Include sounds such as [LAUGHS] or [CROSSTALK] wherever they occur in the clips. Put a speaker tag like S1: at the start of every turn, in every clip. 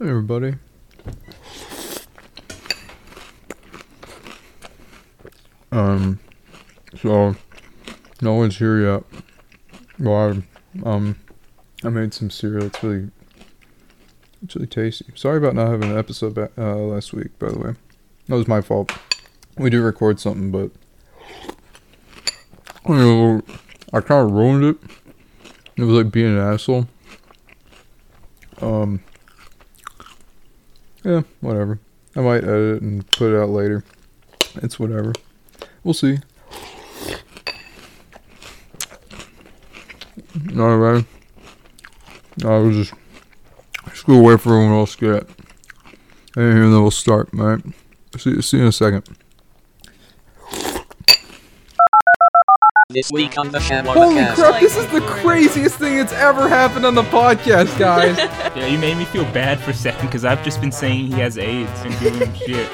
S1: Hey, everybody. Um, so no one's here yet. Well, I, um, I made some cereal. It's really, it's really tasty. Sorry about not having an episode ba- uh, last week, by the way. That was my fault. We did record something, but I, don't know, I kind of ruined it. It was like being an asshole. Um, yeah, whatever. I might edit it and put it out later. It's whatever. We'll see. Not bad. I was just just gonna wait for everyone else to get it. And then we'll start, right? See, see you in a second.
S2: This week on the Shawarma
S1: Holy
S2: Cast.
S1: crap, this is the craziest thing that's ever happened on the podcast, guys.
S3: Yeah, you made me feel bad for a second because I've just been saying he has AIDS and doing shit.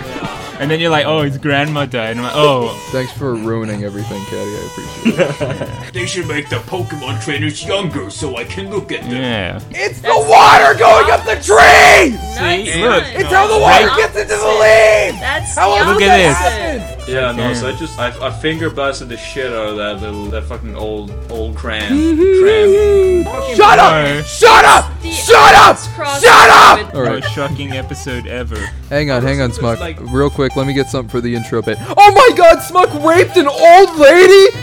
S3: And then you're like, oh, his grandma died. And I'm like, oh,
S1: Thanks for ruining everything, Caddy. I appreciate it.
S4: They should make the Pokemon trainers younger so I can look at them.
S3: yeah.
S1: It's the water going up the tree!
S5: Nice
S3: See? Look.
S5: one.
S3: It's
S1: how the water gets into the leaves!
S5: That's
S1: How
S5: the
S1: else
S3: Look
S1: would
S3: at
S1: that
S3: this.
S1: happen?
S4: Yeah, no, so I
S3: Damn.
S4: just I, I finger busted the shit out of that little that fucking old old cram.
S1: Mm-hmm.
S4: cram.
S1: Shut
S3: No.
S1: up! Shut up!
S5: The
S1: Shut up!
S5: odds cross
S1: Shut up!
S5: with-
S1: Alright,
S3: Most shocking episode ever.
S1: hang on, hang on, Smuck.
S4: Like-
S1: Real quick, let me get something for the intro bit. Oh my god, Smuck raped an old lady?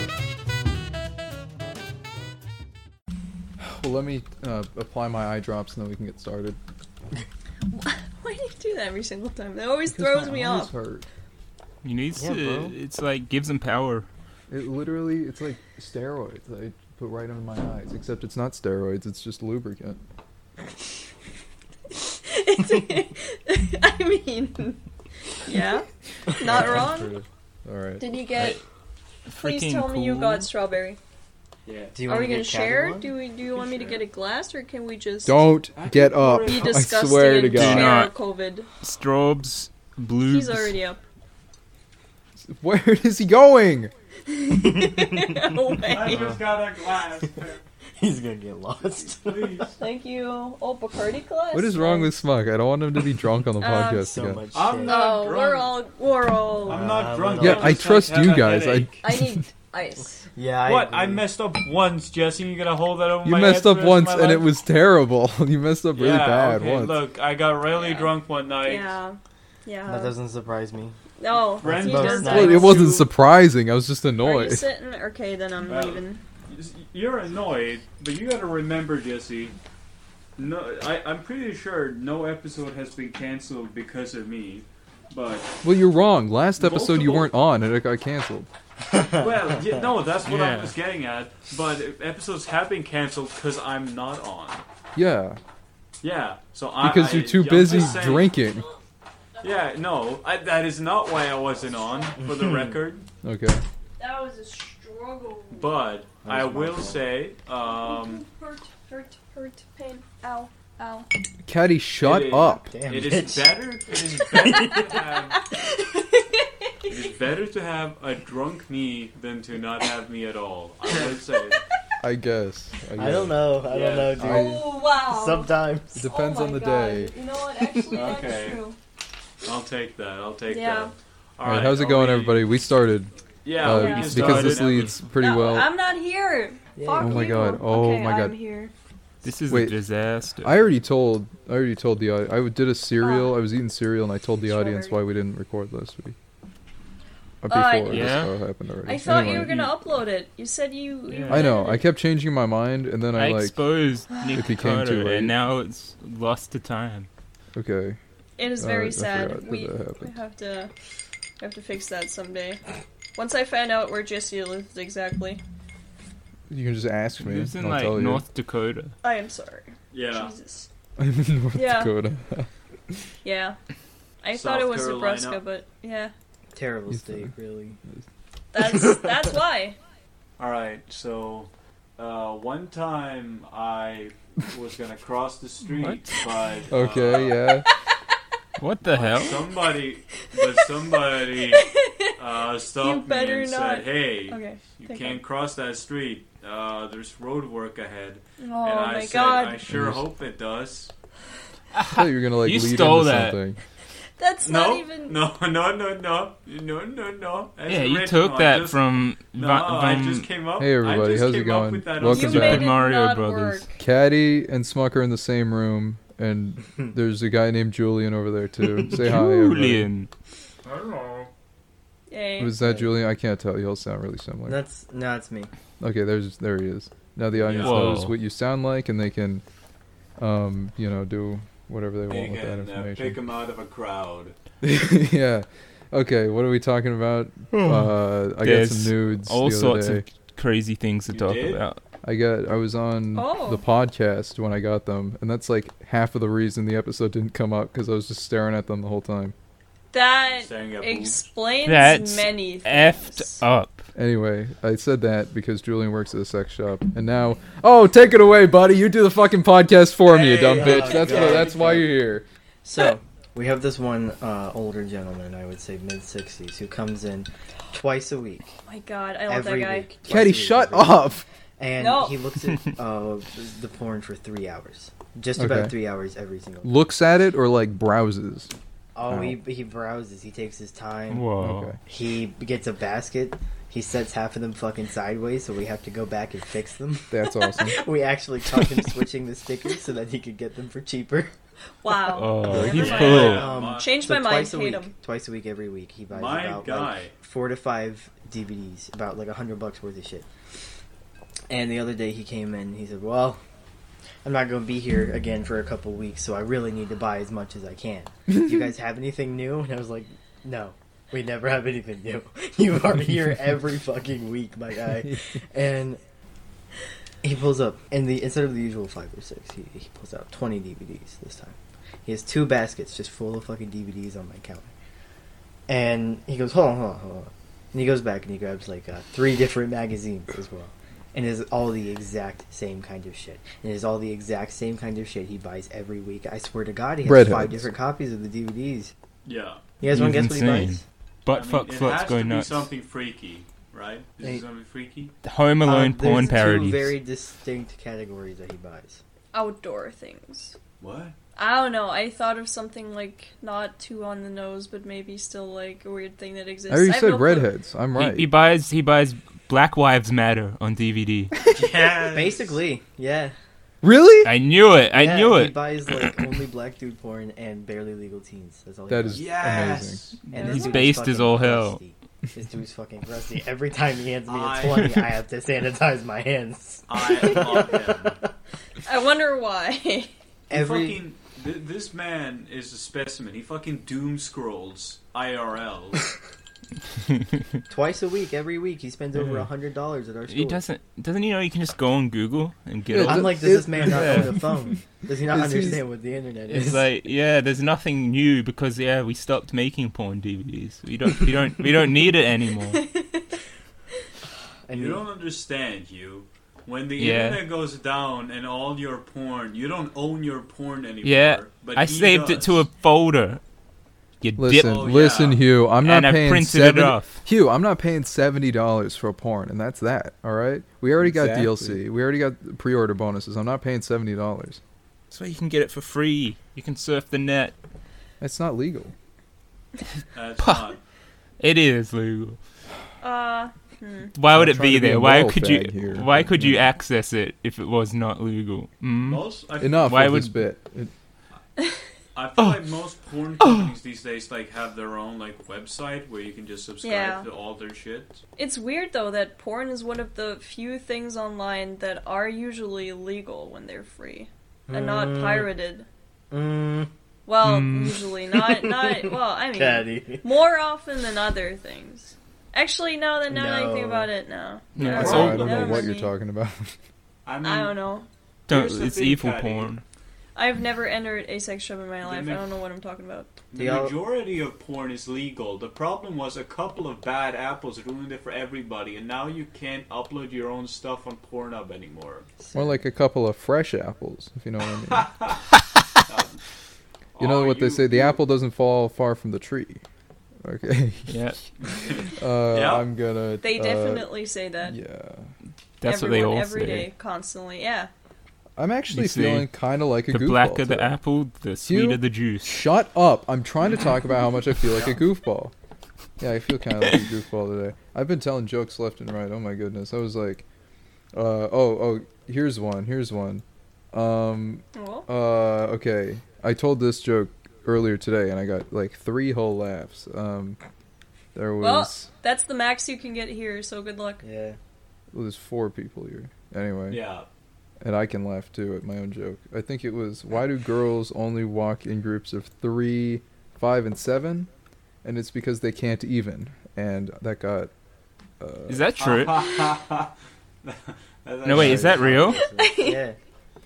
S1: Well, let me uh, apply my eye drops and then we can get started.
S5: [LAUGHS] Why do you do that every single time? That always throws me off. [LAUGHS]
S1: Hurt.
S3: You need
S1: Yeah,
S3: to,
S1: bro.
S3: it's like, gives him power.
S1: It literally, it's like steroids. I put right under my eyes, except it's not steroids, it's just lubricant.
S5: It's- [LAUGHS] I mean, yeah, not wrong.
S1: Alright.
S5: Did you get? Please
S3: Freaking
S5: tell me you
S3: cool.
S5: got strawberry.
S6: Do you
S5: Are
S6: want
S5: we
S6: to get
S5: gonna
S6: Caddy
S5: share?
S6: one?
S5: Do we? Do you want me to get a glass, or can we just
S1: Don't get up.
S5: be
S1: I
S5: disgusting
S1: swear to
S5: and
S1: God.
S3: Do
S5: share our
S3: not.
S5: COVID?
S3: Strobes, blues.
S5: He's
S1: [LAUGHS]
S5: already up. [LAUGHS]
S1: Where is he going?
S5: No way.
S6: He's gonna get lost. [LAUGHS]
S5: Thank you. Oh, Bacardi glass.
S1: What is wrong with Smuck? I don't want him to be drunk on
S7: [LAUGHS]
S1: the
S5: Um,
S1: podcast
S6: so
S1: again.
S6: much.
S7: I'm
S6: shit.
S7: not-
S5: Oh, we're
S7: drunk.
S5: all we're all.
S7: I'm not
S6: Uh,
S7: drunk.
S6: well,
S1: Yeah, I
S7: just, like,
S1: trust
S7: have
S1: you
S7: a
S1: guys. I,
S7: headache.
S5: I need ice.
S6: Yeah. I
S7: What? I
S6: agree.
S7: messed up once, Jesse. You gonna hold that over
S1: you
S7: my
S1: messed
S7: head
S1: up
S7: for the rest
S1: once
S7: of my
S1: and it
S7: life?
S1: was terrible. [LAUGHS] you messed up really
S7: yeah,
S1: bad
S7: okay,
S1: once.
S7: Look, I got really
S5: Yeah.
S7: drunk one night.
S5: Yeah. Yeah.
S6: That doesn't surprise me.
S5: No,
S7: Friends
S5: he
S6: both
S5: does
S6: night.
S5: that.
S1: Well, it
S6: was
S1: wasn't
S7: too-
S1: surprising. I was just
S5: Are you
S1: annoyed.
S5: sitting? Okay, then I'm
S7: Well,
S5: leaving.
S7: You're annoyed, but you gotta remember, Jesse. No, I, I'm pretty sure no episode has been canceled because of me.
S1: [LAUGHS]
S7: But
S1: Well, you're wrong. Last episode you
S7: Multiple-
S1: weren't on and it got canceled.
S7: well, yeah, no, that's what
S3: Yeah.
S7: I was getting at. But episodes have been canceled because I'm not on.
S1: Yeah,
S7: Yeah, so I
S1: because
S7: I-
S1: you're too
S7: I'm
S1: busy
S7: just saying-
S1: drinking.
S7: Yeah, no, I, that is not why I wasn't on, for
S1: [LAUGHS]
S7: the record.
S1: Okay.
S5: That was a struggle.
S7: But I
S6: was my
S7: will
S6: fault.
S7: say, um,
S5: hurt, hurt, hurt, pain, ow, ow.
S1: Caddy, shut
S7: It is-
S1: up.
S6: Damn
S7: it
S6: bitch.
S7: is better.
S6: [LAUGHS]
S7: It is better to have. It is better to have a drunk me than to not have me at all. I would say.
S1: I guess.
S6: I don't know. I
S7: Yeah.
S6: don't know, dude.
S5: Oh wow.
S1: It
S6: Sometimes.
S1: depends
S5: Oh my
S1: on the
S5: God.
S1: day.
S5: You know what? Actually,
S7: Okay.
S5: that's true.
S7: I'll take that. I'll take
S5: Yeah.
S7: that. All
S1: All right, how's it going,
S7: are we-
S1: everybody? We started
S7: Yeah,
S1: uh,
S7: we
S5: yeah.
S7: can
S1: because
S7: start
S1: this
S7: it now.
S1: leads pretty
S5: No,
S1: well.
S5: I'm not here. Fuck
S1: Oh my
S5: you.
S1: God. Oh
S5: okay,
S1: my
S5: I'm
S1: God.
S5: here.
S3: This is
S1: Wait.
S3: a disaster.
S1: I already told. I already told the. au- I did a cereal.
S5: Oh.
S1: I was eating cereal, and I told the audience why
S5: Strawberry.
S1: we didn't record last week. Uh,
S5: Oh, I-
S1: Before this
S3: Yeah?
S1: all happened already.
S5: I thought you
S1: Anyway.
S5: were gonna upload it. You said you. you
S3: Yeah.
S1: I know. I kept changing my mind, and then I,
S3: I
S1: like.
S3: exposed Nick
S1: It became too
S3: Carter,
S1: late.
S3: and now it's lost to time.
S1: okay.
S5: It is
S1: Oh,
S5: very
S1: I forgot
S5: sad.
S1: that
S5: We,
S1: that
S5: we
S1: happened.
S5: have to we have to fix that someday. Once I find out where Jesse lives exactly,
S1: You can just ask me.
S3: lives in
S1: I'll
S3: like
S1: tell
S3: North Dakota.
S5: I am sorry.
S7: Yeah.
S5: Jesus.
S1: you. I'm [LAUGHS] in North
S5: Yeah.
S1: Dakota.
S5: Yeah. I
S7: South
S5: thought it was
S7: Carolina.
S5: Nebraska, but yeah.
S6: Terrible
S1: You
S6: state, really.
S5: That's that's why.
S7: [LAUGHS] All right. So, uh, one time I was gonna cross the street, but uh,
S1: Okay. Yeah.
S3: What the hell?
S7: Somebody, but somebody uh, stopped me
S5: better
S7: and
S5: not.
S7: said, "Hey,
S5: Okay.
S7: you
S5: thank
S7: can't cross that street. Uh, there's road work ahead."
S5: God. Oh
S7: and I
S5: my
S7: said,
S5: god.
S7: "I sure hope it does." [LAUGHS]
S1: I thought you were gonna like
S3: You
S1: lead
S3: stole
S1: into
S3: that.
S1: something.
S5: That's
S7: No,
S5: not even.
S7: no, no, no, no, no, no, no. That's
S3: yeah, you
S7: original.
S3: took that
S7: Just-
S3: from
S7: No,
S3: Va-
S7: I
S3: Van-
S7: just came up.
S1: Hey,
S7: I
S1: everybody,
S7: just
S1: how's it
S7: came
S1: going?
S7: Up with that on
S1: Welcome
S5: you
S1: back.
S5: made
S3: Super
S5: it
S3: Mario
S5: not
S3: Brothers.
S5: work.
S1: Caddy and Smucker in the same room, and there's a guy named Julian over there
S3: [LAUGHS]
S1: too. Say hi, everybody.
S3: Julian.
S7: Hello.
S5: Yay.
S1: Was that Julian? I can't tell. You all sound really similar.
S6: That's no, it's me.
S1: Okay, there's there he is. Now the audience
S3: Whoa.
S1: knows what you sound like, and they can, um, you know, do whatever they want
S7: You
S1: with that
S7: can uh, pick
S1: information.
S7: him out of a crowd.
S1: [LAUGHS] yeah. Okay, what are we talking about? Uh, I got
S3: Hmm. There's
S1: some nudes
S3: All
S1: the other
S3: sorts
S1: day.
S3: of crazy things to
S7: You
S3: talk
S7: did?
S3: about.
S1: I got I was on
S5: Oh.
S1: the podcast when I got them, and that's like half of the reason the episode didn't come up because I was just staring at them the whole time.
S5: That
S7: Staring at boobs.
S5: explains
S3: That's
S5: many things.
S3: Effed up.
S1: Anyway, I said that because Julian works at a sex shop, and now oh, take it away, buddy. You do the fucking podcast for me, you
S7: Hey,
S1: dumb
S7: oh,
S1: bitch. That's
S6: God.
S1: what, that's why you're here.
S6: So we have this one uh, older gentleman, I would say mid sixties, who comes in twice a week,
S5: Oh my god, I love
S6: every
S5: that guy.
S6: week. twice a
S1: Katie,
S6: week,
S1: shut
S6: every week.
S1: up.
S6: And
S5: No.
S6: he looks
S1: [LAUGHS]
S6: at uh, the porn for three hours, just
S1: Okay.
S6: about three hours every single. Day.
S1: Looks at it or like browses.
S6: Oh, he he browses. He takes his time.
S3: Whoa.
S1: Okay.
S6: He gets a basket. He sets half of them fucking sideways, so we have to go back and fix them. [LAUGHS]
S1: That's awesome.
S6: We actually caught him switching the stickers so that he could get them for cheaper.
S5: Wow.
S3: Oh,
S5: Never
S3: he's
S5: mind.
S3: cool.
S7: Yeah, my-
S5: Change
S6: So
S5: my mind,
S6: twice a
S5: hate
S6: week,
S5: him.
S6: twice a week, every week, he buys
S7: My
S6: about
S7: guy.
S6: like four to five DVDs, about like a hundred bucks worth of shit. And the other day he came in, he said, "Well, I'm not going to be here again for a couple weeks, so I really need to buy as much as I can. Do you guys have anything new?" And I was like, "No." We never have anything new. [LAUGHS] You are here every fucking week, my guy. And he pulls up, and the instead of the usual five or six, he, he pulls out twenty DVDs this time. He has two baskets just full of fucking DVDs on my counter. And he goes, hold on, hold on, hold on. And he goes back and he grabs like uh, three different magazines as well. And it's all the exact same kind of shit. And it's all the exact same kind of shit he buys every week. I swear to God, he has
S1: Redheads.
S6: five different copies of the DVDs.
S7: Yeah.
S6: You guys want to
S3: He's
S6: guess what
S3: insane.
S6: he buys?
S3: Butt
S7: I mean,
S3: fuck
S7: it
S3: flut's
S7: has to
S3: going
S7: be
S3: nuts.
S7: something freaky, right? Is
S6: Hey.
S7: it something freaky?
S3: Home Alone
S6: Uh,
S3: porn
S6: there's
S3: parodies.
S6: Two very distinct categories that he buys.
S5: Outdoor things.
S7: What?
S5: I don't know. I thought of something like not too on the nose, but maybe still like a weird thing that
S1: I
S5: exists.
S1: already
S5: have
S1: said
S5: no clue.
S1: redheads. I'm
S3: He-
S1: right.
S3: He, buys he buys Black Wives Matter on DVD.
S7: Yeah.
S6: Basically, yeah.
S1: really?
S3: I knew it. I
S6: Yeah,
S3: knew
S6: He
S3: it.
S6: buys like only black dude porn and barely legal teens. That's all. he
S1: That
S6: buys.
S1: is
S7: Yes.
S5: Yeah.
S6: And
S5: He's
S6: this dude
S3: based
S6: fucking
S3: as all hell.
S6: crusty. This dude's fucking crusty. Every time he hands me
S7: I-
S6: a 20,
S7: [LAUGHS]
S6: I have to sanitize my hands.
S7: I love him.
S5: I wonder why.
S6: [LAUGHS]
S5: [LAUGHS]
S6: Every
S7: Fucking, th- this man is a specimen. He fucking doom scrolls
S3: [LAUGHS]
S7: IRL.
S6: twice a week, every week, he spends over a hundred dollars at our school.
S3: He doesn't doesn't he know you can just go on Google and get
S1: Yeah,
S3: all
S6: I'm
S1: does-
S6: like, does this man not
S3: Yeah.
S6: own a phone? Does he not
S1: Is he-
S6: understand what the internet is?
S3: It's like yeah, there's nothing new because yeah, we stopped making porn DVDs. We don't we don't we don't need it anymore.
S6: I
S7: you
S6: mean,
S7: don't understand, you. When the
S3: Yeah.
S7: internet goes down and all your porn, you don't own your porn anymore.
S3: Yeah,
S7: but
S3: I
S7: he
S3: saved it
S7: does.
S3: to a folder. You dip
S1: Listen,
S7: Oh,
S1: listen,
S7: yeah.
S1: Hugh. I'm not
S3: and I
S1: paying
S3: printed
S1: seventy.
S3: it off.
S1: Hugh, I'm not paying seventy dollars for porn, and that's that. All right. We already
S3: Exactly.
S1: got DLC. We already got pre-order bonuses. I'm not paying seventy dollars.
S3: So you can get it for free. You can surf the net.
S1: That's not legal.
S7: That's not.
S3: It is legal.
S5: Uh,
S3: Why
S1: I'm
S3: would
S1: trying
S3: it be
S1: to be a
S3: there? Why
S1: moral
S3: could you?
S1: fag here,
S3: Why
S1: but,
S3: could you
S1: yeah.
S3: access it if it was not legal? Mm?
S7: Most, I,
S1: Enough
S3: Why
S1: with
S3: would-
S1: this bit. It-
S7: I feel
S3: Oh.
S7: like most porn companies these days like have their own like website where you can just subscribe
S5: Yeah.
S7: to all their shit.
S5: it's weird though that porn is one of the few things online that are usually legal when they're free
S3: uh,
S5: and not pirated.
S6: mm,
S5: Well,
S3: Hmm.
S5: usually
S3: [LAUGHS]
S5: not. Not well. I mean,
S6: Caddy.
S5: more often than other things. Actually, no. Then now that I think
S6: No.
S5: about it, no.
S3: No,
S5: Never
S3: it's
S1: I
S3: all-
S5: mind.
S1: don't know
S5: Never
S1: what you're
S5: mind.
S1: talking about. [LAUGHS]
S7: I mean,
S5: I don't know.
S3: Don't.
S7: Here's the
S3: It's
S7: thing,
S3: evil
S7: Patty. [LAUGHS]
S3: porn.
S5: I've never entered a sex shop in my life.
S7: make-
S5: I don't know what I'm talking about.
S7: The
S6: Yeah.
S7: majority of porn is legal. The problem was a couple of bad apples ruined it for everybody, and now you can't upload your own stuff on Pornhub anymore.
S1: More like a couple of fresh apples, if you know what I
S3: [LAUGHS]
S1: mean. You know
S7: Oh,
S1: what they say: the apple doesn't fall far from the tree. Okay. [LAUGHS]
S3: Yeah,
S1: Uh,
S7: Yeah.
S1: I'm gonna.
S5: They
S1: uh,
S5: definitely say that.
S1: Yeah.
S3: that's what
S5: Everyone,
S3: they all
S5: every
S3: say.
S5: day, constantly. Yeah.
S1: I'm actually
S3: You see,
S1: feeling kind of like a
S3: The
S1: goofball.
S3: blacker the
S1: today.
S3: apple, the sweeter the juice.
S1: Shut up! I'm trying to talk about how much I feel like a goofball. Yeah, I feel kind of like a goofball today. I've been telling jokes left and right. Oh my goodness! I was like, uh, oh, oh, here's one. Here's one. Um,
S5: Well,
S1: uh, okay. I told this joke earlier today, and I got like three whole laughs. Um, there
S5: Well-
S1: was
S5: that's the max you can get here, so good luck.
S6: Yeah.
S1: well, there's four people here. Anyway,
S7: Yeah.
S1: and I can laugh too at my own joke. I think it was why do girls only walk in groups of three, five, and seven? And it's because they can't even. And that got uh,
S3: Is that
S7: [LAUGHS]
S3: true?
S7: Uh-huh. That's
S3: No, wait, is that real?
S6: [LAUGHS] Yeah.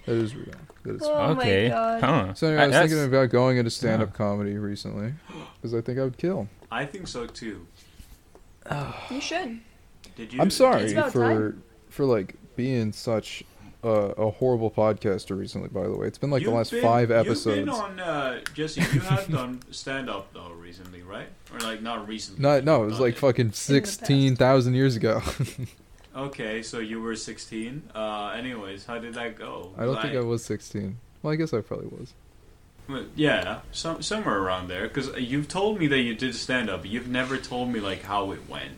S1: that is real. That is
S5: Oh my
S3: okay.
S5: God.
S3: Huh.
S1: So anyway, I was
S3: That's-
S1: thinking about going into stand-up comedy recently because I think I would kill.
S7: I think so too.
S5: You should.
S7: Did you?
S1: I'm sorry
S5: It's about
S1: for for like being such a, a horrible podcaster recently. By the way, it's been like
S7: You've
S1: the last
S7: been-
S1: five
S7: You've been
S1: episodes.
S7: on uh, Jesse. You have done stand up though recently, right? Or like not recently?
S1: No, no, it was
S7: Done
S1: like fucking sixteen thousand years ago. [LAUGHS]
S7: Okay, so you were 16. Uh, anyways, how did that go?
S1: I don't think I
S7: Like-
S1: was sixteen. Well, I guess I probably was.
S7: Well, Yeah, some, somewhere around there. Because you've told me that you did stand up, you've never told me like how it went.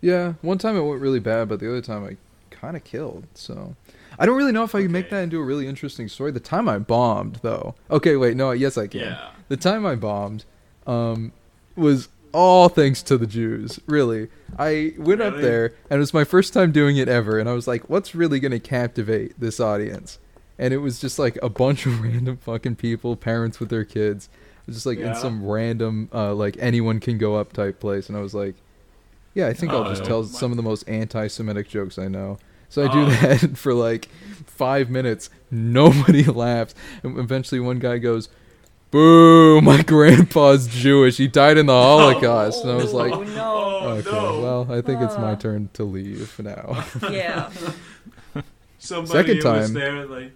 S1: Yeah, one time it went really bad, but the other time I kind of killed. So I don't really know if I can make
S7: Okay.
S1: that into a really interesting story. The time I bombed, though. Okay, wait, no, yes I can.
S7: Yeah.
S1: The time I bombed um, was all thanks to the Jews. Really, I went up
S7: Really?
S1: there and it was my first time doing it ever, and I was like, "What's really gonna captivate this audience?" And it was just like a bunch [LAUGHS] of random fucking people, parents with their kids, just like
S7: Yeah.
S1: in some random uh, like anyone can go up type place, and I was like. Yeah, I think I'll
S7: Oh,
S1: just
S7: yeah.
S1: tell some of the most anti-Semitic jokes I know. So I do
S7: Oh.
S1: [LAUGHS] that for like five minutes. Nobody [LAUGHS] laughs. And eventually, one guy goes, "Boo! My [LAUGHS] grandpa's Jewish. He died in the Holocaust." And I was like,
S3: [LAUGHS]
S5: oh no.
S7: Oh,
S1: "Okay,
S7: no.
S1: well, I think it's my
S5: Ah.
S1: turn to leave now." [LAUGHS]
S5: Yeah.
S7: Somebody
S1: Second
S7: was
S1: time.
S7: there, like,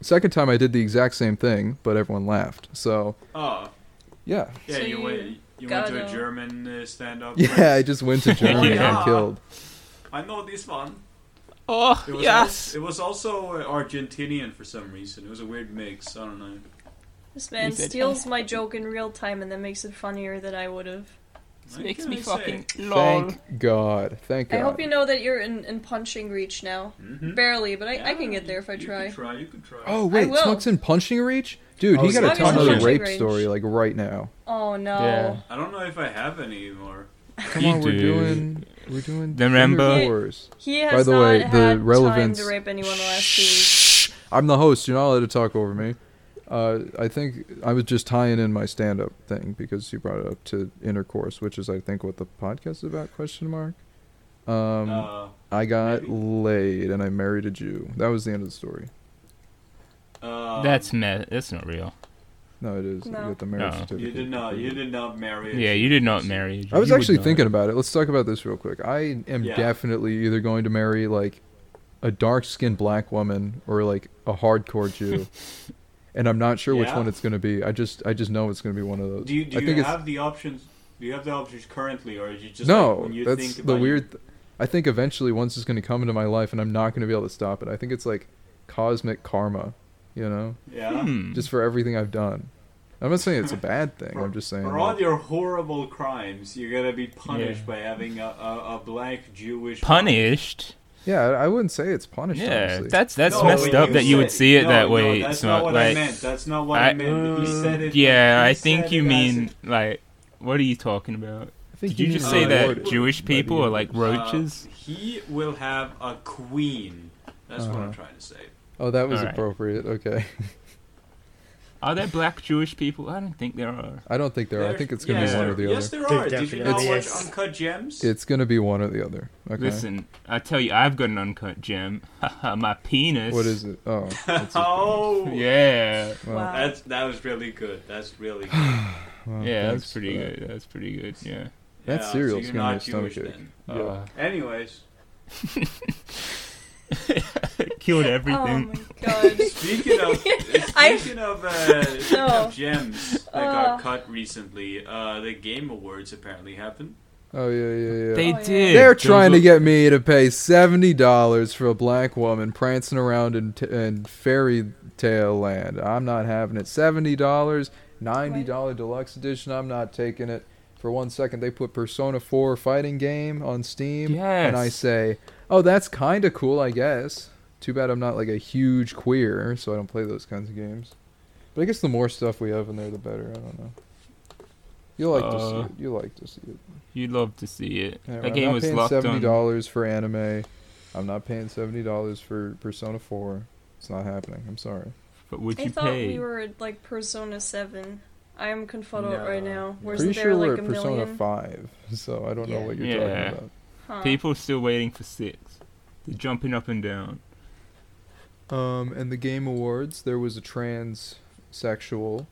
S1: Second time, I did the exact same thing, but everyone laughed. So
S7: oh,
S1: yeah, [LAUGHS]
S7: yeah,
S5: So
S7: you,
S5: you
S7: went, you went to a
S5: gotta-
S7: German uh, stand up.
S1: yeah, I just went to Germany and
S7: Yeah.
S1: killed.
S7: I know this one.
S3: Oh,
S7: It was
S3: yes.
S7: al- it was also uh, Argentinian for some reason. It was a weird mix. I don't know.
S5: This man
S3: You said-
S5: steals my joke in real time and that makes it funnier than I would have.
S3: This
S7: What
S3: makes
S7: can
S3: me
S7: I say?
S3: fucking lol.
S1: Thank God. Thank God.
S5: I hope you know that you're in, in punching reach now.
S7: Mhm.
S5: Barely, but I, I can
S7: Yeah,
S5: get there if I
S7: you-
S5: try.
S7: You can try. You can try.
S1: Mm-hmm. Oh wait,
S5: will.
S1: Smuck's in punching reach, dude.
S6: Oh,
S1: he got
S6: Smuck
S1: to
S6: is
S1: tell
S6: in
S1: another
S6: punching
S1: rape
S5: range.
S1: story like right now.
S5: Oh no.
S3: Yeah.
S7: I don't know if I have any more.
S1: Come
S3: You
S1: on, we're
S3: do.
S1: doing we're doing
S3: The Rambo.
S1: Three or fours.
S5: He has
S1: By the
S5: not
S1: way, the
S5: had
S1: relevance-
S5: time to rape anyone the last two weeks.
S1: I'm the host. You're not allowed to talk over me. Uh, I think I was just tying in my stand-up thing because you brought it up to intercourse, which is I think what the podcast is about. Question mark. Um,
S7: Uh,
S1: I got
S7: maybe.
S1: laid and I married a Jew. That was the end of the story.
S7: um,
S3: That's me- That's not real.
S1: No, it is.
S5: No.
S1: You got the marriage
S3: No. You
S7: You
S1: certificate.
S7: did not. You did not marry. a
S3: Yeah,
S7: Jew.
S3: you did not marry.
S1: I was
S3: You would
S1: actually
S3: not.
S1: thinking about it. Let's talk about this real quick. I am
S7: Yeah.
S1: definitely either going to marry like a dark-skinned black woman or like a hardcore
S7: [LAUGHS]
S1: Jew. and I'm not sure which
S7: Yeah.
S1: one it's going to be. I just I just know it's going to be one of those.
S7: Do you do
S1: I
S7: you
S1: think it's
S7: have the options? Do you have the options currently, or is it just
S1: No,
S7: like when you
S1: that's
S7: think
S1: the
S7: about
S1: weird th- I think eventually once it's going to come into my life and I'm not going to be able to stop it. I think it's like cosmic karma, you know?
S7: It, yeah.
S3: Hmm.
S1: Just for everything I've done. I'm not saying it's a
S7: [LAUGHS]
S1: bad thing.
S7: For,
S1: I'm just saying
S7: for
S1: like,
S7: all your horrible crimes, you're gonna be punished
S3: Yeah.
S7: by having a, a, a black Jewish
S3: punished.
S1: Yeah, I I wouldn't say it's punished
S3: yeah,
S1: honestly.
S3: that's that's
S7: No,
S3: messed
S7: but
S3: up that you would
S7: said-
S3: see it
S7: no,
S3: that
S7: no,
S3: way.
S7: that's
S3: it's
S7: not
S3: not
S7: what
S3: like,
S7: I meant. That's not what I,
S3: I- uh,
S7: meant. He said it.
S3: yeah,
S7: he
S3: I
S7: said
S3: think
S7: it
S3: you
S7: as
S3: mean
S7: it-
S3: like, what are you talking about?
S1: I think
S3: Did you just
S1: mean
S3: say
S7: uh,
S3: that
S7: yeah.
S1: rewarded
S3: Jewish
S1: by the
S3: people are like
S1: universe.
S3: roaches?
S7: Uh, he will have a queen. That's what I'm
S1: Uh-huh.
S7: trying to say.
S1: Oh, that was
S3: All right.
S1: appropriate. Okay.
S3: Are there black Jewish people? I don't think there are.
S1: I don't think there are. I
S7: There-
S1: think it's going to
S7: yes,
S1: be one
S7: there-
S1: or the
S7: Yes,
S1: other.
S7: there
S6: There
S7: are. Did you
S6: definitely
S7: not watch
S6: is.
S7: Uncut Gems?
S1: It's going to be one or the other. Okay.
S3: Listen, I tell you, I've got an uncut gem. [LAUGHS] Haha, My penis.
S1: What is it?
S3: [LAUGHS]
S1: Oh.
S7: [LAUGHS]
S1: that's it.
S7: oh,
S3: Yeah,
S1: Well,
S5: Wow.
S7: That's that was really good.
S3: [SIGHS]
S7: That's really good.
S1: well,
S3: yeah,
S1: Oh,
S3: that's
S1: thanks
S3: pretty
S1: for that.
S3: good. That's pretty good. Yeah.
S1: That
S7: yeah,
S1: cereal's gonna
S7: so you're
S1: be
S7: not
S1: a stomach
S7: Jewish
S1: ache.
S7: then.
S1: Yeah.
S3: Uh,
S7: Anyways,
S3: [LAUGHS] killed
S5: Oh
S3: everything. [LAUGHS]
S5: my god.
S7: speaking
S5: [LAUGHS]
S7: of
S5: I-
S7: speaking of,
S5: [LAUGHS]
S7: uh, speaking
S5: No.
S7: of gems that
S5: Uh.
S7: got cut recently, uh, the Game Awards apparently happened.
S1: Oh yeah, yeah, yeah.
S3: They
S5: Oh, yeah.
S3: did.
S1: They're
S3: Those
S1: trying to
S3: were-
S1: get me to pay seventy dollars for a black woman prancing around in, t- in fairy tale land. I'm not having it. Seventy dollars, ninety dollar deluxe edition. I'm not taking it. For one second, they put Persona Four fighting game on Steam, and I
S3: Yes.
S1: say, "Oh, that's kind of cool, I guess." Too bad I'm not like a huge queer, so I don't play those kinds of games. But I guess the more stuff we have in there, the better. I don't know. You like to see
S3: Uh,
S1: it. You like to see it.
S3: You'd love to see it.
S1: Yeah,
S3: that
S1: I'm
S3: game
S1: not
S3: was
S1: paying
S3: locked
S1: seventy
S3: on.
S1: dollars for anime. I'm not paying seventy dollars for Persona Four. It's not happening. I'm sorry.
S3: But would
S5: I
S3: you
S5: thought
S3: pay?
S5: we were at like Persona 7. I am confuddled
S6: No.
S5: right now.
S1: Pretty
S5: Wasn't
S1: sure
S5: there
S1: we're
S5: like a
S1: at Persona
S5: million?
S1: Five, so I don't
S6: Yeah.
S1: know what you're
S3: Yeah.
S1: talking about.
S5: Huh.
S3: People are still waiting for six. They're jumping up and down.
S1: Um, and the Game Awards, there was a transsexual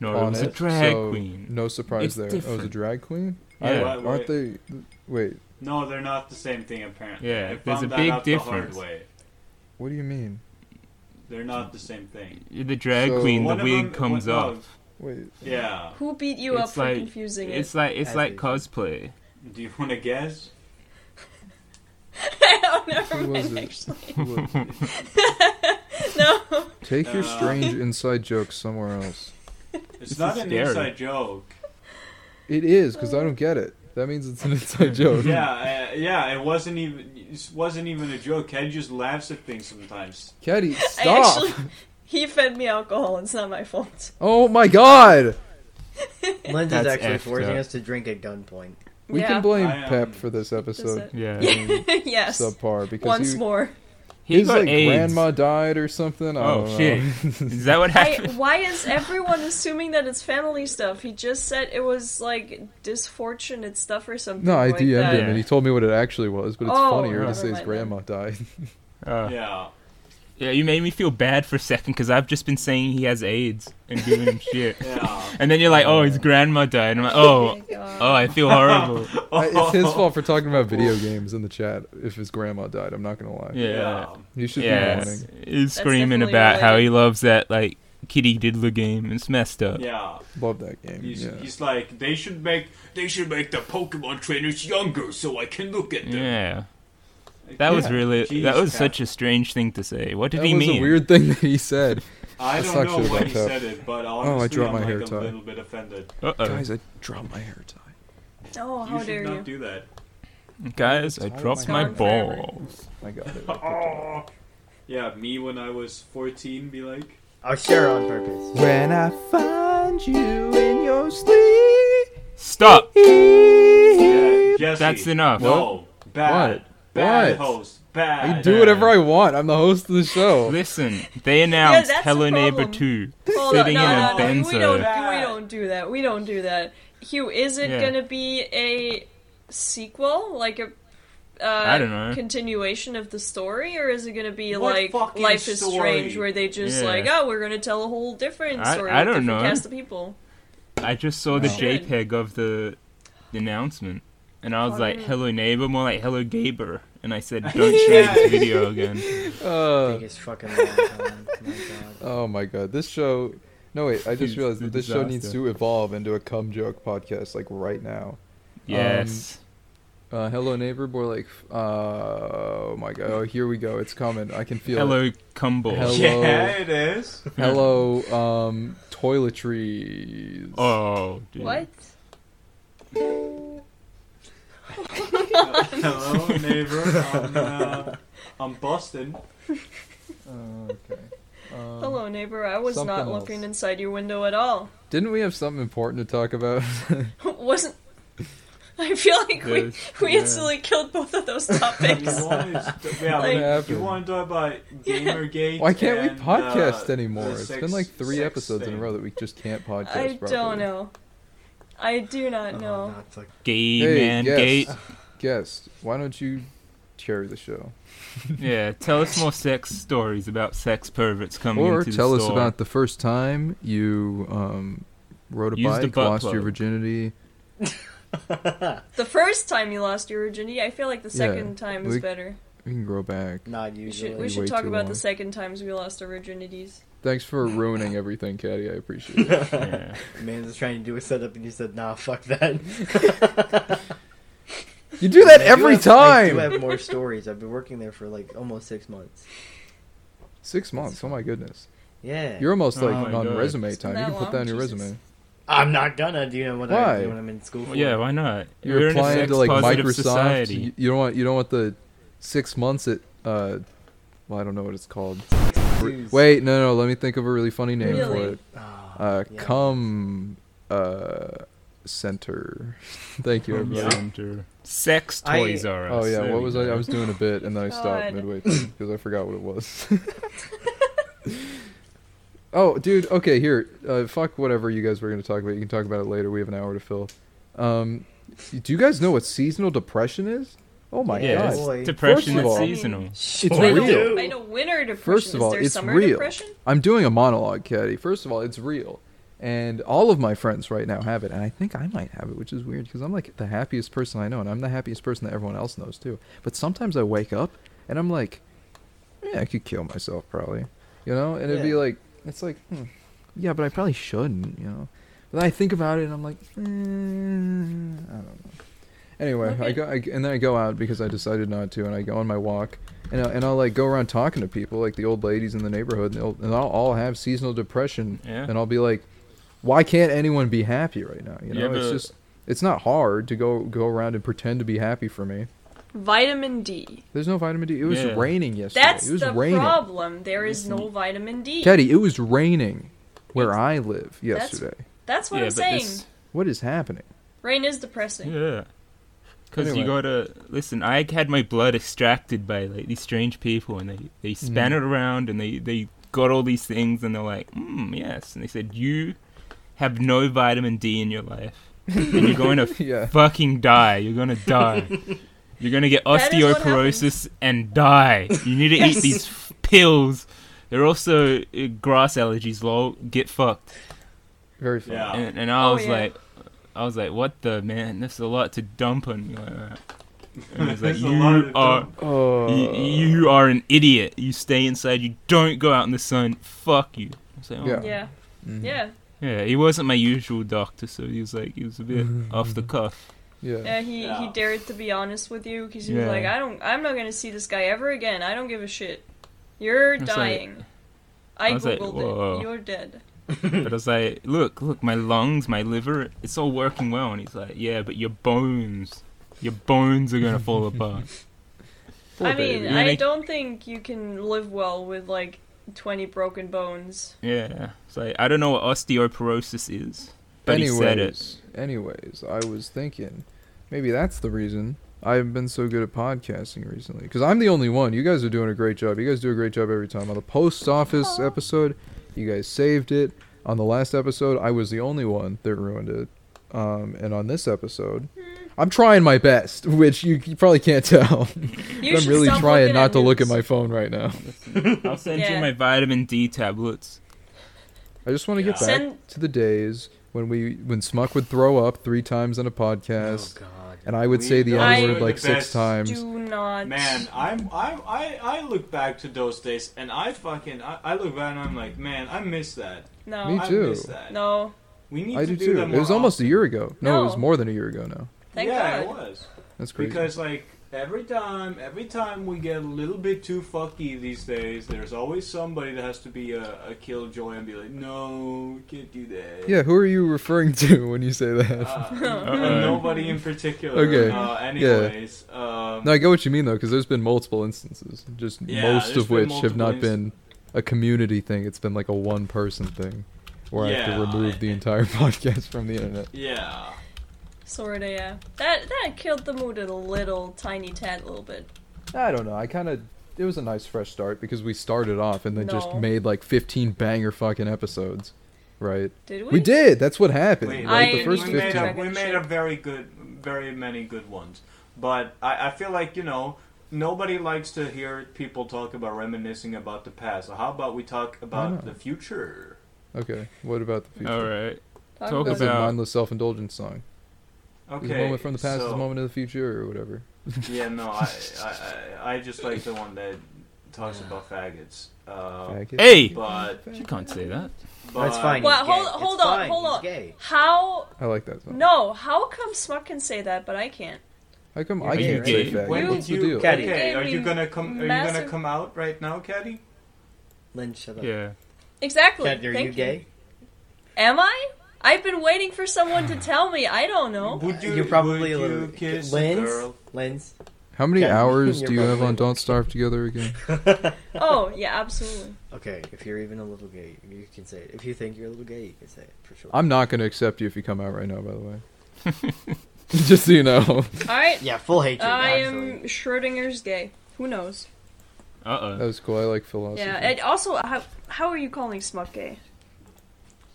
S3: No,
S1: on
S3: it was
S1: it,
S3: a drag
S1: so
S3: queen.
S1: no surprise
S3: It's
S1: there. Oh, it was a
S3: different.
S1: drag queen. I-
S3: Yeah.
S7: Why-
S1: aren't they? Wait,
S7: No, they're not the same thing apparently.
S3: Yeah,
S7: I
S3: there's
S7: found
S3: a
S7: that
S3: big
S7: out
S3: difference.
S7: The hard way.
S1: what do you mean?
S7: They're not the same thing.
S3: The drag
S1: So-
S3: queen,
S7: One
S3: the
S7: of
S3: wig
S7: them-
S3: comes
S7: one- no,
S3: off.
S1: Wait,
S7: Yeah.
S5: Who beat you up
S3: It's
S5: for
S3: like-
S5: confusing it?
S3: It's
S5: [LAUGHS]
S3: like it's
S6: As
S3: like
S6: is.
S3: cosplay.
S7: Do you want to guess?
S5: I don't Oh, never
S1: Who was
S5: mind,
S1: it?
S5: actually.
S1: who was it?
S5: [LAUGHS] No.
S1: take your
S7: Uh,
S1: strange inside jokes somewhere else.
S7: It's
S3: This
S7: not
S3: is
S7: an
S3: scary.
S7: inside joke.
S1: It is because I don't get it. That means it's an
S7: [LAUGHS]
S1: inside
S3: [LAUGHS]
S1: joke.
S7: yeah, uh, yeah. It wasn't even. It wasn't even a joke. Ken just laughs at things sometimes.
S1: Caddy, stop.
S5: I actually. He fed me alcohol, it's not my fault.
S1: Oh my god!
S6: Lindsay's
S3: That's
S6: actually
S3: effed
S6: forcing
S3: up.
S6: us to drink at gunpoint.
S1: We
S5: yeah.
S1: can blame
S7: I, um,
S1: Pep for this episode
S3: Yeah.
S5: [LAUGHS] yes.
S1: subpar because
S5: Once
S1: he,
S5: more.
S3: He
S1: his
S3: got
S1: like
S3: AIDS.
S1: grandma died or something. I
S3: Oh,
S1: don't
S3: shit.
S1: [LAUGHS] know.
S3: Is that what [LAUGHS]
S5: I, [LAUGHS]
S3: happened?
S5: why is everyone assuming that it's family stuff? He just said it was like disfortunate stuff or something.
S1: no, I
S5: like
S1: DM'd
S5: that.
S1: him and he told me what it actually was, but it's
S5: Oh,
S1: funnier to
S5: never
S1: say his
S5: mind then.
S1: grandma died.
S3: Uh, yeah.
S7: Yeah.
S3: you made me feel bad for a second because I've just been saying he has AIDS and giving
S7: [LAUGHS]
S3: him shit.
S1: [LAUGHS]
S7: Yeah.
S3: And then you're like, oh, his grandma died. And I'm like, oh,
S5: my God.
S3: oh,
S1: [LAUGHS]
S3: I feel horrible.
S1: I- it's his
S7: [LAUGHS]
S1: fault for talking about video games in the chat. If his grandma died, I'm not gonna lie.
S3: Yeah.
S1: You should
S3: Yeah.
S1: be warning.
S3: He's screaming
S5: definitely
S3: about how
S5: related.
S3: he loves that, like, kitty diddler game. It's messed up.
S7: Yeah.
S1: Love that game.
S7: He's,
S1: yeah.
S7: he's like they should make they should make the Pokemon trainers younger so I can look at them.
S3: Yeah. That was
S1: Yeah.
S3: really
S7: Jeez,
S3: that was
S7: Cap.
S3: such a strange thing to say. What did
S1: that
S3: he
S1: was
S3: mean?
S1: a weird thing that he said.
S7: I
S1: That
S7: don't
S1: sucks
S7: know
S1: shit
S7: why
S1: about
S7: he
S1: that.
S7: said it, but honestly,
S1: I dropped
S7: am
S1: my hair
S7: like
S1: tie.
S7: a little bit offended.
S3: Uh oh,
S1: Guys, I dropped my hair tie.
S5: Oh, how
S7: you should
S5: dare
S7: not
S5: you.
S7: do
S5: [LAUGHS]
S7: that.
S3: guys, I
S1: Tied
S3: dropped
S1: my
S3: my
S5: Gone forever.
S3: balls.
S1: I got it.
S7: Oh.
S5: Oh.
S7: Yeah, me when I was 14, be like,
S6: Oh, sure, on purpose.
S1: When I find you in your sleep.
S5: [LAUGHS]
S3: Stop.
S7: yeah, Jesse.
S3: That's enough.
S7: No, bad,
S1: What?
S7: bad host,
S1: I
S7: bad.
S1: can do whatever I want. I'm the host of the show.
S3: [LAUGHS] Listen, they announced
S5: that's the
S3: Hello Neighbor
S5: problem.
S3: 2
S5: Hold on,
S3: sitting
S5: no,
S3: in
S5: no,
S3: a
S5: no,
S3: Benzo.
S5: We don't, we don't do that. We don't do that. Hugh, is it
S3: Yeah.
S5: gonna be a sequel, like a uh,
S3: I don't know.
S5: continuation of the story, or is it gonna be
S7: What
S5: like
S7: fucking
S5: Life is
S7: story?
S5: Strange, where they just
S3: Yeah.
S5: like, oh, we're gonna tell a whole different
S3: I-
S5: story
S3: I
S5: with
S3: don't
S5: different
S3: know.
S5: cast of people?
S3: I just saw the
S1: Wow.
S5: Should.
S3: JPEG of the, the announcement, and I was like,
S5: Fucking-
S3: "Hello neighbor," more like "Hello Gaber," and I
S5: [LAUGHS]
S3: said, "Don't share this video again."
S5: Um,
S1: Uh,
S6: Biggest fucking long time. My God.
S1: oh my god, this show. No wait, I just
S3: It's
S1: realized
S3: a
S1: that this show needs
S3: disaster.
S1: to evolve into a cum joke podcast, like right now.
S3: Yes,
S1: Uh, hello neighbor, more like. Uh, oh my god, oh, here we go. It's coming. I can feel it.
S3: hello Cumble.
S1: Hello.
S7: Yeah, it
S5: [LAUGHS]
S7: is.
S1: Hello, um, toiletries.
S3: Oh, dude.
S5: What? [LAUGHS]
S7: Hello, neighbor. I'm, uh, I'm Boston.
S1: Uh, okay. Um,
S5: Hello, neighbor. I was
S1: something
S5: not
S1: else.
S5: looking inside your window at all. [LAUGHS]
S1: Didn't we have something important to talk
S7: [LAUGHS]
S1: about?
S5: Wasn't. I feel like we,
S3: This-
S5: we
S3: yeah.
S5: instantly killed both of
S1: [LAUGHS]
S5: those
S7: You
S5: topics.
S7: want to, yeah,
S5: Like-
S7: we-
S1: Happened.
S7: you want to talk about
S1: [LAUGHS]
S7: Gamergate?
S1: Why can't we
S7: and,
S1: podcast
S7: uh,
S1: anymore?
S7: the
S1: It's
S7: sex-
S1: been like three
S7: sex
S1: episodes in a
S7: thing.
S1: row that we just can't podcast.
S5: I
S1: properly.
S5: don't know. I do
S6: Oh,
S5: not know.
S6: no, it's like-
S3: Gay
S1: Hey,
S3: man
S1: guest,
S3: gate.
S1: guest, why don't you carry the show,
S3: Yeah, tell us more sex stories about sex perverts coming
S1: or
S3: into
S1: tell
S3: the
S1: us
S3: store.
S1: about the first time you um, rode a
S3: Used a
S1: bike,
S3: butt
S1: lost your
S3: plug.
S1: virginity?
S6: [LAUGHS]
S5: The first time you lost your virginity, I feel like the
S1: Yeah,
S5: second time is
S1: we-
S5: better.
S1: We can grow back.
S6: Not
S5: We should,
S6: usually. [LAUGHS]
S5: we
S1: way
S5: should talk
S1: too
S5: about
S1: long.
S5: the second times we lost our virginities.
S1: Thanks for ruining everything, Caddy. I
S6: [LAUGHS]
S1: appreciate it.
S3: Yeah.
S6: Man was trying to do a setup and you said, nah, fuck that.
S1: You [LAUGHS] do that
S6: I do
S1: every
S6: have- I
S1: time.
S6: do have more stories. I've been working there for like almost six months.
S1: Six months. Oh my goodness.
S6: Yeah.
S1: You're almost like
S3: Oh my
S1: on
S3: God.
S1: resume time.
S5: That
S1: You can put
S5: long?
S1: that on your
S5: Jesus.
S1: resume.
S6: I'm not gonna do you know what I
S1: Why?
S6: do when I'm in school. For.
S3: Well, yeah, why not?
S1: You're
S3: We're in a
S1: applying to like
S3: sex-positive
S1: Microsoft.
S3: society.
S1: You, you don't want you don't want the six months at uh, well I don't know what it's called.
S6: Dudes.
S1: Wait, no, no. Let me think of a really funny name
S5: Really?
S1: for it.
S6: Ah,
S1: Uh,
S6: yeah.
S1: Cum uh, center. [LAUGHS] Thank you, everybody.
S3: Sex
S6: I-
S3: toys are us.
S1: Oh yeah,
S3: There
S1: what
S3: we
S1: was I?
S3: go.
S1: I was doing a bit and then I stopped
S5: God.
S1: midway because I forgot what it was. oh, dude. Okay, here. Uh, fuck whatever you guys were going to talk about. You can talk about it later. We have an hour to fill. Um, do you guys know what seasonal depression is? Oh my
S3: yeah,
S1: god.
S6: Boy.
S3: it's depression
S1: First of
S3: that's
S1: all-
S3: seasonal.
S6: Sure
S1: It's
S5: I
S1: real.
S5: know, I know winter depression.
S1: First of all,
S5: Is there
S1: it's
S5: summer
S1: real.
S5: depression?
S1: I'm doing a monologue, Caddy. First of all, it's real. And all of my friends right now have it, and I think I might have it, which is weird because I'm like the happiest person I know, and I'm the happiest person that everyone else knows too. But sometimes I wake up and I'm like, yeah, I could kill myself probably, you know. And it'd be
S6: Yeah.
S1: like, it's like, hmm, yeah, but I probably shouldn't, you know. But then I think about it and I'm like, mm, I don't know. Anyway,
S5: Look
S1: I
S5: at-
S1: go I, and then I go out because I decided not to, and I go on my walk, and I, and I'll like go around talking to people, like the old ladies in the neighborhood, and, they'll, and I'll all have seasonal depression,
S3: Yeah.
S1: and I'll be like, why can't anyone be happy right now? You
S3: You
S1: know,
S3: have
S1: it's
S3: a-
S1: just it's not hard to go go around and pretend to be happy for me.
S5: Vitamin D.
S1: There's no vitamin D. It was
S3: Yeah.
S1: raining yesterday.
S5: That's
S1: it was
S5: the
S1: raining.
S5: problem. There is no vitamin D.
S1: Teddy, it was raining where I live yesterday.
S5: That's what
S3: yeah,
S5: I'm
S3: but
S5: saying.
S3: this,
S1: What is happening? [LAUGHS]
S5: Rain is depressing.
S3: yeah, because
S1: Anyway.
S3: you gotta listen. I had my blood extracted by like these strange people, and they they
S1: Mm-hmm.
S3: span it around, and they they got all these things, and they're like, hmm, yes, and they said you have no vitamin D in your life, and you're going to
S1: Yeah.
S3: fucking die. You're
S5: [LAUGHS]
S3: gonna die. You're gonna get
S5: That is what
S3: osteoporosis and die. You need to
S5: [LAUGHS]
S3: eat these f- pills. They're also uh, grass allergies. Lol, get fucked.
S1: Very funny.
S7: Yeah.
S3: And, and I
S5: Oh,
S3: was
S5: yeah.
S3: like, I was like, what the man? That's a lot to dump on me like that. And he's like,
S7: There's a lot
S3: you
S7: to
S3: are.
S7: dump.
S1: Oh.
S3: You, you are an idiot. You stay inside. You don't go out in the sun. Fuck you. I was like, oh.
S1: Yeah.
S5: Yeah. Yeah.
S3: yeah. He wasn't my usual doctor, so he was like, he was a
S7: [LAUGHS]
S3: bit off the cuff.
S1: yeah.
S5: Yeah, he, he
S7: Yeah.
S5: dared to be honest with you because he was
S3: Yeah.
S5: like, I don't, I'm not gonna see this guy ever again. I don't give a shit. You're
S3: was like-
S5: dying. I,
S3: I was like,
S5: googled
S3: whoa.
S5: it. You're dead.
S3: But I was like, look, look, my lungs, my liver, it's all working well. And he's like, yeah, but your bones, your bones are
S1: [LAUGHS]
S3: gonna fall apart.
S1: Poor
S5: I
S1: baby.
S5: mean,
S3: You're
S5: I
S3: gonna-
S5: don't think you can live well with like 20 broken bones.
S3: Yeah. It's like, I don't know what osteoporosis is, but he said it.
S1: Anyways, I was thinking maybe that's the reason I've been so good at podcasting recently. Because I'm the only one. You guys are doing a great job. You guys do a great job every time. On the post office episode, you guys saved it. On the last episode, I was the only one that ruined it. Um, and on this episode,
S5: Hmm.
S1: I'm trying my best, which you, you probably can't tell. [LAUGHS]
S5: You
S1: I'm
S5: should
S1: really
S5: stop
S1: trying
S5: looking
S1: not to look at
S5: news.
S1: my phone right now.
S6: [LAUGHS] Oh,
S3: I'll send
S5: Yeah.
S3: you my vitamin D tablets.
S1: I just want to get
S5: Yeah.
S1: back
S5: Send-
S1: to the days when we when Smuck would throw up three times on a
S6: Oh
S1: podcast,
S6: god.
S1: and I would
S7: We
S1: say the
S7: know
S1: N
S5: you
S1: word
S5: were
S1: like
S7: the
S1: six
S7: best.
S1: times.
S5: Do not.
S7: Man, I'm, I'm I I look back to those days and I fucking I, I look back and I'm like, man, I miss that.
S5: No.
S1: Me
S7: I
S1: too.
S7: miss that.
S5: No.
S7: We need
S1: I
S7: to
S1: do
S7: do
S1: too.
S7: that
S1: It
S7: more
S1: was almost a
S7: often.
S1: year ago. No, it was
S5: No.
S1: more than a year ago now.
S5: Thank
S7: yeah, it
S5: God.
S7: was.
S1: That's crazy.
S7: Because like every time, every time we get a little bit too fucky these days, there's always somebody that has to be a, a killjoy and be like, "No, we can't do that."
S1: yeah, who are you referring to [LAUGHS] when you say that?
S7: Uh,
S3: Uh-oh.
S7: nobody in particular.
S1: Okay.
S7: Uh, anyways, um,
S1: no, I get what you mean though, because there's been multiple instances, just
S7: Yeah,
S1: most
S7: there's
S1: of
S7: been
S1: which have
S7: multiple
S1: not
S7: inst-
S1: been a community thing. It's been like a one-person thing, where I have to
S7: Yeah,
S1: remove
S7: I-
S1: the entire [LAUGHS] podcast from the internet.
S7: yeah,
S5: Sorta. Yeah. That that killed the mood a little tiny tad, little bit.
S1: I don't know. I kind of. It was a nice fresh start because we started off and then just
S5: No.
S1: made like 15 banger fucking episodes, right?
S5: Did we?
S1: We did. That's what happened.
S7: Wait,
S1: like the
S5: I-
S1: first
S7: we
S1: 15.
S7: made a,
S5: up-
S7: we made a very good, very many good ones, but I, I feel like you know. Nobody likes to hear people talk about reminiscing about the past. So how about we talk
S1: not?
S7: about the future?
S1: Okay. What about the future?
S3: All right.
S5: Talk
S3: Talk
S1: That's
S5: about
S1: a
S3: about-
S1: mindless self-indulgence song.
S7: Okay.
S1: Is a moment from the past, is a
S7: so-
S1: moment of the future, or whatever.
S7: Yeah, no, I, I, I, I just like the one that talks about faggots. Uh,
S1: Faggot.
S3: Hey,
S7: but,
S3: you can't say that.
S7: but
S6: That's fine.
S5: Well,
S6: he's
S5: hold-
S6: gay.
S5: hold
S6: It's
S5: on,
S6: fine,
S5: hold
S6: he's
S5: on.
S6: Gay.
S5: How?
S1: I like that song.
S5: No. How come Smuck can say that, but I can't?
S1: How come
S6: Are
S1: I
S6: you
S1: can't
S3: gay?
S1: say faggot?
S5: When
S1: What's
S7: did
S1: the deal?
S6: Cat- Caddy.
S7: Okay, are you
S5: Caddy,
S7: gonna come? Are you gonna
S5: massive-
S7: come out right now, Caddy?
S6: Lynn, shut up.
S3: Yeah.
S5: Exactly.
S6: Kat, are
S5: Thank
S6: you gay?
S5: Am I? I've been waiting for someone to tell me. I don't know.
S7: Would you?
S6: You're probably a
S7: would
S6: little
S7: you kiss a
S6: Lynn's.
S7: girl?
S3: [LAUGHS]
S6: Lynn's.
S1: How many
S6: Cat,
S1: hours
S6: you're
S1: do you have
S6: probably-
S1: on Don't Starve Together again?
S5: Oh yeah, absolutely.
S6: okay, if you're even a little gay, you can say it. If you think you're a little gay, you can say it for sure.
S1: I'm not gonna accept you if you come out right now. By the way,
S3: [LAUGHS]
S1: [LAUGHS] just so you know,
S5: All right.
S6: yeah, full hatred.
S5: I
S6: absolutely.
S5: am Schrodinger's gay. Who knows?
S1: that
S3: Uh oh.
S1: was cool. I like philosophy.
S5: Yeah. And also, how how are you calling Smuck gay?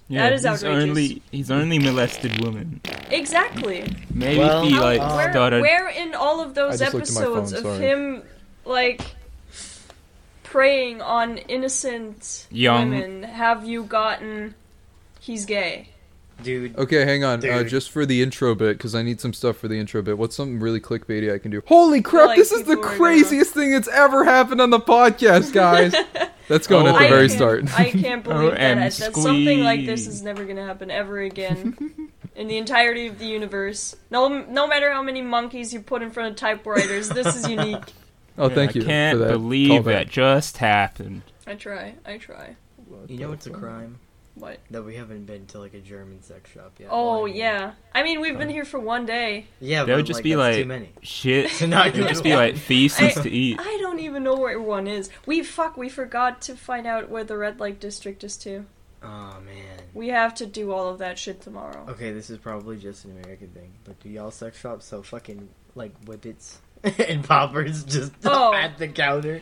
S3: Yeah,
S5: that is
S3: he's
S5: outrageous.
S3: only he's only molested women.
S5: Exactly.
S3: Maybe
S6: Well,
S3: if he
S5: How-
S3: like
S6: uh,
S5: where,
S3: started
S5: where in all of those
S1: I just looked at my phone,
S5: episodes of
S1: sorry.
S5: him, like, preying on innocent
S3: Young.
S5: women have you gotten he's gay?
S6: Dude,
S1: Okay, hang on. Uh,
S6: Dude.
S1: just for the intro bit, because I need some stuff for the intro bit. What's something really clickbaity I can do? Holy crap!
S5: Like,
S1: this is the
S5: people are gonna-
S1: craziest thing that's ever happened on the podcast,
S5: [LAUGHS]
S1: guys. that's going at
S3: Oh,
S1: the
S5: I
S1: very
S5: can't-
S1: start. Oh,
S5: I can't believe that.
S3: OMG.
S5: That something like this is never going to happen ever again
S1: [LAUGHS]
S5: in the entirety of the universe. No, no matter how many monkeys you put in front of typewriters, this is unique.
S1: [LAUGHS] oh, thank you.
S3: I can't
S1: for that
S3: believe
S1: callback.
S3: that just happened.
S5: [LAUGHS] I try. I try.
S6: you know it's a crime
S5: What?
S6: that we haven't been to like a German sex shop yet.
S5: Oh
S6: Well, I mean-
S5: yeah. I mean, we've been here for one day.
S6: Yeah,
S3: That
S6: but
S3: would just
S6: like,
S3: be
S6: that's
S3: like
S6: too many.
S3: shit.
S1: [LAUGHS]
S6: To not
S3: It would
S6: go
S3: just
S6: to
S3: be
S6: one.
S3: like feces
S5: I-
S3: to eat.
S5: I don't even know where one is. We fuck. We forgot to find out where the red light district is too.
S6: Oh man.
S5: We have to do all of that shit tomorrow.
S6: Okay, this is probably just an American thing, but do y'all sex shops sell fucking like whippets [LAUGHS] and poppers just [LAUGHS]
S5: Oh.
S6: at the counter?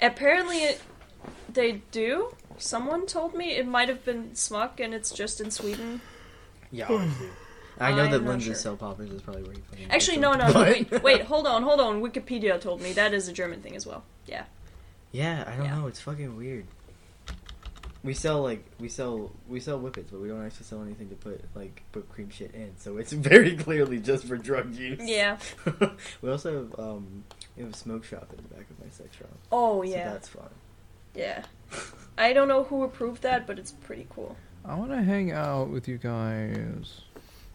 S5: Apparently, it, they do. Someone told me it might have been Smuck, and it's just in Sweden.
S6: Yeah, obviously. I know
S5: I'm
S6: that
S5: not
S6: Lindsay
S5: sure.
S6: sell poppers is probably where he fucking. gets
S5: Actually, no,
S6: them,
S5: no, no.
S6: [LAUGHS] but-
S5: Wait, wait, hold on, hold on. Wikipedia told me that is a German thing as well. Yeah.
S6: Yeah, I don't
S5: Yeah.
S6: know. It's fucking weird. We sell like we sell we sell whippets, but we don't actually sell anything to put like whipped cream shit in. So it's [LAUGHS] very clearly just for drug use.
S5: Yeah.
S6: [LAUGHS] we also have um we have a smoke shop in the back of my sex shop.
S5: Oh,
S6: So
S5: yeah.
S6: that's fun.
S5: Yeah. I don't know who approved that, but it's pretty cool.
S1: I want to hang out with you guys.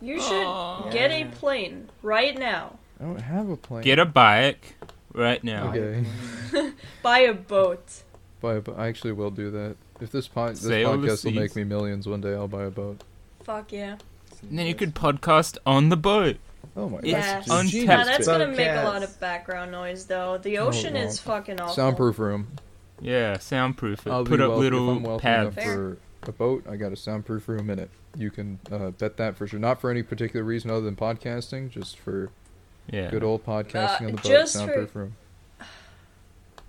S5: You should
S6: Aw.
S5: get a
S6: Yeah.
S5: plane right now.
S1: I don't have a plan.
S3: Get a bike right now.
S1: Okay.
S5: Buy a boat.
S1: Buy a bo- I actually will do that. If this, po- this
S3: Sail the
S1: podcast will make
S3: seas.
S1: me millions one day, I'll buy a boat.
S5: Fuck yeah.
S3: And then you could podcast on the boat.
S1: Oh my god. that's
S3: Untapped.
S5: Yes. Now
S1: genius,
S5: that's
S1: bitch.
S5: gonna make a
S6: Podcast.
S5: lot of background noise, though. The ocean
S1: well.
S5: is fucking awful.
S1: Soundproof room.
S3: Yeah, soundproof it.
S1: I'll
S3: Put
S1: be
S3: up
S1: wealthy if I'm
S3: little
S1: wealthy enough
S3: pads.
S5: Fair.
S1: for a boat. I got a soundproof room in it. You can uh, bet that for sure. Not for any particular reason other than podcasting, just for
S3: Yeah.
S1: good old podcasting on
S5: Uh,
S1: the boat,
S5: just for-
S1: soundproof room.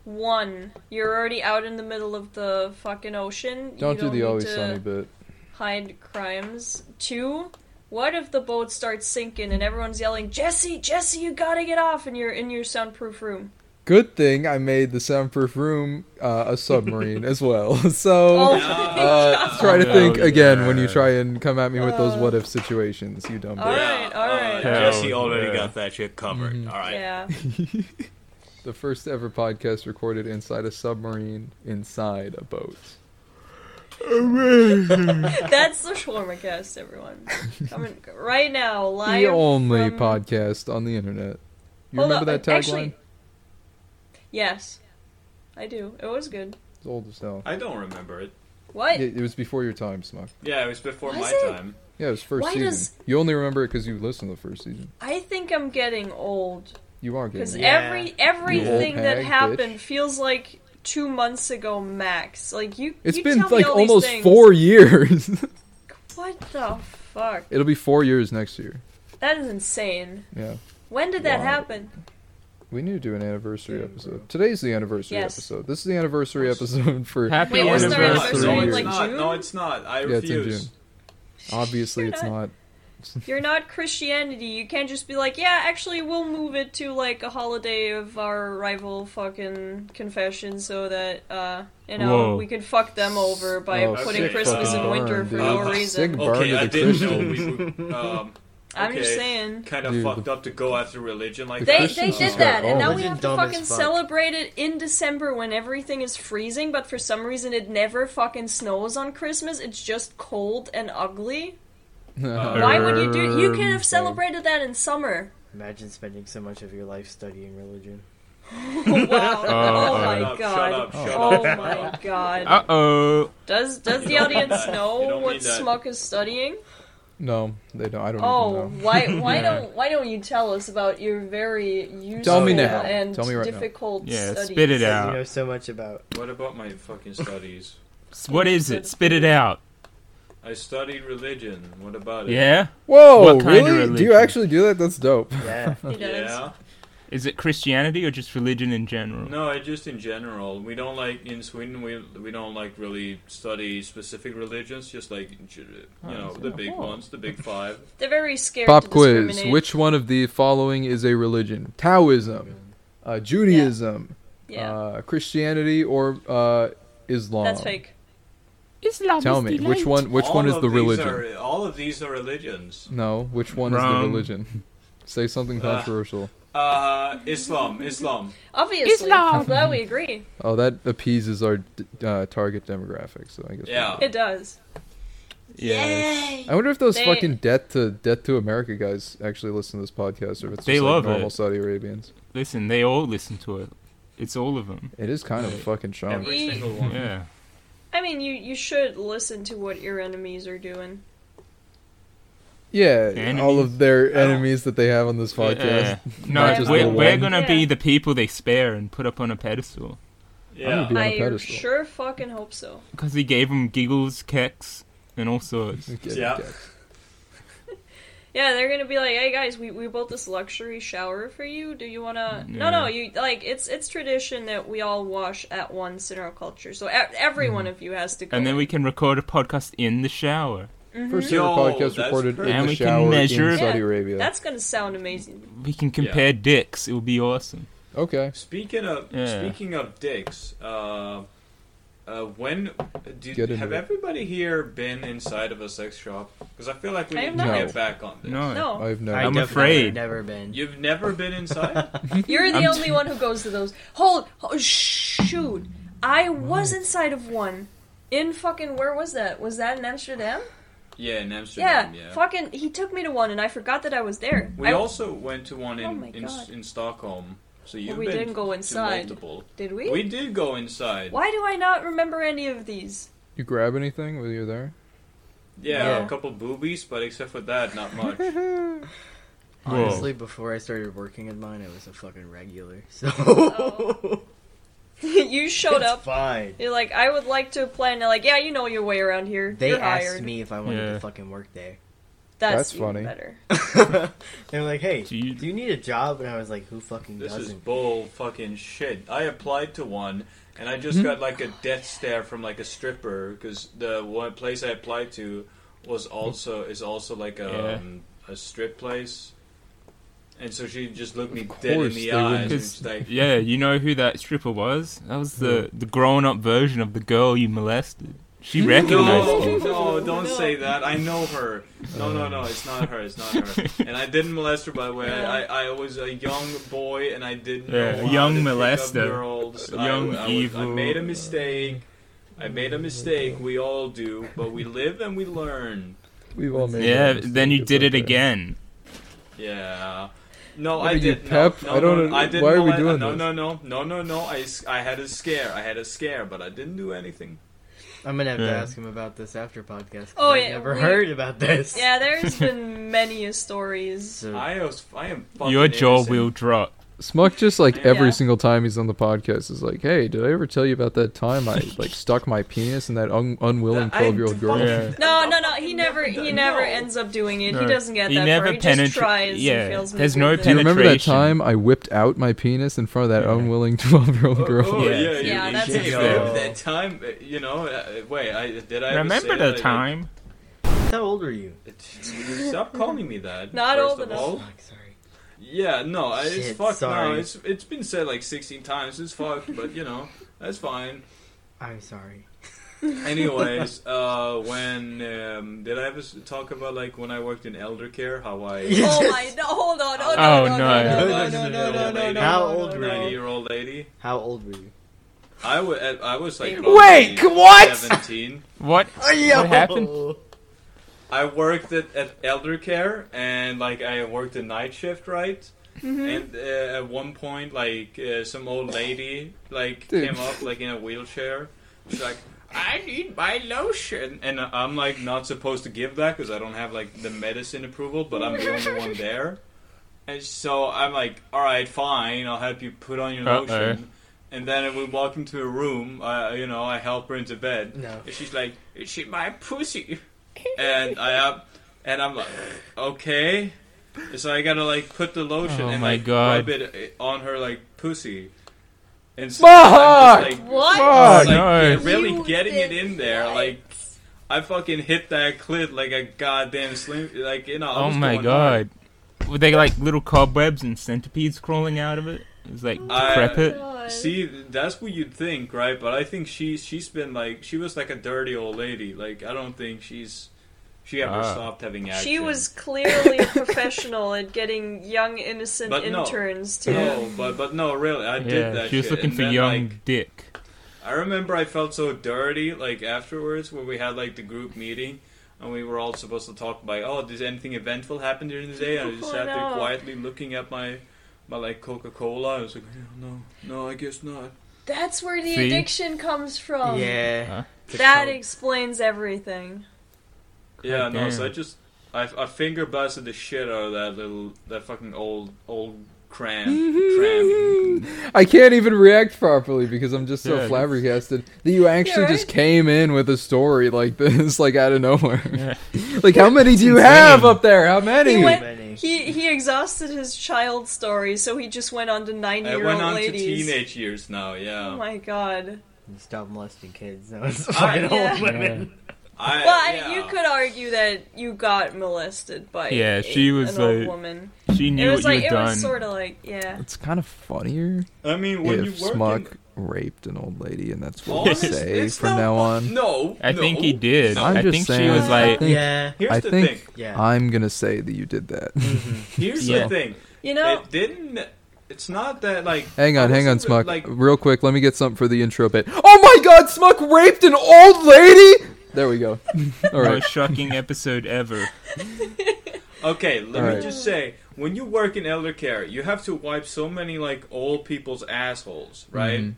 S5: One, you're already out in the middle of the fucking ocean.
S1: Don't, do
S5: you don't
S1: the
S5: need
S1: always
S5: to
S1: sunny bit.
S5: hide crimes. Two, what if the boat starts sinking and everyone's yelling, "Jesse, Jesse, you gotta get off!" and you're in your soundproof room.
S1: Good thing I made the soundproof room uh, a
S5: [LAUGHS]
S1: submarine as well. [LAUGHS] So
S5: Oh,
S1: uh, try to
S3: Oh,
S1: think
S3: yeah.
S1: again when you try and come at me with those
S5: Uh,
S1: what if situations, you dumb
S5: all
S1: bitch.
S5: right, all right.
S3: Hell
S7: Uh, Jesse already
S3: yeah.
S7: got that shit covered.
S1: Mm-hmm.
S7: All right.
S5: yeah.
S1: [LAUGHS] The first ever podcast recorded inside a submarine inside a boat.
S5: That's the shawarma cast, everyone. Coming right now,
S1: [LAUGHS]
S5: live.
S1: the only
S5: from...
S1: podcast on the internet. You
S5: Hold
S1: remember
S5: on,
S1: that
S5: uh,
S1: tagline?
S5: Actually, yes, I do. It was good.
S1: It's old as hell.
S7: I don't remember it.
S5: What?
S1: It, it was before your time, Smuck.
S7: Yeah, it was before
S5: Was
S7: my
S5: it?
S7: time.
S1: Yeah, it was first
S5: Why
S1: season.
S5: does-
S1: You only remember it because you listened to the first season.
S5: I think I'm getting old
S1: You are
S5: because
S1: getting
S6: Yeah.
S5: every everything
S1: pag,
S5: that
S1: bitch.
S5: happened feels like two months ago max. Like you,
S1: It's
S5: you
S1: been
S5: tell me
S1: like
S5: all these
S1: almost
S5: things.
S1: four [LAUGHS] years.
S5: What the fuck?
S1: It'll be four years next year.
S5: That is insane.
S1: Yeah.
S5: When did that
S1: Wow.
S5: happen?
S1: We need to do an anniversary
S6: Yeah,
S1: episode.
S6: bro.
S1: Today's the anniversary
S5: Yes.
S1: episode. This is the anniversary episode [LAUGHS] for
S3: Happy
S5: Wait, was
S7: it's
S5: there
S7: not.
S5: anniversary
S1: anniversary
S7: No,
S5: in,
S7: it's
S5: like,
S1: years.
S7: not.
S5: June?
S7: No, it's not. I
S1: Yeah, it's in
S7: refuse.
S1: June. Obviously, it's
S5: You're
S1: not.
S5: You're not Christianity. You can't just be like, yeah, actually, we'll move it to like a holiday of our rival fucking confession, so that uh, you know
S3: Whoa.
S5: we could fuck them over by
S1: Oh,
S5: putting
S7: sick
S5: Christmas
S7: fucking
S5: in winter
S1: burn,
S5: for
S1: dude.
S5: no
S7: Uh,
S5: reason.
S1: sick burn.
S7: Okay,
S1: to
S7: I
S1: the
S7: didn't know
S1: Christians.
S7: we were um,
S5: I'm just
S7: okay.
S5: saying.
S7: kind of
S1: Dude,
S7: fucked
S1: the-
S7: up to go after religion like
S1: the
S5: They,
S7: that.
S5: they
S1: Christians
S5: did
S1: just
S5: that,
S1: got
S5: and now
S1: owned.
S5: we have to
S6: Dumb as
S5: fucking
S6: fuck.
S5: celebrate it in December when everything is freezing, but for some reason it never fucking snows on Christmas. It's just cold and ugly. [LAUGHS] Why would you do? You could
S3: Um,
S5: have celebrated that in summer. [LAUGHS]
S6: Imagine spending so much of your life studying religion.
S5: Oh, wow. oh
S3: shut
S5: my
S7: up, shut
S5: god.
S7: up, shut
S5: oh
S7: up.
S5: my god.
S3: Uh oh.
S5: Does does the
S7: You don't need
S5: audience
S7: that. You
S5: know
S7: don't
S5: what
S7: need that.
S5: Smuck is studying?
S1: No, they don't. I don't
S5: Oh,
S1: even know.
S5: why why
S3: Yeah.
S5: don't why don't you tell us about your very useful
S1: Tell me now.
S5: and
S1: Tell me right now.
S5: difficult
S3: Yeah,
S5: studies?
S3: spit it
S6: You
S3: out.
S6: know so much about.
S7: What about my fucking studies?
S3: S- What is it? Spit it out.
S7: I studied religion. What about it?
S3: Yeah?
S1: Whoa,
S3: What kind of
S1: really? Do you
S3: religion?
S1: actually do that? That's dope.
S6: Yeah.
S5: He does.
S7: Yeah.
S3: Is it Christianity or just religion in general?
S7: No, I just in general. We don't like in Sweden. We we don't like really study specific religions. Just like you
S3: Oh,
S7: know the big ones, the big five.
S5: They're very scared
S1: Pop
S5: to
S1: quiz.
S5: discriminate.
S1: Which one of the following is a religion? Taoism, uh, Judaism,
S5: yeah.
S1: uh, Christianity, or uh, Islam?
S5: That's fake.
S3: Islam
S1: Tell me, which one? [LAUGHS] Which
S7: All
S1: one is
S7: of
S1: the
S7: these
S1: religion?
S7: are- all of these are religions.
S1: No, which one is
S3: Wrong.
S1: the religion? Say something
S7: Ugh.
S1: controversial.
S7: Uh, Islam, Islam.
S5: Obviously.
S3: Islam.
S5: I'm glad we agree.
S1: Oh, that appeases our d- uh, target demographic. So I guess. we're
S7: Yeah.
S1: good.
S5: It does.
S7: Yes.
S1: I wonder if those
S5: They-
S1: fucking debt to debt to America guys actually listen to this podcast, or if it's
S3: They
S1: just like
S3: love
S1: normal
S3: it.
S1: Saudi Arabians.
S3: Listen, they all listen to it. It's all of them.
S1: It is kind of a fucking shock.
S7: Every single
S1: Mm-hmm.
S7: one.
S3: Oh. Yeah.
S5: I mean, you you should listen to what your enemies are doing.
S1: Yeah,
S3: Enemies.
S1: all of their enemies that they have on this podcast.
S3: Yeah.
S1: Not
S3: No,
S1: just
S3: we're,
S1: the
S3: we're
S1: one.
S3: gonna be
S5: Yeah.
S3: the people they spare and put up on a pedestal.
S1: I'm
S7: Yeah.
S1: gonna be on a
S5: I
S1: pedestal.
S5: sure fucking hope so.
S3: Because he gave them giggles, kecks, and all sorts.
S1: [LAUGHS] Okay,
S7: Yeah.
S1: okay.
S5: Yeah, they're gonna be like, "Hey guys, we, we built this luxury shower for you. Do you wanna?"
S3: Yeah.
S5: No, no, you like it's it's tradition that we all wash at once in our culture, so e every one of you has to go.
S3: And then we can record a podcast in the shower.
S1: First
S7: Yo,
S1: ever podcast
S7: that's
S1: recorded
S7: perfect.
S1: in
S3: And
S1: the
S3: we can
S1: shower
S3: measure
S1: in
S3: it.
S1: Saudi
S5: Yeah,
S1: Arabia.
S5: That's gonna sound amazing.
S3: We can compare dicks. It will be awesome.
S1: okay.
S7: Speaking of
S3: Yeah.
S7: speaking of dicks, uh, uh, when did
S1: Get into
S7: have
S1: it.
S7: everybody here been inside of a sex shop? Because I feel like we
S5: I
S7: need
S5: have
S7: to
S1: not.
S7: get
S1: No.
S7: back on
S3: [LAUGHS]
S7: this.
S3: No.
S5: No,
S1: I've never.
S6: I
S3: I'm
S6: definitely
S3: afraid.
S6: Never been.
S7: You've never been inside?
S3: [LAUGHS]
S5: you're the
S3: I'm-
S5: only one who goes to those. Hold, oh, shoot, I was inside of one. In fucking where was that? Was that in Amsterdam?
S7: yeah, in
S5: Yeah,
S7: Amsterdam. Yeah.
S5: fucking. He took me to one, and I forgot that I was there.
S7: We
S5: I-
S7: also went to one
S5: Oh
S7: in
S5: my
S7: in,
S5: God.
S7: in Stockholm. So you've
S5: we
S7: been
S5: didn't go
S7: to
S5: inside.
S7: multiple.
S5: did we?
S7: We did go inside.
S5: Why do I not remember any of these? [LAUGHS]
S1: You grab anything while you're there?
S7: Yeah,
S5: Yeah.
S7: a couple boobies, but except for that,
S5: [LAUGHS]
S7: not much.
S3: Whoa.
S6: Honestly, before I started working in mine, I was a fucking regular. So [LAUGHS]
S5: you Oh. showed
S6: it's
S5: up
S6: fine.
S5: You're like, I would like to apply, and they're like, yeah, you know your way around here.
S6: They
S5: You're
S6: asked
S5: hired.
S6: me if I wanted
S3: Yeah.
S6: to fucking work
S3: [LAUGHS]
S6: there.
S5: That's,
S1: That's
S5: even
S1: funny.
S5: Better.
S6: they were like, "Hey,
S3: Do
S6: do
S3: you-
S6: you, need a job?" And I was like, "Who fucking
S7: This is
S6: doesn't?"
S7: bull fucking shit. I applied to one, and I just got like a death stare from like a stripper because the one place I applied to was also is also like a
S3: Yeah.
S7: um, a strip place, and so she just looked me
S1: Of
S7: dead in
S1: course
S7: the
S1: they wouldn't.
S7: eyes. And
S3: Because-
S7: she's like,
S3: Yeah, you know who that stripper was? That was the, the grown up version of the girl you molested. She recognized
S7: No,
S3: you.
S7: no, don't say that. I know her. No, no, no, it's not her. It's not her.
S3: [LAUGHS]
S7: And I didn't molest her, by the way. I, I, I was a young boy, and I didn't
S3: Yeah,
S7: know how
S3: young
S7: to pick up
S3: molester.
S7: Girls.
S3: Young
S7: I, I, was- I
S3: evil.
S7: made a mistake. I made a mistake. We all do, but we live and we learn.
S1: We've all made.
S3: Yeah,
S1: that
S3: then you
S1: mistake, it's
S3: did it
S1: okay.
S3: again.
S7: Yeah. No,
S1: What
S7: I
S1: are you,
S7: did
S1: Pep?
S7: No,
S1: I don't
S7: no,
S1: know-
S7: I didn't
S1: why are we
S7: molest-
S1: doing
S7: no,
S1: this?
S7: No, no, no, no, no. I, s- I had a scare. I had a scare, but I didn't do anything.
S6: I'm gonna have to
S3: Yeah.
S6: ask him about this after podcast. 'cause
S5: Oh,
S6: I
S5: yeah,
S6: never
S5: we-
S6: heard about this.
S5: Yeah, there's been many
S7: [LAUGHS]
S5: a stories.
S6: So,
S7: I was. I am. Fucking
S3: Your jaw
S7: innocent.
S3: will drop.
S1: Smuck just like every
S5: Yeah.
S1: single time he's on the podcast is like, "Hey, did I ever tell you about that time
S3: [LAUGHS]
S1: I like stuck my penis in that un- unwilling
S7: I
S1: twelve year old girl?"
S7: fucking-
S3: Yeah.
S5: No,
S7: I
S5: no, no. He
S7: fucking
S5: never, he
S7: done-
S5: never
S7: no.
S5: ends up doing it.
S3: No.
S5: He doesn't get
S3: He
S5: that
S3: never
S5: far. He
S3: penetra-
S5: just tries.
S3: yeah,
S5: and fails
S3: there's no
S1: Do you remember that
S3: Penetration.
S1: time I whipped out my penis in front of that
S3: Yeah.
S1: unwilling [LAUGHS] twelve year old girl?
S7: Oh,
S3: Yeah.
S7: yeah,
S5: Yeah,
S7: you,
S5: that's
S7: you,
S6: a
S7: you
S6: fail.
S7: know, that time. uh, You know, uh, wait, I did I ever
S3: Remember
S7: say
S3: the
S7: that I-
S3: time?
S6: how old are you?
S7: It- Stop calling me that.
S5: [LAUGHS] Not
S7: first
S5: old
S7: of
S5: enough.
S7: all.
S6: Fuck, sorry.
S7: Yeah, no, I- it's
S6: Shit,
S7: fucked now.
S6: sorry.
S7: It's it's been said like sixteen times. It's fucked, but you know that's fine.
S6: I'm sorry.
S7: Anyways, uh, when um, did I ever s- talk about like when I worked in elder care? How I
S3: [LAUGHS]
S6: Yeah.
S5: Oh my! No, hold on! Oh
S3: Oh,
S5: no!
S3: no.
S5: no, no, no,
S7: no, no, no, no, no,
S6: How old were
S7: ninety
S6: you?
S7: year old lady.
S6: How old were you?
S7: I wa- I was like
S5: Wait,
S7: probably
S3: what?
S7: seventeen.
S3: What?
S6: What
S3: happened?
S7: I worked at, at elder care and like I worked a night shift, right? And uh, at one point, like uh, some old lady like
S1: Dude.
S7: came up like in a wheelchair. She's like, "I need my lotion," and I'm like not supposed to give that because I don't have like the medicine approval, but I'm the only one there. And so I'm like, "All right, fine, I'll help you put on your
S3: Uh-oh.
S7: lotion." And then we walk into a room. Uh, you know, I help her into bed.
S6: No.
S7: And she's like, "Is she my pussy?" and I up, and I'm like, "Okay." So I gotta like put the lotion
S3: Oh
S7: and
S3: my
S7: like
S3: God.
S7: rub it uh, on her like pussy. And so
S1: Fuck!
S7: I'm just, like,
S5: What?
S1: Fuck!
S7: like,
S3: no.
S7: really
S5: You
S7: getting it in
S5: did
S7: there.
S5: what?
S7: Like I fucking hit that clit like a goddamn slim. Like you know. I
S3: Oh
S7: was
S3: my
S7: going hard.
S3: god. Were they like little cobwebs and centipedes crawling out of it? It was like
S7: I-
S3: decrepit.
S5: God.
S7: See, that's what you'd think, right? But I think she she's been like she was like a dirty old lady. Like I don't think she's she ever
S3: Ah.
S7: stopped having action.
S5: She was clearly professional at getting young, innocent
S7: But no.
S5: interns to.
S7: No, but but no, really, I did
S3: yeah,
S7: that.
S3: she was
S7: shit.
S3: looking
S7: And
S3: for
S7: then,
S3: young
S7: like, [LAUGHS]
S3: dick.
S7: I remember I felt so dirty like afterwards when we had like the group meeting and we were all supposed to talk about oh did anything eventful happen during the day and I just
S5: Oh,
S7: sat there
S5: no.
S7: quietly looking at my my like Coca Cola. I was like no no I guess not.
S5: That's where the
S3: See?
S5: addiction comes from.
S6: yeah.
S5: Oh. That explains everything.
S7: Yeah no so I
S3: damn.
S7: just I, I finger blasted the shit out of that little that fucking old old cram
S5: Mm-hmm.
S7: cram.
S1: Mm-hmm. I can't even react properly because I'm just so
S3: Yeah,
S1: flabbergasted that you actually
S5: Yeah, right?
S1: just came in with a story like [LAUGHS] this, like out of nowhere.
S3: Yeah.
S1: like, how many do you
S3: insane.
S1: have up there? How many?
S5: He went.
S6: Many.
S5: He he exhausted his child story, so he just went on to ninety
S7: I
S5: year
S7: went
S5: old
S7: on to
S5: ladies.
S7: teenage years now. Yeah.
S5: Oh my god.
S6: You stop molesting kids. No, it's fucking
S5: Uh, yeah.
S6: old women.
S7: I,
S5: Well, I mean,
S7: Uh, yeah.
S5: you could argue that you got molested by
S3: Yeah,
S5: a-
S3: she was,
S5: an old
S3: like,
S5: woman.
S3: She
S5: It
S3: knew
S5: was
S3: what you
S5: like it
S3: had done.
S5: was sort of like yeah.
S1: It's kind of funnier
S7: I mean when
S1: if
S7: you work in
S1: Smuck raped an old lady, and that's what we
S7: Honest-
S1: say
S7: it's
S1: from
S7: not
S1: now
S7: fu-
S1: on.
S7: No,
S3: I
S7: no.
S3: think he did.
S1: I'm
S3: I
S1: just
S3: think she
S1: saying,
S3: was
S1: I
S3: like,
S1: think-
S6: [LAUGHS] Yeah.
S7: Here's
S1: I
S7: the
S1: think-
S7: thing.
S6: Yeah.
S1: I'm gonna say that you did that.
S3: Mm.
S7: Here's
S3: Yeah.
S7: the thing.
S5: You know,
S7: It didn't. It's not that like.
S1: [LAUGHS] Hang on,
S7: I
S1: hang on,
S7: wasn't re-
S1: Smuck.
S7: Like,
S1: Real quick, let me get something for the intro bit. Oh my god, Smuck raped an old lady! There we go. [LAUGHS] Alright.
S3: most shocking episode
S7: [LAUGHS]
S3: ever.
S7: okay, let me
S1: Alright.
S7: just say, when you work in elder care, you have to wipe so many like old people's assholes, right?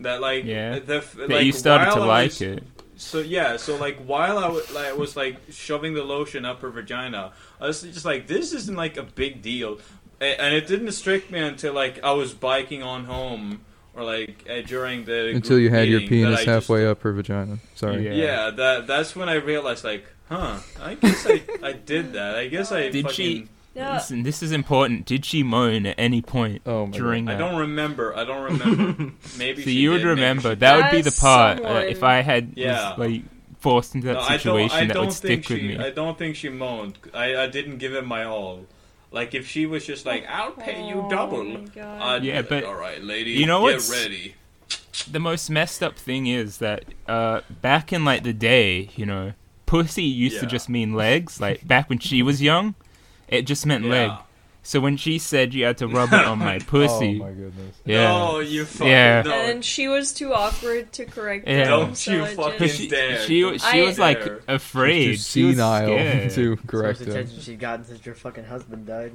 S7: That like,
S3: Mm-hmm. Yeah.
S7: the f-
S3: That
S7: like,
S3: you started
S7: while
S3: to
S7: I
S3: like
S7: was-
S3: it.
S7: So yeah, so like while I wa- like, was like shoving the lotion up her vagina, I was just like, this isn't like a big deal, A- and it didn't strike me until like I was biking on home or like uh, during the
S1: Until
S7: group
S1: you had your
S7: meeting that
S1: penis
S7: I just-
S1: halfway up her vagina. Sorry.
S3: Yeah.
S7: Yeah, that that's when I realized, like, huh, I guess I, I did that. I guess I
S3: Did
S7: fucking,
S3: she-
S5: yeah,
S3: Listen, this is important. Did she moan at any point
S1: Oh my
S3: during
S7: I
S3: that?
S7: don't remember. I don't
S3: [LAUGHS]
S7: remember. Maybe
S3: so
S7: she
S3: you would
S7: did, maybe
S3: remember.
S7: she
S3: That would be the
S5: That's
S3: part uh,
S5: someone.
S3: if I had
S7: Yeah.
S3: was, like forced into that
S7: No,
S3: situation
S7: I don't, I
S3: that
S7: don't
S3: would
S7: think
S3: stick
S7: she,
S3: with me.
S7: I don't think she moaned. I, I didn't give it my all. Like if she was just like, "I'll pay you
S5: Oh my
S7: double," Uh,
S5: God.
S7: I'd be
S3: Yeah,
S7: like,
S3: but-
S7: all right, lady,
S3: you know
S7: get
S3: what's-
S7: ready.
S3: the most messed up thing is that uh, back in like the day, you know, pussy used to
S7: Yeah.
S3: just mean legs. Like back when she was young, it just meant
S7: Yeah.
S3: leg. So when she said you had to rub it on my pussy,
S1: Oh goodness.
S3: yeah,
S7: No, you fucking
S3: Yeah.
S7: no.
S5: and she was too awkward to correct
S3: Yeah.
S5: him.
S7: Don't
S5: so
S7: you
S5: it
S7: fucking-
S3: 'Cause
S5: just-
S3: she
S7: Dare.
S3: she, was- she
S5: I-
S3: was like
S7: Dare.
S1: Too
S3: afraid, she was
S1: senile
S3: [LAUGHS]
S1: [LAUGHS] to
S3: scared.
S6: So much
S1: correct him.
S6: attention she got since your fucking husband died.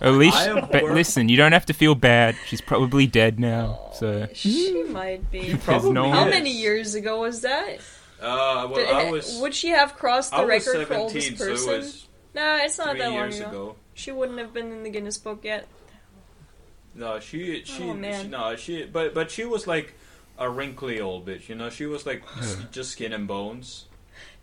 S3: At least,
S7: I
S3: but
S7: abhor-
S3: listen, you don't have to feel bad. She's probably dead now. So
S5: She might be.
S7: Oh, Probably
S3: no-
S5: How
S7: is.
S5: many years ago was that?
S7: Uh, well,
S5: Did- eh,
S7: I was.
S5: Would she have crossed the
S7: I was
S5: record for
S7: seventeen,
S5: oldest
S7: so it
S5: person?
S7: was
S5: no, it's not
S7: three
S5: that long
S7: years
S5: ago.
S7: ago.
S5: She wouldn't have been in the Guinness Book yet.
S7: No, she she,
S5: Oh, man.
S7: she no she but but she was like a wrinkly old bitch. You know, she
S3: [SIGHS]
S7: was like s- just skin and bones.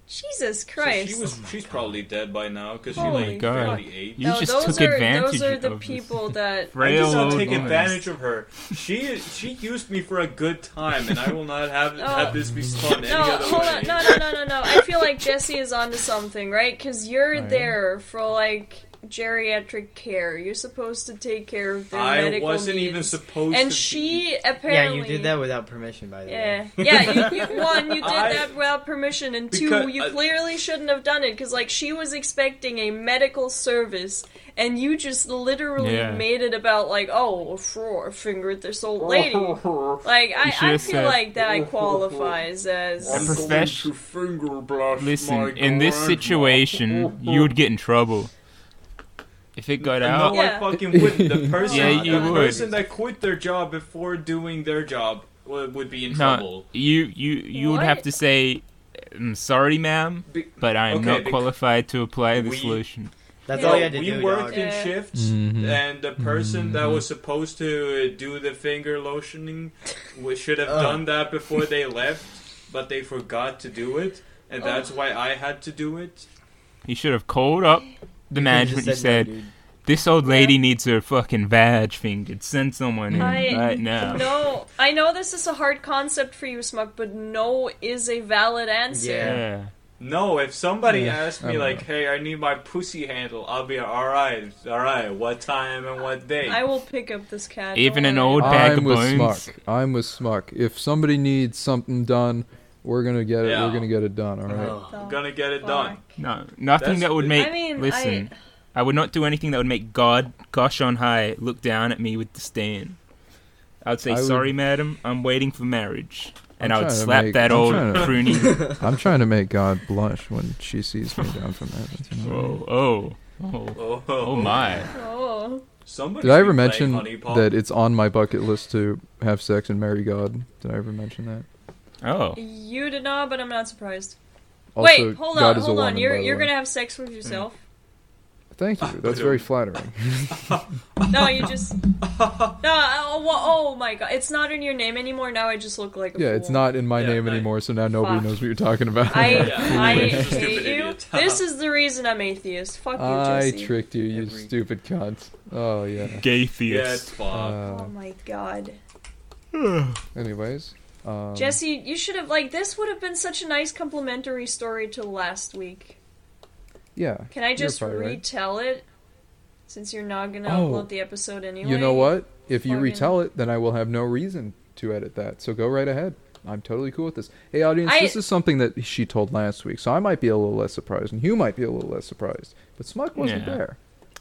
S5: Jesus
S7: So
S5: Christ.
S7: she was she's probably dead by now because she
S5: Oh my
S7: like
S3: Oh God.
S7: barely ate.
S3: you
S5: no,
S3: just
S5: those
S3: took
S5: are,
S3: advantage
S5: Those are the
S3: of this.
S5: people
S3: [LAUGHS]
S5: that.
S7: I
S3: frail
S7: just not
S3: old
S7: take
S3: woman.
S7: advantage of her. She she used me for a good time, and I will not
S5: [LAUGHS]
S7: have
S5: No.
S7: have this be spun any
S5: Oh. No,
S7: other
S5: hold
S7: way.
S5: on. No, no, no, no, no. I feel like Jesse is onto something, right? Because you're there for like geriatric care. You're supposed to take care of their
S7: I
S5: medical
S7: wasn't even
S5: needs.
S7: supposed
S5: And
S7: to. be.
S5: she
S6: Yeah,
S5: apparently
S6: you did that without permission, by the
S5: Yeah,
S6: way.
S5: yeah. You,
S7: [LAUGHS]
S5: you, one, you did
S7: I-
S5: that without permission, and two,
S7: Because- uh,
S5: you
S7: I-
S5: clearly shouldn't have done it because, like, she was expecting a medical service, and you just literally
S3: Yeah.
S5: made it about like, oh, sure, I fingered this old lady. like, I,
S3: should
S5: I feel
S3: have said-
S5: like that qualifies as
S3: A profession.
S7: finger blast my
S3: Listen, in this
S7: grandma.
S3: situation, you would get in trouble if it got
S7: No,
S3: out.
S5: Yeah.
S7: I fucking would.
S3: [LAUGHS]
S7: The person,
S3: Yeah, you
S7: the
S3: would.
S7: person that quit their job before doing their job would, would be in
S3: No,
S7: trouble.
S3: you you you would have
S5: What?
S3: to say, "I'm sorry, ma'am,
S7: Be-
S3: but I am
S7: Okay,
S3: not
S7: bec-
S3: qualified to apply the
S7: we-
S3: solution."
S6: That's
S5: Yeah.
S6: all you had to
S7: we
S6: do,
S7: worked
S6: dog.
S7: in
S5: Yeah.
S7: shifts,
S1: Mhm.
S3: Mm-hmm.
S7: and the person that was supposed to uh, do the finger
S5: [LAUGHS]
S7: lotioning we should have
S6: Ugh.
S7: done that before
S6: [LAUGHS]
S7: they left, but they forgot to do it, and that's why I had to do it.
S3: You should have called up the management. You said, "This old lady needs her fucking vag fingered. Send someone in
S5: I-
S3: right
S7: Um,
S3: now."
S5: no. I know this is a hard concept for you, Smuck, but no is a valid answer.
S6: Yeah.
S3: Yeah.
S7: No, if somebody
S1: Yeah,
S7: asked
S1: I
S7: me
S1: don't
S7: like, "Hey, I need my pussy handle," I'll be all right, all right. What time and what day?
S5: I will pick up this cat.
S3: Even
S5: don't
S3: an
S5: worry.
S3: old- bag
S1: I'm
S3: of
S1: with
S3: bones.
S1: Smuck. I'm with Smuck. If somebody needs something done, we're gonna get it.
S7: Yeah.
S1: We're gonna get it done. All right.
S6: Oh.
S5: Oh,
S7: I'm gonna get it
S5: fuck.
S7: done.
S3: No, nothing
S7: That's-
S3: that would
S7: I
S3: make.
S5: mean,
S3: listen, I... would not do anything that would make God, gosh on high, look down at me with disdain. I would say,
S1: I would-
S3: "Sorry, madam, I'm waiting for marriage," and
S1: I'm
S3: I would
S1: trying to
S3: slap
S1: make-
S3: that
S1: I'm
S3: old
S1: trying to- [LAUGHS]
S3: pruny.
S1: I'm trying to make God blush when she sees me down from heaven. you know?
S3: oh, oh, oh,
S7: Oh,
S3: oh my!
S5: Oh.
S7: Somebody
S1: Did I
S7: should
S1: ever
S7: play
S1: mention
S7: Honey Pop.
S1: that it's on my bucket list to have sex and marry God? Did I ever mention that?
S3: Oh,
S5: You did not, but I'm not surprised.
S1: Also,
S5: Wait, hold
S1: God
S5: on,
S1: is a
S5: hold
S1: woman,
S5: on. You're
S1: by the
S5: you're
S1: way.
S5: gonna have sex with yourself?
S7: [LAUGHS]
S1: Thank you.
S3: [LAUGHS]
S1: That's very flattering.
S5: No, you
S7: [LAUGHS]
S5: just no. Oh, wha- oh my god, it's not in your name anymore. Now I just look like a
S1: Yeah,
S5: fool.
S1: it's not in my
S7: Yeah,
S1: name
S7: I-
S1: anymore, so now nobody
S5: Fuck.
S1: knows what you're talking about. [LAUGHS]
S5: [LAUGHS] I
S7: Yeah,
S5: I
S7: you're just a
S5: hate
S7: stupid
S5: you.
S7: idiot.
S5: this is the reason I'm atheist. Fuck you,
S1: [LAUGHS] I
S5: Jesse.
S1: tricked you, you
S6: Every-
S1: stupid cunt. Oh yeah.
S3: gay
S7: Yeah, it's
S3: theist.
S7: fucked.
S5: oh
S1: Uh,
S5: my god,
S1: anyways, um,
S5: Jesse, you should have like this would have been such a nice complimentary story to last week.
S1: Yeah.
S5: Can I just
S1: probably right.
S5: retell it? Since you're not gonna
S1: Oh.
S5: upload the episode anyway.
S1: You know what? If you
S5: Fucking-
S1: retell it, then I will have no reason to edit that. So go right ahead. I'm totally cool with this. Hey, audience,
S5: I-
S1: this is something that she told last week, so I might be a little less surprised, and Hugh might be a little less surprised. But Smuck wasn't
S3: Yeah.
S1: there.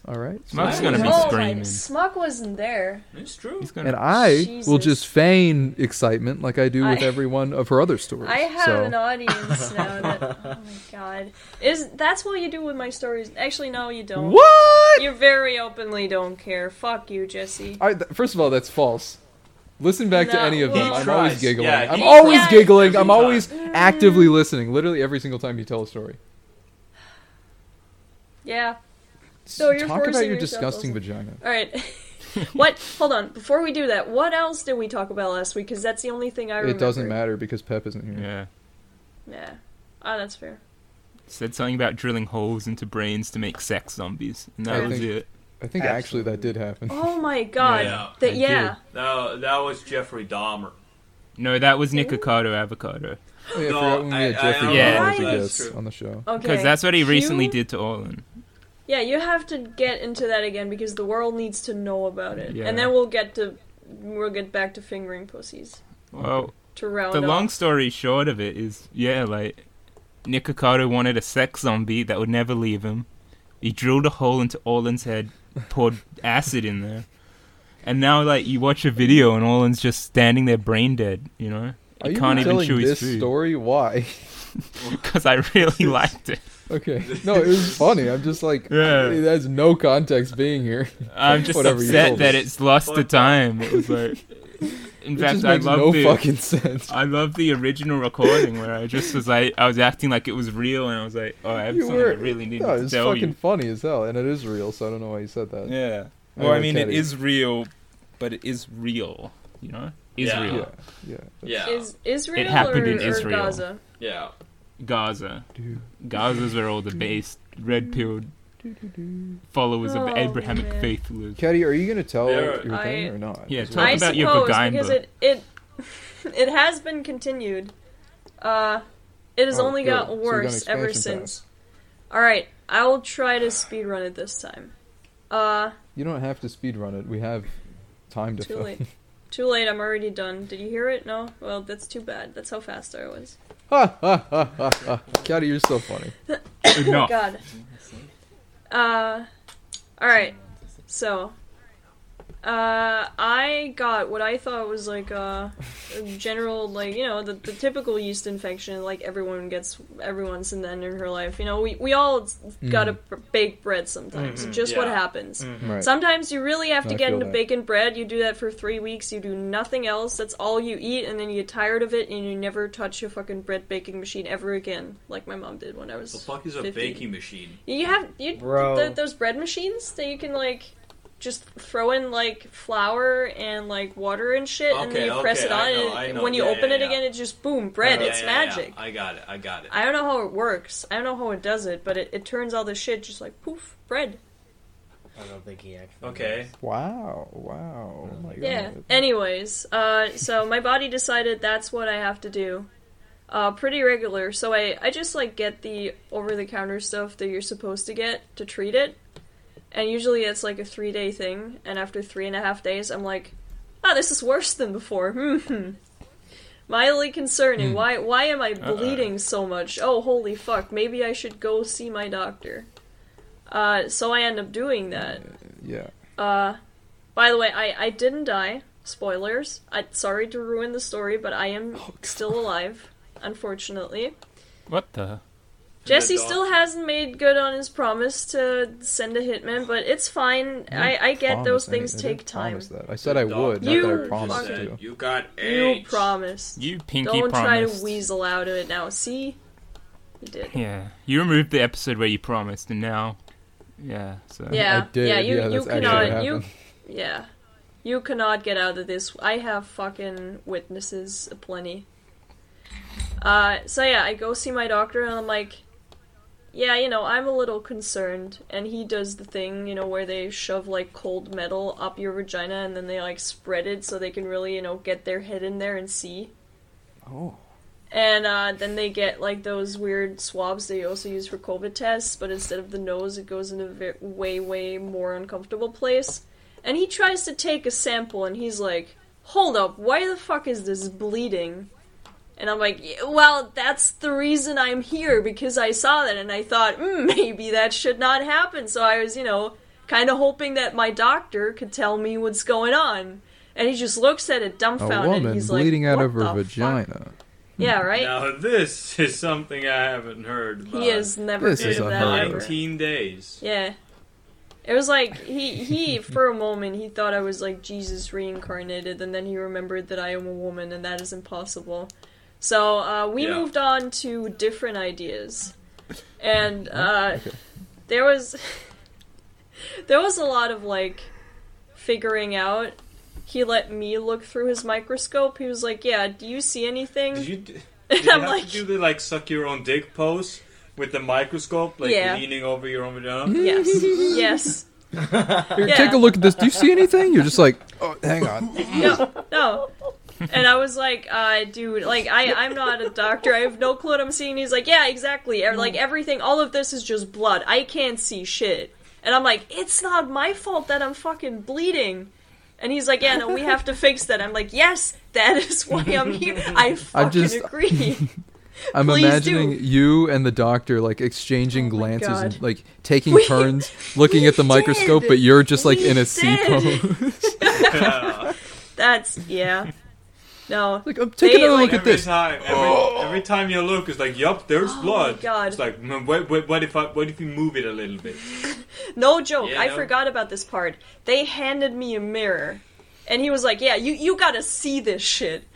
S1: All right. So-
S3: Smuck's gonna be
S5: Oh my,
S3: screaming.
S5: Smuck wasn't there.
S7: It's true.
S3: He's
S1: And
S3: gonna.
S1: I will
S5: Jesus.
S1: just feign excitement like I do with
S5: I-
S1: every one of her other stories.
S5: I have
S1: so. [LAUGHS]
S5: an audience now. That, oh my god, is that's what you do with my stories? Actually, no, you don't.
S1: What?
S5: You very openly don't care. Fuck you, Jesse.
S1: I, th- first of all, that's false. Listen back to
S5: No,
S1: any of
S5: He
S1: them. I'm
S7: tries.
S1: always giggling.
S7: Yeah,
S1: I'm
S7: he
S1: always
S5: tries
S1: giggling.
S7: every
S1: I'm always
S5: time. Mm.
S1: actively listening. Literally every single time you tell a story.
S5: Yeah. So you're
S1: Talk about
S5: forcing
S1: your
S5: yourself
S1: disgusting
S5: also.
S1: vagina. [LAUGHS]
S5: All right. what? Hold on. Before we do that, what else did we talk about last week? Because that's the only thing I remember.
S1: It doesn't matter because Pep isn't here.
S3: Yeah.
S5: Yeah. Ah, that's fair.
S3: Said something about drilling holes into brains to make sex zombies, and that
S1: I
S3: was
S1: think-
S3: it.
S1: I think actually that did happen.
S5: Oh my [LAUGHS] god.
S7: Yeah,
S5: that
S3: I
S5: yeah.
S7: That, that was Jeffrey Dahmer.
S3: No, that was Nikocado Avocado.
S1: Oh, [LAUGHS] yeah, I
S7: No,
S1: forgot when we had
S7: I- I
S1: Jeffrey
S7: don't
S3: Yeah.
S1: Dahmer
S5: know
S1: as a
S5: if
S7: that's
S1: guest
S7: true.
S1: on the show.
S5: Okay.
S3: Because that's what he recently
S5: You-
S3: did to Orlan.
S5: Yeah, you have to get into that again because the world needs to know about it,
S3: Yeah.
S5: and then we'll get to we'll get back to fingering pussies
S3: Well,
S5: to round
S3: the
S5: off.
S3: long story short of it is, yeah, like Nikocado wanted a sex zombie that would never leave him. He drilled a hole into Orlan's head, poured acid in there, and now like you watch a video and Orlan's just standing there, brain dead. You know,
S1: Are
S3: he
S1: you
S3: can't even
S1: telling
S3: chew his
S1: this
S3: food.
S1: story? Why? [LAUGHS]
S3: Because I really liked it.
S1: Okay.
S3: [LAUGHS]
S1: No, it was funny. I'm just like,
S3: Yeah.
S1: it has no context being here.
S3: I'm just
S1: Whatever you
S3: upset
S1: told
S3: that
S1: us.
S3: it's lost the
S7: Fuck.
S3: time. It was like,
S1: [LAUGHS]
S3: in
S1: It
S3: fact,
S1: just
S3: I
S1: makes
S3: love
S1: no
S3: the
S1: fucking [LAUGHS] sense.
S3: I love the original recording where I just was like, I was acting like it was real, and I was like, oh, I have
S1: You
S3: something
S1: were-
S3: I really need
S1: No,
S3: to
S1: it's
S3: tell
S1: fucking
S3: you.
S1: funny as hell, and it is real. So I don't know why you said that.
S3: Yeah.
S1: I
S3: Well, I
S1: am
S3: mean, it
S1: Teddy.
S3: is real, but it is real. You know, is
S7: Yeah.
S3: real.
S1: Yeah. yeah.
S7: Yeah,
S5: Is Israel
S3: It happened
S5: or,
S3: in
S5: or
S3: Israel.
S5: Gaza?
S7: yeah.
S3: Gaza.
S1: Dude.
S3: Gaza's where all
S5: [LAUGHS]
S3: the based red pilled followers of
S5: Oh,
S3: the Abrahamic
S5: man.
S3: faith
S5: [LAUGHS]
S3: live.
S1: Caddy, are you gonna tell
S7: There-
S1: your thing
S5: I-
S1: or not?
S3: Yeah,
S1: Is
S3: Talk
S5: I
S1: it-
S3: about your
S5: suppose
S3: vagina.
S5: because it it it [LAUGHS] has been continued. Uh, it has
S1: Oh,
S5: only
S1: good.
S3: Oh,
S5: got
S1: So we got an
S5: worse ever
S1: expansion
S5: since. All right, I will try to speedrun it this time. Uh,
S1: You don't have to speedrun it. We have time to
S5: Too
S1: fill.
S5: late. too late. I'm already done. Did you hear it? No. Well, that's too bad. That's how fast I was.
S1: [LAUGHS] ha ha ha ha ha. Caddy, you're so funny.
S3: Enough.
S5: [LAUGHS] God. Uh, all right. So, uh, I got what I thought was like a general, like you know, the, the typical yeast infection. Like everyone gets every once and then in her life. You know, we we all
S1: Mm.
S5: gotta b- bake bread sometimes. It's just what
S7: Mm-hmm. Yeah. Mm.
S5: happens.
S3: Mm-hmm.
S1: Right.
S5: Sometimes you really have to
S1: I
S5: get
S1: feel
S5: into
S1: that.
S5: bacon bread. You do that for three weeks. You do nothing else. That's all you eat, and then you get tired of it, and you never touch your fucking bread baking machine ever again, like my mom did when I was.
S7: The fuck is a
S5: 15.
S7: baking machine?
S5: You have you
S6: Bro.
S5: th- those bread machines that you can like just throw in like flour and like water and shit, and then
S7: Okay,
S5: you press
S7: okay,
S5: it on,
S7: I know, I
S5: and
S7: know.
S5: when you
S7: Yeah,
S5: open
S7: yeah,
S5: it
S7: yeah.
S5: again, it's just boom, bread.
S7: Yeah,
S5: it's
S7: yeah, yeah.
S5: magic.
S7: I got it. I got it.
S5: I don't know how it works. I don't know how it does it, but it, it turns all this shit just like poof, bread.
S6: I don't think he actually.
S7: Okay.
S1: Wow. Wow. Oh my
S5: Yeah.
S1: god.
S5: Anyways, uh, so my body decided that's what I have to do. Uh, pretty regular. So I, I just like get the over the counter stuff that you're supposed to get to treat it. And usually it's like a three day thing. And after three and a half days, I'm like, ah, this is worse than before. [LAUGHS] Hmm. Mildly concerning. Why why am I bleeding so much? Oh, holy fuck. Maybe I should go see my doctor. Uh, so I end up doing that.
S1: Yeah.
S5: Uh, by the way, I, I didn't die. Spoilers. I sorry to ruin the story, but I
S1: Oh,
S5: am still alive, unfortunately.
S3: What the?
S5: Jesse
S7: dog.
S5: still hasn't made good on his promise to send a hitman, but it's fine. I, I get
S1: Promise.
S5: those
S1: I didn't- I
S5: things
S1: didn't
S5: take time.
S1: promise That. I said I
S7: The
S1: would, not
S7: doctor
S1: that I
S5: You
S1: promised
S5: fucking-
S1: to.
S7: said, You got
S5: You
S7: AIDS.
S5: promised.
S3: You pinky
S5: Don't try
S3: promised.
S5: to weasel out of it now. See? You did.
S3: Yeah, you removed the episode where you promised, and now, yeah. So
S5: Yeah.
S1: I did.
S5: Yeah, you, you
S1: that's actually
S5: cannot
S1: what
S5: you
S1: happened.
S5: Yeah. You cannot get out of this. I have fucking witnesses aplenty. Uh, so yeah, I go see my doctor and I'm like, yeah, you know, I'm a little concerned. And he does the thing, you know, where they shove like cold metal up your vagina and then they like spread it so they can really, you know, get their head in there and see.
S1: Oh.
S5: And uh, then they get like those weird swabs they also use for COVID tests, but instead of the nose, it goes in a ve- way, way more uncomfortable place. And he tries to take a sample, and he's like, "Hold up, why the fuck is this bleeding?" And I'm like, "Yeah, "Well, that's the reason I'm here because I saw that, and I thought mm, [LAUGHS] maybe that should not happen." So I was, you know, kind of hoping that my doctor could tell me what's going on. And he just looks at it
S1: A
S5: dumbfounded.
S1: woman
S5: he's
S1: bleeding
S5: like,
S1: out
S5: "What
S1: of her
S5: the fuck?"
S1: vagina.
S5: Yeah, right.
S7: Now this is something I haven't heard. About.
S5: He has never
S1: This
S5: did
S1: is
S5: that
S1: unheard of.
S5: ever.
S7: 19 days.
S5: Yeah. It was like he he for a moment he thought I was like Jesus reincarnated and then he remembered that I am a woman and that is impossible. So uh, we
S7: Yeah.
S5: moved on to different ideas.
S1: [LAUGHS]
S5: And uh, there was [LAUGHS] there was a lot of like figuring out. He let me look through his microscope. He was like, "Yeah, do you see anything?" [LAUGHS]
S7: Did you? d-
S5: And
S7: Did you
S5: I'm
S7: have
S5: like,
S7: to do the like suck your own dick pose with the microscope, like
S5: Yeah.
S7: leaning over your own vagina?
S5: "Yes,
S1: [LAUGHS]
S5: [LAUGHS] yes,
S1: Here,
S5: Yeah.
S1: Take a look at this. Do you see anything? You're just like, oh, hang on.
S5: no, no. And I was like, uh, dude, like I, I'm not a doctor. I have no clue what I'm seeing. He's like, yeah, exactly. Ev-
S1: Mm.
S5: Like everything, all of this is just blood. I can't see shit. And I'm like, it's not my fault that I'm fucking bleeding. And he's like, yeah, no, we have to fix that. I'm like, yes, that is why I'm here.
S1: [LAUGHS]
S5: I fucking
S1: just-
S5: agree.
S1: [LAUGHS] I'm
S5: Please
S1: imagining
S5: do.
S1: you and the doctor like exchanging
S5: Oh my
S1: glances
S5: God.
S1: and like taking
S5: We-
S1: turns looking
S5: we
S1: at the microscope,
S5: did.
S1: but you're just like
S5: We
S1: in a C
S5: did.
S1: pose.
S7: [LAUGHS]
S5: That's yeah. No,
S1: like, I'm taking
S5: They,
S1: another
S5: like-
S1: look at
S7: Every
S1: this.
S7: time, every,
S1: Oh.
S7: every time you look, it's like, yup, there's
S5: Oh my
S7: blood.
S5: God.
S7: It's like, "Mm, what, what, what if I, what if you move it a little bit?
S5: No joke,
S7: Yeah,
S5: I
S7: no.
S5: forgot about this part. They handed me a mirror. And he was like, "Yeah, you you got to see this shit."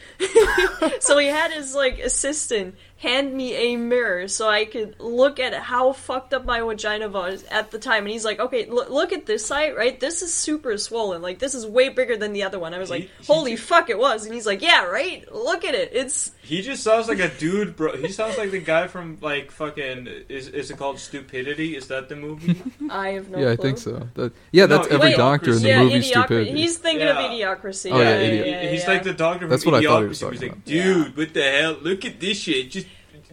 S5: [LAUGHS] so he had his like assistant hand me a mirror so I could look at how fucked up my vagina was at the time. And he's like, "Okay, lo- look at this side, right? This is super swollen. Like this is way bigger than the other one." I was like,
S7: He- he
S5: "Holy fuck, it was." And he's like, "Yeah, right? Look at it. It's
S7: He just sounds like a dude, bro. He sounds like the guy from like fucking. Is is it called Stupidity? Is that the
S5: [LAUGHS]
S7: movie?
S5: [LAUGHS] I have
S1: [LAUGHS]
S5: no
S1: Yeah, I
S5: clue.
S1: think so. That- yeah, that's
S7: No,
S1: every
S5: wait,
S1: doctor in the
S5: yeah,
S1: movie
S5: Idiocracy.
S1: stupid.
S5: He's thinking of
S7: Yeah.
S5: idiocracy.
S1: Oh, yeah,
S5: yeah,
S1: idiot.
S5: yeah,
S7: He's
S5: yeah.
S7: like the doctor from
S1: That's what I thought he
S7: Idiocracy.
S1: was
S7: He's
S1: talking
S7: like, dude, what the hell? Look at this shit. Just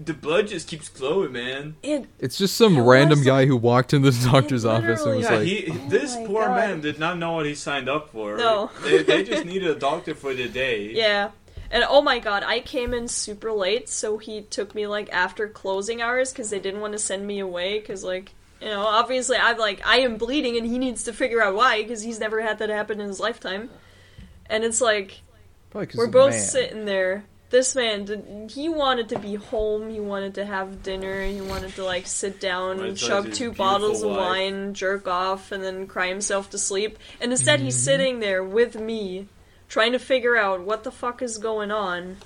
S7: the blood just keeps flowing, man.
S5: It
S1: It's just some
S5: Yeah, what
S1: random
S5: is
S1: guy who walked into the doctor's office and
S5: literally-
S1: was
S7: Yeah,
S1: like,
S7: he,
S5: Oh
S7: this
S5: my
S7: poor
S5: God.
S7: man did not know what he signed up for.
S5: No.
S7: they, they just needed a doctor for the day.
S5: [LAUGHS] yeah. And oh my god, I came in super late, so he took me like after closing hours because they didn't want to send me away because like you know obviously I'm like I am bleeding and he needs to figure out why because he's never had that happen in his lifetime, and it's like
S1: Probably 'cause
S5: We're
S1: he's a
S5: both
S1: man.
S5: sitting there. This man, did, he wanted to be home. He wanted to have dinner. He wanted to like sit down,
S7: Well, it's
S5: chug
S7: his
S5: two
S7: beautiful
S5: bottles of
S7: wife.
S5: wine, jerk off, and then cry himself to sleep. And instead, he's
S1: Mm-hmm.
S5: sitting there with me, trying to figure out what the fuck is going on.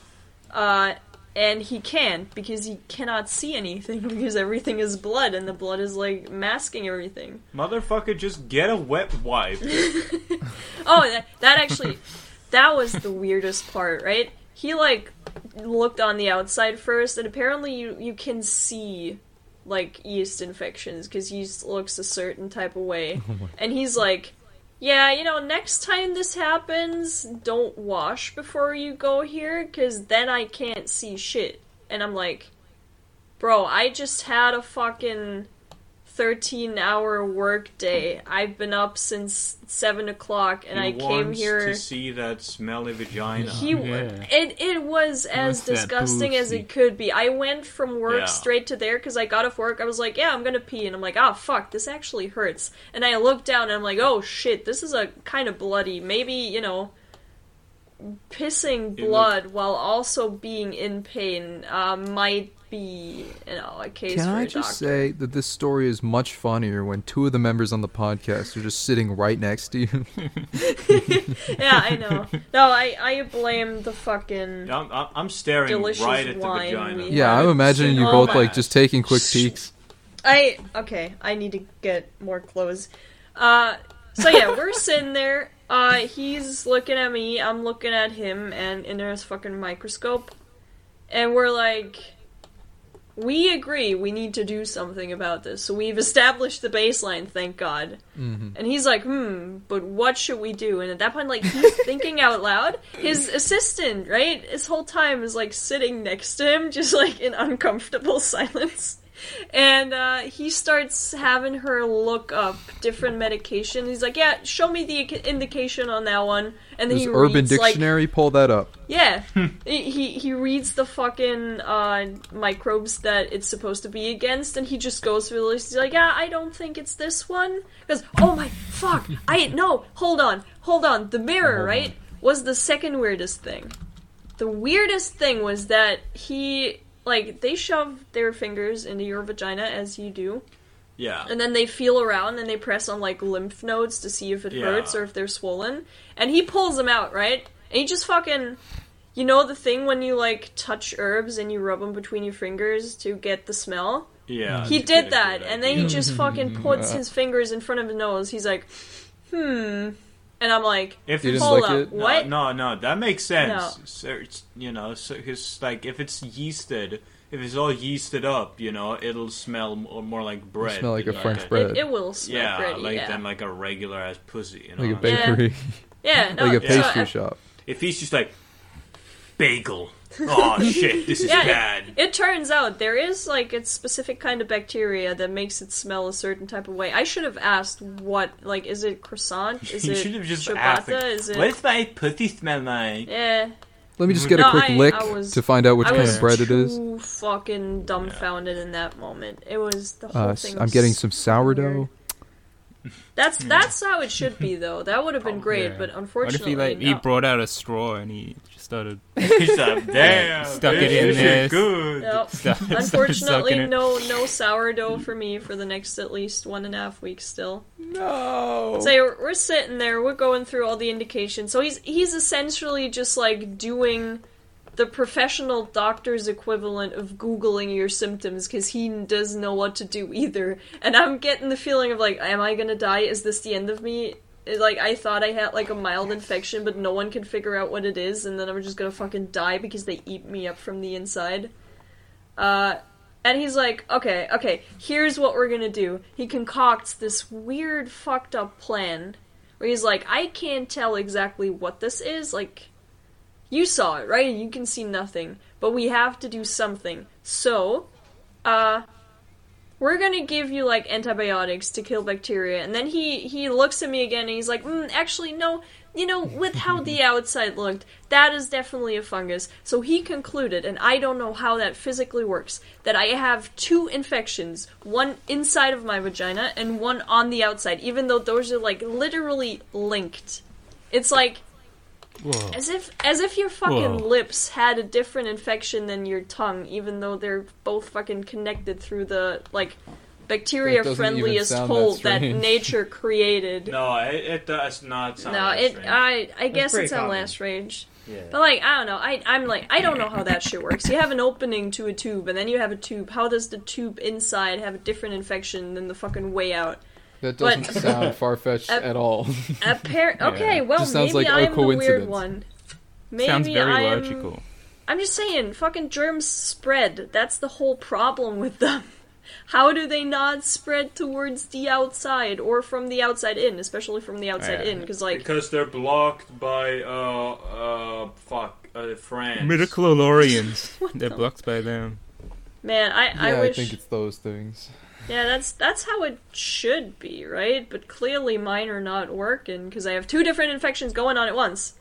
S5: Uh, and he can't because he cannot see anything [LAUGHS] because everything is blood, and the blood is like masking everything.
S7: Motherfucker, just get a wet wipe.
S5: Oh, that, that actually, that was the weirdest part, right? He like looked on the outside first, and apparently you you can see like yeast infections because yeast looks a certain type of way, and he's like. Yeah, you know, next time this happens, don't wash before you go here, because then I can't see shit. And I'm like, bro, I just had a fucking 13 hour work day. I've been up since 7 o'clock and
S7: he
S5: I came
S7: wants
S5: here.
S7: to see that smelly vagina.
S5: He
S3: Yeah.
S5: it it was as
S3: wants that
S5: disgusting as
S3: pussy.
S5: it could be. I went from work
S7: Yeah.
S5: straight to there because I got off work. I was like, "Yeah, I'm gonna pee," and I'm like, "Ah, fuck, this actually hurts." And I looked down and I'm like, "Oh shit, this is a kind of bloody. Maybe you know, pissing
S7: It
S5: blood while also being in pain uh, might be you know a case
S1: Can
S5: for
S1: I
S5: a
S1: just
S5: doctor."
S1: say that this story is much funnier when two of the members on the podcast are just sitting right next to
S5: [LAUGHS]
S1: you?
S5: yeah, I know. No, I I blame the fucking.
S7: I'm, I'm, I'm staring
S5: Delicious
S7: right at the
S5: wine
S7: vagina.
S1: yeah,
S5: we- Yeah, Oh
S1: I'm
S5: it's
S1: imagining you
S5: so
S1: both like
S7: bad.
S1: just taking quick peeks.
S5: I okay. I need to get more clothes. Uh, so yeah, we're sitting there. Uh, he's looking at me. I'm looking at him, and in there's fucking microscope, and we're like, we agree we need to do something about this. So we've established the baseline, thank God.
S1: Mhm.
S5: And he's like, hmm, but what should we do? And at that point, like he's thinking out loud. His assistant, right, this whole time is like sitting next to him, just like in uncomfortable [LAUGHS] silence and uh, he starts having her look up different medication. He's like, "Yeah, show me the ic- indication on that one." And then
S1: Does
S5: he
S1: Urban
S5: reads like,
S1: Dictionary pull that up?
S5: yeah, he he- he reads the fucking uh, microbes that it's supposed to be against, and he just goes through the list. He's like, "Yeah, I don't think it's this one." Because oh my fuck, I no, hold on, hold on. The mirror, right, was the second weirdest thing. The weirdest thing was that he like they shove their fingers into your vagina as you do,
S7: Yeah.
S5: and then they feel around and they press on like lymph nodes to see if it
S7: Yeah.
S5: hurts or if they're swollen. And he pulls them out, right? And he just fucking. You know the thing when you like touch herbs and you rub them between your fingers to get the smell?
S7: Yeah.
S5: he
S7: it's Uh, a
S5: did
S7: good
S5: that,
S7: idea.
S5: and then he just
S1: [LAUGHS]
S5: fucking puts his fingers in front of his nose. He's like, hmm. And I'm like,
S7: If
S1: You didn't
S7: it's
S5: hold
S1: lick
S5: up,
S1: it?
S7: No,
S5: [LAUGHS] what?
S7: No, no, that makes sense.
S5: No.
S7: So it's, you know, so it's like if it's yeasted, if it's all yeasted up, you know, it'll smell more, more like bread.
S1: smell like a
S7: than
S1: French
S7: a-
S1: bread.
S5: It, it will smell
S7: Yeah,
S5: pretty.
S7: like
S5: yeah.
S7: than like a regular ass pussy. You
S1: [LAUGHS]
S7: know,
S1: Like a
S7: what I'm saying?
S1: bakery,
S5: Oh, yeah, no,
S1: like a
S5: so
S1: pastry
S5: at-
S1: shop.
S7: if he's just like bagel. Oh
S5: [LAUGHS]
S7: shit, this is
S5: Yeah,
S7: bad.
S5: It turns out there is like a specific kind of bacteria that makes it smell a certain type of way. I should have asked what like is
S3: [LAUGHS]
S5: it croissant? Is
S7: you
S5: it
S7: should have just
S5: ciabatta?
S7: asked. Like,
S5: is it
S7: What's my pussy smell like?
S5: Yeah.
S1: Let me just get a
S5: Mm-hmm. No,
S1: quick
S5: I-
S1: lick
S5: I was-
S1: to find out which
S5: I
S1: kind
S5: was
S1: of bread it is.
S5: too fucking dumbfounded in that moment. It was the whole
S1: Uh,
S5: thing.
S1: I'm
S5: was
S1: getting
S5: so
S1: some sourdough.
S5: weird. That's that's how it should be though. That would
S3: [LAUGHS]
S5: have been
S3: Hmm. Oh,
S5: great,
S3: Yeah.
S5: but
S3: What if
S5: unfortunately,
S3: he like he
S5: no.
S3: brought out a straw and he just
S5: [LAUGHS]
S3: started
S7: [LAUGHS]
S3: [LAUGHS]
S7: He's like, damn,
S3: Stuck it
S7: bitch,
S3: in
S7: this is
S3: this.
S7: Good.
S3: [LAUGHS]
S5: No.
S3: started started
S5: Unfortunately,
S3: sucking it?
S5: no no sourdough for me for the next at least one and a half weeks still.
S1: No.
S5: So we're, we're sitting there, we're going through all the indications. So he's he's essentially just like doing the professional doctor's equivalent of googling your symptoms because he doesn't know what to do either. And I'm getting the feeling of like, am I gonna die? Is this the end of me? It- Like I thought I had like a mild infection, but no one can figure out what it is, and then I'm just gonna fucking die because they eat me up from the inside. Uh, and he's like, okay, okay, here's what we're gonna do. He concocts this weird, fucked up plan where he's like, I can't tell exactly what this is. Like, you saw it, right? You can see nothing. but we have to do something. So, uh, we're gonna give you like antibiotics to kill bacteria. And then he he looks at me again and he's like, mm, actually, no. You know, with
S1: [LAUGHS]
S5: how the outside looked, that is definitely a fungus. So he concluded, and I don't know how that physically works, that I have two infections one inside of my vagina and one on the outside, even though those are like literally linked. It's like
S3: Whoa.
S5: as if as if your fucking
S3: Whoa.
S5: lips had a different infection than your tongue, even though they're both fucking connected through the like bacteria friendliest
S1: sound that
S5: hole that,
S1: strange.
S5: nature created.
S7: [LAUGHS] No, it, it does not sound.
S5: No,
S7: that
S5: it
S7: strange.
S5: I I guess
S6: pretty
S5: it's on
S6: common.
S5: last range.
S6: Yeah. [LAUGHS]
S5: [LAUGHS] But like I don't know, I I'm like I don't know how that shit works. You have an opening to a tube, and then you have a tube. How does the tube inside have a different infection than the fucking way out?
S1: That
S5: But-
S1: doesn't
S5: [LAUGHS]
S1: sound far fetched
S5: Uh,
S1: at all. [LAUGHS]
S5: Appar- Okay, well
S1: Just sounds
S5: maybe
S1: like a
S5: I'm the weird
S1: coincidence.
S5: one. Maybe
S3: Sounds very
S5: I'm...
S3: logical.
S5: I'm just saying, fucking germs spread. That's the whole problem with them. [LAUGHS] How do they not spread towards the outside or from the outside in, especially from the outside
S3: Yeah.
S5: in? Because like,
S7: because they're blocked by uh uh fuck uh, France.
S5: [LAUGHS]
S3: Midichlorians. They're blocked by them.
S5: man, I
S1: yeah,
S5: I
S1: I,
S5: wish.
S1: think it's those things.
S5: yeah, that's that's how it should be, right? But clearly mine are not working because I have two different infections going on at once.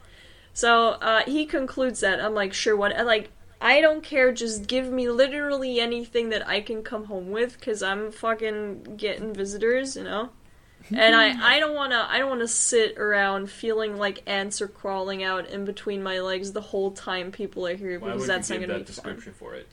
S5: So uh, he concludes that I'm like, sure, what? I Like, I don't care. Just give me literally anything that I can come home with because I'm fucking getting visitors, you know. and I, I don't wanna I don't wanna sit around feeling like ants are crawling out in between my legs the whole time people are here
S7: Why
S5: because
S7: would
S5: that's
S7: you
S5: not
S7: give
S5: gonna
S7: that
S5: be fun.
S7: description for it?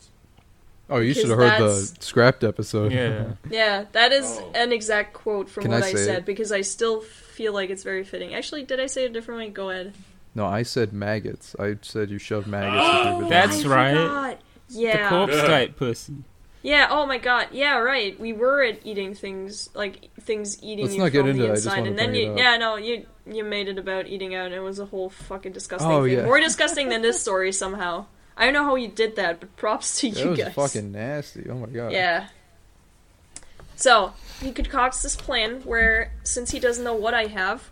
S1: Oh, you
S5: Because
S1: should have heard
S5: that's-
S1: the scrapped episode.
S3: Yeah.
S5: Yeah, that is
S7: Oh.
S5: an exact quote from
S1: Can
S5: what
S1: I
S5: I,
S1: say
S5: said
S1: it?
S5: because I still feel like it's very fitting. Actually, did I say it differently? Go ahead.
S1: [LAUGHS] no, I said maggots. I said you shoved
S5: [GASPS]
S1: maggots.
S5: Oh,
S1: with your
S3: That's
S1: vagina.
S5: I
S3: right.
S5: forgot.
S3: The
S5: Yeah.
S3: corpse
S7: Yeah.
S3: type pussy. [LAUGHS]
S5: Yeah. Oh my God. Yeah. Right. We were at eating things like things eating
S1: Let's
S5: you
S1: not get
S5: from
S1: into
S5: the
S1: that, I just
S5: inside,
S1: wanna
S5: and then
S1: bring it
S5: you.
S1: up.
S5: Yeah. No. You you made it about eating out, and it was a whole fucking disgusting
S1: Oh,
S5: thing.
S1: yeah.
S5: More disgusting than this story somehow. I don't know how you did that, but props to
S1: That
S5: you
S1: was
S5: guys.
S1: fucking nasty. Oh my god.
S5: Yeah. So he concocts this plan where, since he doesn't know what I have,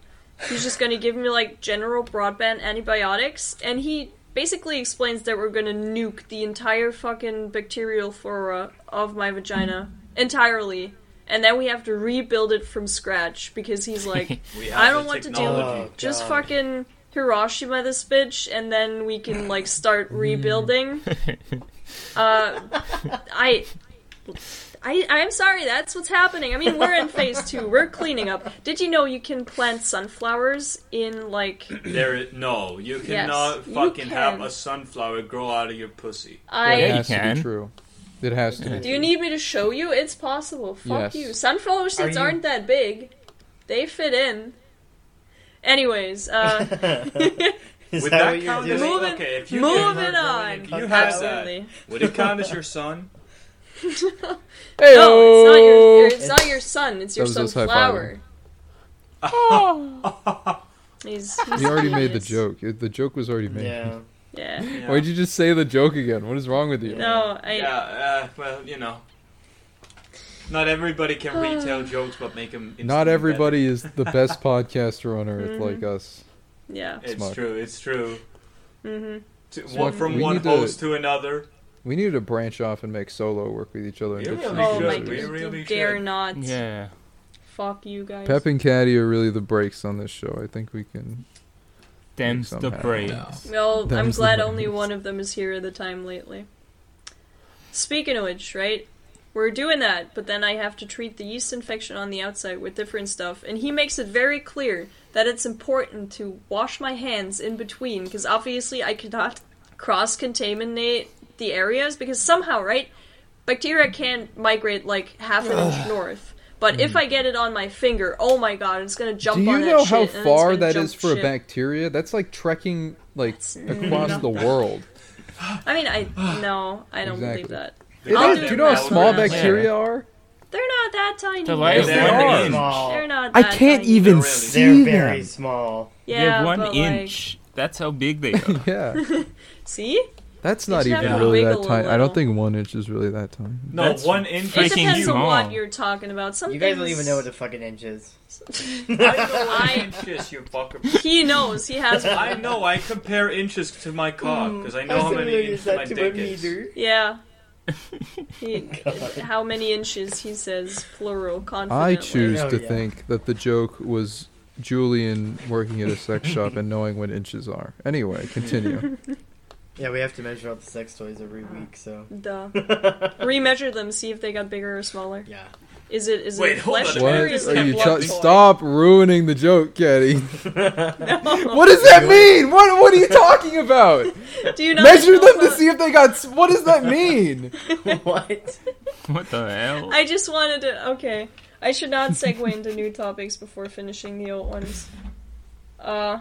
S5: he's just going to give me like general broadband antibiotics, and he basically explains that we're going to nuke the entire fucking bacterial flora of my vagina entirely, and then we have to rebuild it from scratch because he's like,
S7: We have
S5: I don't
S7: the
S5: want to do
S7: technology.
S5: just fucking Hiroshima this bitch, and then we can like start rebuilding. Uh, I. I, I'm sorry, that's what's happening. I mean, we're in phase two. We're cleaning up. Did you know you can plant sunflowers in, like,
S7: There is, no, you cannot
S5: you
S7: fucking have
S5: can.
S7: a sunflower grow out of your pussy.
S5: I.
S1: It
S3: Yeah, you
S1: has to
S3: can.
S1: be true. It has to
S5: Do
S1: be.
S5: you need me to show you? It's possible. Fuck
S1: Yes.
S5: you. Sunflower seeds
S6: you-
S5: aren't that big, they fit in. Anyways, uh.
S7: [LAUGHS]
S5: [LAUGHS]
S6: Is
S7: Would
S6: that
S7: that
S6: what you're
S7: count
S6: doing?
S7: as-
S5: Moving,
S7: okay, if you can
S5: moving
S7: learn
S5: on.
S7: growing, if you have that,
S5: Absolutely.
S7: would it count as your son?
S5: [LAUGHS]
S1: Hey,
S5: No, it's not your, it's not your son. It's your
S1: That
S5: son's
S1: was us
S5: flower. He's, he's
S1: You already made the
S5: genius.
S1: joke. It- The joke was already made.
S6: Yeah.
S5: Yeah.
S7: Yeah.
S1: Why'd you just say the joke again? What is wrong with you?
S5: No, I.
S7: Yeah, uh, well, you know. Not everybody can retell jokes, but make them.
S1: Not everybody is the
S5: [LAUGHS]
S1: best podcaster on earth
S5: Mm-hmm.
S1: like us.
S5: Yeah.
S7: It's
S1: Smart.
S7: true. It's true.
S5: Mhm.
S7: To,
S1: So
S7: one,
S1: we
S7: from
S1: need
S7: one
S1: to-
S7: host to another.
S1: We need to branch off and make solo work with each other. And
S7: Yeah,
S1: get some
S7: we
S5: Oh
S7: should.
S5: my
S1: users.
S5: god.
S7: We
S5: You
S7: really
S5: dare
S7: should.
S5: not.
S3: Yeah.
S5: Fuck you guys.
S1: Pep and Caddy are really the brakes on this show. I think we can.
S3: Them's the
S1: Somehow.
S3: brains.
S5: Well, I'm
S1: Them's the
S5: glad only
S1: words.
S5: one of them is here at the time lately. Speaking of which, right? We're doing that, but then I have to treat the yeast infection on the outside with different stuff, and he makes it very clear that it's important to wash my hands in between, because obviously I cannot [LAUGHS] cross contaminate the areas, because somehow, right? Bacteria can migrate like half an inch north. But if I get it on my finger, oh my god, it's gonna jump
S1: Mm. Do you
S5: on that
S1: know
S5: shit,
S1: how
S5: and it's
S1: far
S5: gonna
S1: that
S5: jump
S1: is for
S5: shit.
S1: a bacteria? That's like trekking like across the world.
S5: I
S1: [SIGHS]
S5: mean, I no, I don't believe
S1: Exactly.
S5: that.
S1: Do you
S5: I'll
S1: know,
S5: do
S1: do you know how
S5: that
S1: small
S5: one.
S1: bacteria are? [LAUGHS]
S5: They're not that tiny.
S3: The lightest
S7: They
S3: one
S7: are.
S3: inch.
S5: They're
S6: Small.
S5: not.
S8: I
S5: that
S8: can't
S5: tiny.
S8: even
S7: They're really-
S8: see
S6: They're very
S8: them.
S6: small.
S5: Yeah,
S3: They're one
S5: but, like,
S3: inch. That's how big they are.
S1: Yeah.
S5: see,
S1: That's
S5: You
S1: not
S5: just have
S1: even
S5: to
S1: really that
S5: wiggle a
S1: tight. I
S5: little.
S1: don't think one inch is really that tight.
S7: No,
S3: That's
S7: one inch.
S5: It
S3: freaking
S1: [LAUGHS]
S5: depends on what
S3: Yuan.
S5: you're talking about. Some
S6: You guys don't
S5: things-
S6: even know what a fucking inch is. [LAUGHS]
S7: [LAUGHS]
S5: I-
S7: inches, you fucker.
S1: [LAUGHS]
S5: [LAUGHS] he knows. He has. one.
S7: [LAUGHS] I know. I compare inches to my
S6: Mm,
S7: cock because I know how many inches my dick is. [LAUGHS]
S5: Yeah. He, how many inches? He says plural confidently.
S1: I choose
S6: Oh,
S1: to
S6: yeah.
S1: think that the joke was Julian working at a sex shop and knowing what inches are. Anyway, continue.
S6: Yeah, we have to measure out the sex toys every week, so.
S5: Duh. Remeasure them. See if they got bigger or smaller.
S6: [LAUGHS] Yeah.
S5: Is it is
S7: Wait,
S5: it a
S7: hold on a
S5: flesh
S1: what
S7: minute.
S5: toy or
S1: are
S5: is
S7: It's
S5: it a
S1: you?
S5: blood
S1: Tra-
S5: toy?
S1: stop ruining the joke, Caddy.
S5: [LAUGHS] No.
S1: [LAUGHS] What does that mean? What What are you talking about?
S5: Do [LAUGHS] you not
S1: Measure
S5: know
S1: them to
S5: about-
S1: see if they got. s- What does
S5: [LAUGHS]
S1: that mean?
S6: what?
S3: [LAUGHS] What the hell?
S5: I just wanted to. Okay, I should not segue into new topics before finishing the old ones. Uh,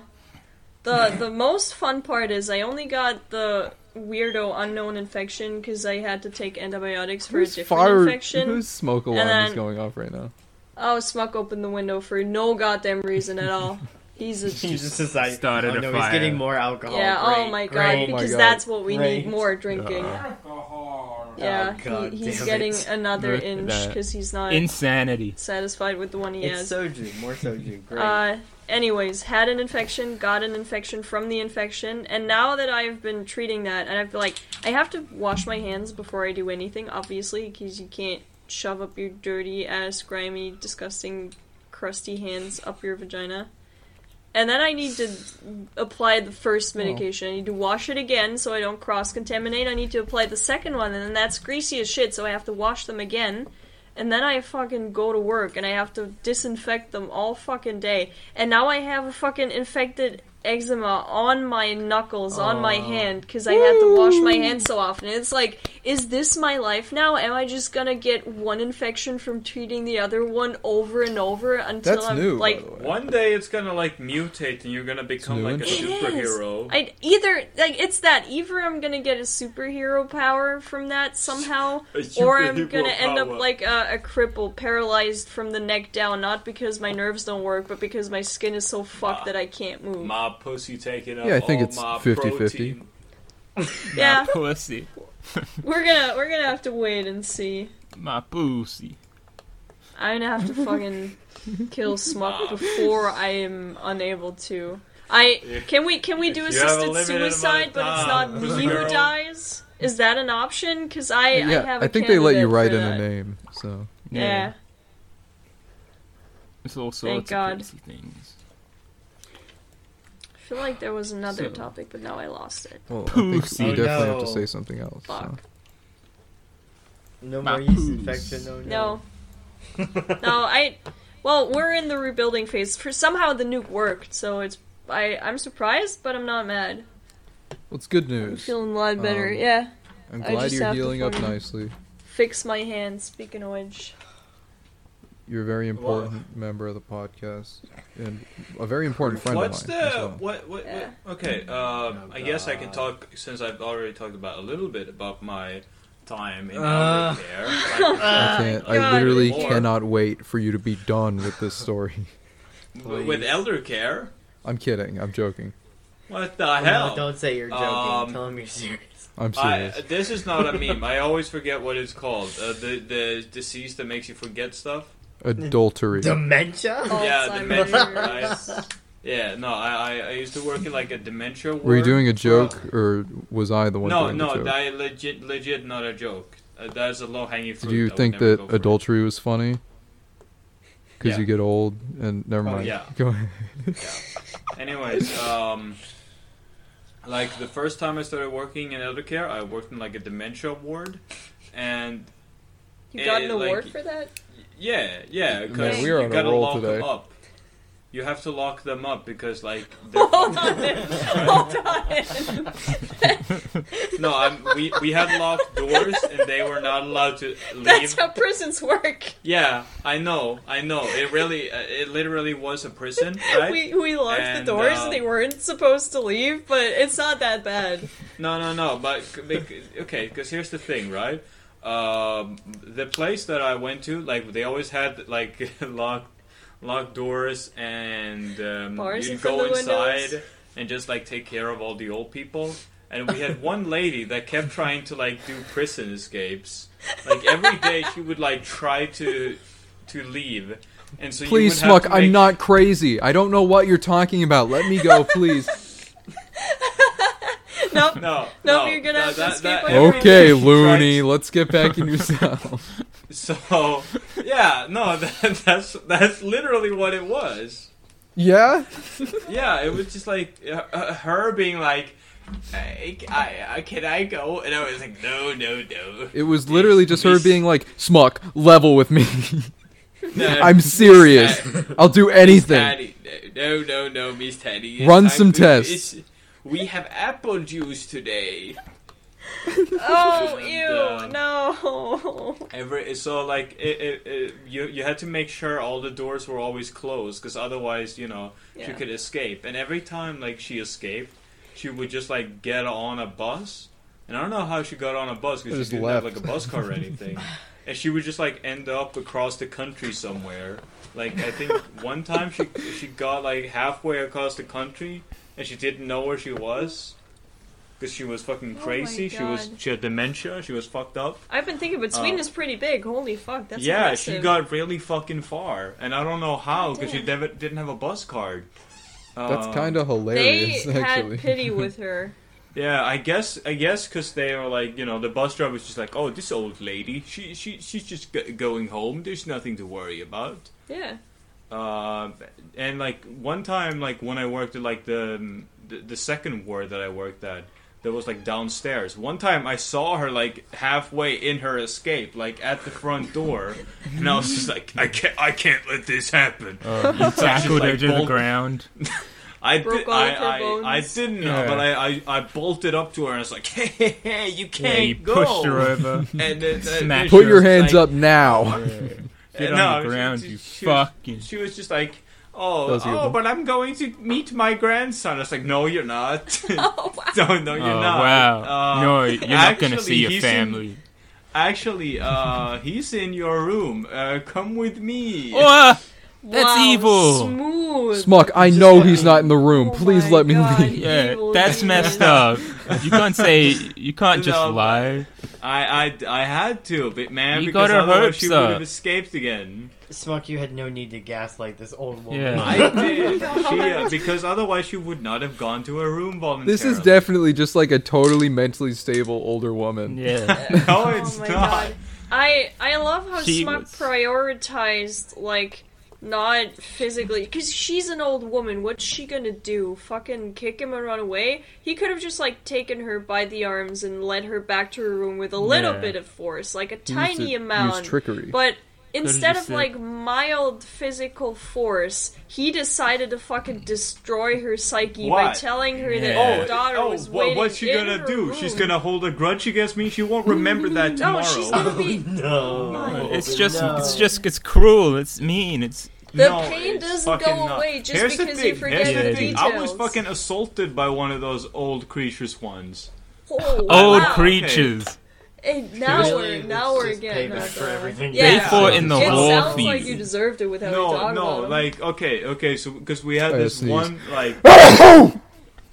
S5: the the most fun part is I only got the weirdo unknown infection because I had to take antibiotics for a
S1: Who's
S5: different
S1: fire?
S5: infection.
S1: Whose smoke
S5: And
S1: alarm is
S5: then-
S1: going off right now?
S5: Oh, Smuck opened the window for no goddamn reason at all.
S6: [LAUGHS]
S5: He's a
S6: He just decided.
S3: started
S6: oh,
S3: a
S6: no,
S3: fire.
S6: he's getting more alcohol.
S5: yeah.
S6: Great,
S5: oh my god,
S6: great.
S1: my
S5: because
S1: God.
S5: that's what we
S6: Great.
S5: need more drinking.
S9: Alcohol.
S5: yeah,
S6: Oh, God
S5: he, he's
S6: damn
S5: getting
S6: it.
S5: another
S3: Look at
S5: inch
S3: that.
S5: because he's not
S3: Insanity.
S5: satisfied with the one he has.
S6: It's soju, more soju. Great.
S5: Uh, anyways, had an infection, got an infection from the infection, and now that I've been treating that, and I've like, I have to wash my hands before I do anything, obviously, because you can't shove up your dirty ass, grimy, disgusting, crusty hands up your vagina. And then I need to apply the first medication. I need to wash it again so I don't cross contaminate. I need to apply the second one, and then that's greasy as shit, so I have to wash them again. And then I fucking go to work and I have to disinfect them all fucking day. And now I have a fucking infected eczema on my knuckles, on my hand, because I had to wash my hands so often. And it's like, is this my life now? Am I just gonna get one infection from treating the other one over and over until
S1: That's
S5: I'm
S1: new.
S5: like,
S1: by the way.
S7: One day it's gonna like mutate and you're gonna become
S1: new
S7: like a
S1: inch.
S5: It is.
S7: superhero.
S5: I either like it's that either I'm gonna get a superhero power from
S7: [LAUGHS]
S5: that somehow,
S7: A
S5: or I'm
S7: superhero
S5: gonna end up
S7: power.
S5: like a, a cripple, paralyzed from the neck down, not because my nerves don't work, but because my skin is so fucked that I can't move.
S7: My pussy taking up.
S1: Yeah, I think
S7: all
S1: it's
S7: my
S1: 50-50.
S7: protein.
S5: Yeah.
S3: My pussy.
S5: We're gonna we're gonna have to wait and see.
S3: My pussy.
S5: I'm gonna have to fucking kill Smuck before I am unable to. I can we can we do
S7: You have a
S5: assisted
S7: limited amount of
S5: suicide, but it's not
S7: time,
S5: me
S7: [LAUGHS]
S5: who
S7: girl.
S5: dies. Is that an option? Because I I
S1: yeah,
S5: have.
S1: I
S5: a
S1: think they let you
S5: candidate
S1: write
S5: for
S1: in a
S5: that.
S1: name. So
S5: Yeah.
S3: It's all sorts
S5: Thank
S3: of
S5: God.
S3: crazy things.
S5: I feel like there was another
S3: So-
S5: topic, but now I lost it.
S1: well, I think
S3: Pussy.
S1: we
S6: Oh,
S1: definitely have to
S6: no.
S1: say something else. so.
S5: Fuck.
S6: no
S3: my
S6: more yeast
S3: poos.
S6: infection. No,
S5: No.
S7: [LAUGHS]
S6: no.
S5: No, I. Well, we're in the rebuilding phase. For somehow the nuke worked, so it's. I, I'm surprised, but I'm not mad.
S1: Well, it's good
S5: I'm
S1: news.
S5: feeling a lot better.
S1: Um,
S5: yeah.
S1: I'm
S5: I
S1: glad
S5: just
S1: you're
S5: have to
S1: healing up
S5: find-
S1: nicely.
S5: Fix my hand, speaking of which.
S1: You're a very important member of the podcast and a very important friend
S7: What's
S1: of mine. as
S7: the
S1: well.
S7: what, what,
S5: Yeah.
S7: what? Okay, um,
S6: Oh,
S7: I guess I can
S6: God.
S7: talk since I've already talked about a little bit about my time in
S6: Uh.
S7: elder care. Like,
S6: [LAUGHS]
S1: I can't.
S5: God,
S1: I literally
S7: more.
S1: cannot wait for you to be done with this story. [LAUGHS]
S7: w- with elder care,
S1: I'm kidding. I'm joking.
S7: what the
S6: No,
S7: hell?
S6: don't say you're joking.
S7: Um,
S6: Tell him you're serious.
S1: I'm serious.
S7: I, this
S6: [LAUGHS]
S7: is not a meme. I always forget what it's called. Uh, the the disease that makes you forget stuff.
S1: Adultery.
S6: Dementia?
S7: Yeah,
S5: Oh, Alzheimer's.
S7: dementia,
S6: [LAUGHS]
S7: right? Yeah, no, I, I, I used to work in like a dementia ward.
S1: Were you doing a joke,
S7: Well,
S1: or was I the one
S7: No,
S1: doing the
S7: no,
S1: joke?
S7: that legit, legit not a joke. Uh, that's a low hanging fruit.
S1: Did you
S7: I would
S1: think
S7: never
S1: that
S7: go for it.
S1: adultery was funny? Because
S7: Yeah. Oh,
S1: you get old and never mind.
S7: yeah.
S1: Go ahead.
S7: Anyways, um, like the first time I started working in elder care, I worked in like a dementia ward, and
S5: You got an
S7: Eh, like-
S5: award for
S7: [LAUGHS]
S5: that? [LAUGHS]
S7: yeah, yeah, because
S5: we
S1: are
S7: you
S1: on a
S7: gotta
S1: roll
S7: lock
S1: today.
S7: them up. You have to lock them up because like they're
S5: Hold on. Hold on.
S7: [LAUGHS] no, I'm, we we had locked doors and they were not allowed to leave.
S5: That's how prisons work.
S7: Yeah, I know, I know. It really, uh, it literally was a prison, right?
S5: We, we locked
S7: And,
S5: the doors
S7: um,
S5: they weren't supposed to leave, but it's not
S7: [LAUGHS]
S5: that bad.
S7: No, no, no. But c- bec- okay, because here's the thing, right? Um, the place that I went to, like, they always had like [LAUGHS] locked, locked doors, and um,
S5: Bars in
S7: you'd
S5: front
S7: go
S5: of the
S7: inside
S5: windows.
S7: and just like take care of all the old people. and we had
S5: [LAUGHS]
S7: one lady that kept trying to like do prison escapes. Like every day, she would like try to to leave, and so
S1: Please,
S7: you would
S1: Smuck,
S7: have to
S1: I'm
S7: make-
S1: not crazy. I don't know what you're talking about. Let me
S7: [LAUGHS]
S1: go, please.
S5: Nope.
S7: No,
S5: No,
S7: no,
S5: you're gonna have to escape on your
S7: every day
S1: okay,
S7: she
S1: loony,
S7: tried-
S1: let's get back in yourself.
S7: So, yeah, no, [LAUGHS] that, that's that's literally what it was.
S1: yeah?
S7: Yeah, it was just like uh, uh, her being like, I, I, I- can I go? And I was like, no, no, no.
S1: It was literally just her being like, Smuck, level with me. [LAUGHS]
S7: No,
S1: I'm serious. I'll do anything.
S7: Teddy, no, no, no, Miss Teddy.
S1: Run
S7: I'm
S1: some
S7: good. It's-
S1: tests.
S7: We have apple juice today.
S5: Oh,
S7: And,
S5: ew,
S7: uh,
S5: no. [LAUGHS]
S7: Every so like it, it, it, you you had to make sure all the doors were always closed because otherwise you know she
S5: Yeah.
S7: could escape. And every time like she escaped, she would just like get on a bus. And I don't know how she got on a bus because
S1: Just
S7: she didn't have
S1: left.
S7: like a bus car or anything. and she would just like end up across the country somewhere. Like I think one time she she got like halfway across the country and she didn't know where she was because she was fucking
S5: Oh my
S7: crazy. she was
S5: God.
S7: she had dementia. She was fucked up.
S5: I've been thinking, but Sweden
S7: Uh,
S5: is pretty big. Holy fuck, that's
S7: yeah,
S5: impressive.
S7: she got really fucking far, and I don't know how because she
S5: Goddamn.
S7: never didn't have a bus card.
S1: That's
S7: Um,
S1: kind of
S5: They
S1: hilarious, actually.
S5: had pity
S3: [LAUGHS]
S5: with her.
S7: yeah. I guess I guess because they were like you know the bus driver was just like oh this old lady she she she's just g- going home there's nothing to worry about.
S5: Yeah.
S7: Uh, and like one time like when I worked at like the the, the second ward that I worked at. That was like downstairs. One time I saw her like halfway in her escape, like at the front door, and I was just like, I can't, I can't let this happen.
S3: [LAUGHS] You tackled her
S7: like,
S3: to the
S7: bolt-
S3: ground.
S7: I
S5: Broke
S7: did,
S5: all of
S7: I,
S5: her bones.
S7: I, I didn't know,
S3: Yeah.
S7: but I, I, I bolted up to her and I was like, [LAUGHS] hey, hey, hey you
S3: Yeah,
S7: can't
S3: you
S7: go.
S3: pushed her
S7: [LAUGHS]
S3: over.
S7: And then, uh, then
S3: Smacked
S7: she
S1: Put your
S7: was
S1: hands
S7: like- uh,
S1: up now.
S3: Get
S7: no,
S3: on
S7: she-
S3: the ground,
S7: she-
S3: you
S7: she was-
S3: fucking.
S7: She was just like, oh,
S1: Those are
S7: oh,
S1: them.
S7: but I'm going to meet my grandson. I was like, no, you're
S5: [LAUGHS]
S7: not. [LAUGHS]
S5: Oh, wow.
S7: no, no, you're
S3: oh
S7: not.
S3: wow!
S7: Uh,
S3: no, you're not gonna
S7: actually,
S3: see your
S7: he's in-
S3: family. [LAUGHS]
S7: Actually, uh, he's in your room. Uh, come with me.
S3: Oh, That's
S5: Wow,
S3: evil.
S5: Smooth.
S1: Smuck, I
S7: Just
S1: know
S7: let
S1: he's
S7: me-
S1: not in the room.
S5: Oh
S1: Please
S5: my
S1: let me
S5: God.
S1: leave.
S3: yeah,
S5: Evil
S3: that's
S5: demon.
S3: messed up. You can't say you
S7: [LAUGHS]
S3: can't just
S7: No, but-
S3: lie.
S7: I, I, I had to, but man,
S3: You
S7: because
S3: got her
S7: otherwise
S3: hopes
S7: she would
S3: up.
S7: have escaped again.
S6: Smuck, you had no need to gaslight this old woman.
S3: Yeah.
S7: I did. [LAUGHS] She, uh, because otherwise she would not have gone to her room voluntarily.
S1: This is definitely just like a totally mentally stable older woman.
S3: [LAUGHS] Yeah,
S7: No,
S5: [LAUGHS] Oh
S7: it's
S5: my
S7: not.
S5: God. I I love how
S3: She
S5: Smuck
S3: was-
S5: prioritized like not physically because she's an old woman. What's she gonna do? Fucking kick him and run away? He could have just like taken her by the arms and led her back to her room with a little
S3: Yeah.
S5: bit of force, like a
S1: He used to
S5: tiny amount.
S1: Use trickery.
S5: But instead
S3: just
S5: of
S3: said-
S5: like mild physical force, he decided to fucking destroy her psyche by
S7: What?
S5: telling her that
S3: Yeah.
S5: her
S7: Oh,
S5: daughter
S7: oh
S5: was
S7: what,
S5: waiting.
S7: what's she
S5: in
S7: gonna
S5: her
S7: do? She's
S5: room.
S7: gonna hold a grudge against me. She won't remember that tomorrow.
S5: No, she's gonna be.
S6: No.
S3: it's just
S6: Oh, no.
S3: it's just it's cruel. It's mean. It's
S5: The
S7: No,
S5: pain
S7: it's
S5: doesn't go
S7: fucking not.
S5: away just
S7: Here's the
S5: because
S7: thing.
S5: you forget
S7: Here's
S5: the
S7: the thing.
S5: details.
S7: I was fucking assaulted by one of those old creatures once.
S5: oh,
S3: old
S5: wow.
S3: creatures.
S5: And now
S6: Really,
S5: we're now
S6: it's
S5: we're
S6: just
S5: getting
S6: payback
S5: out
S6: for everything.
S5: Yeah.
S3: They fought in the
S5: It
S3: war
S5: sounds
S3: thief.
S5: like you deserved it with how you
S7: no,
S5: talked
S7: no,
S5: about him.
S7: like okay, okay. So because we had
S1: I
S7: this
S1: sneezed.
S7: one
S1: [LAUGHS]
S7: like,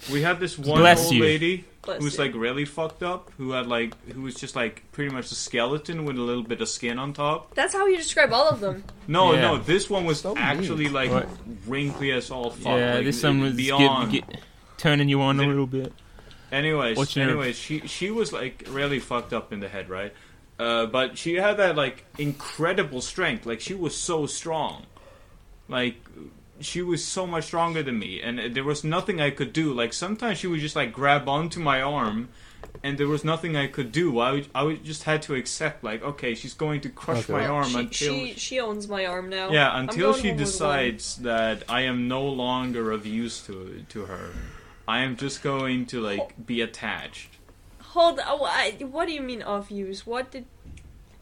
S7: we had this one
S3: Bless
S7: old
S3: you.
S7: lady
S5: Bless
S7: who was
S5: you.
S7: like really fucked up, who had like who was just like pretty much a skeleton with a little bit of skin on top.
S5: That's how you describe all of them.
S7: No,
S3: Yeah.
S7: no, this one was
S1: So mean.
S7: actually like
S3: What?
S7: wrinkly as all fuck.
S3: yeah,
S7: like,
S3: this one was get-
S7: beyond.
S3: get- turning you on a little bit.
S7: Anyways,
S3: What's your-
S7: anyways, she she was like really fucked up in the head, right? Uh, but she had that like incredible strength. Like she was so strong. Like she was so much stronger than me, and there was nothing I could do. Like sometimes she would just like grab onto my arm, and there was nothing I could do. I would, I would just had to accept. Like okay, she's going to crush
S1: Okay.
S7: [LAUGHS] my
S1: Well,
S7: arm
S5: she,
S7: until
S5: she she owns my arm now.
S7: yeah,
S5: I'm
S7: until
S5: going
S7: she
S5: home with
S7: decides that I am no longer of use to to her. I am just going to like be attached.
S5: one. Hold. Oh, I, what do you mean off use? What did?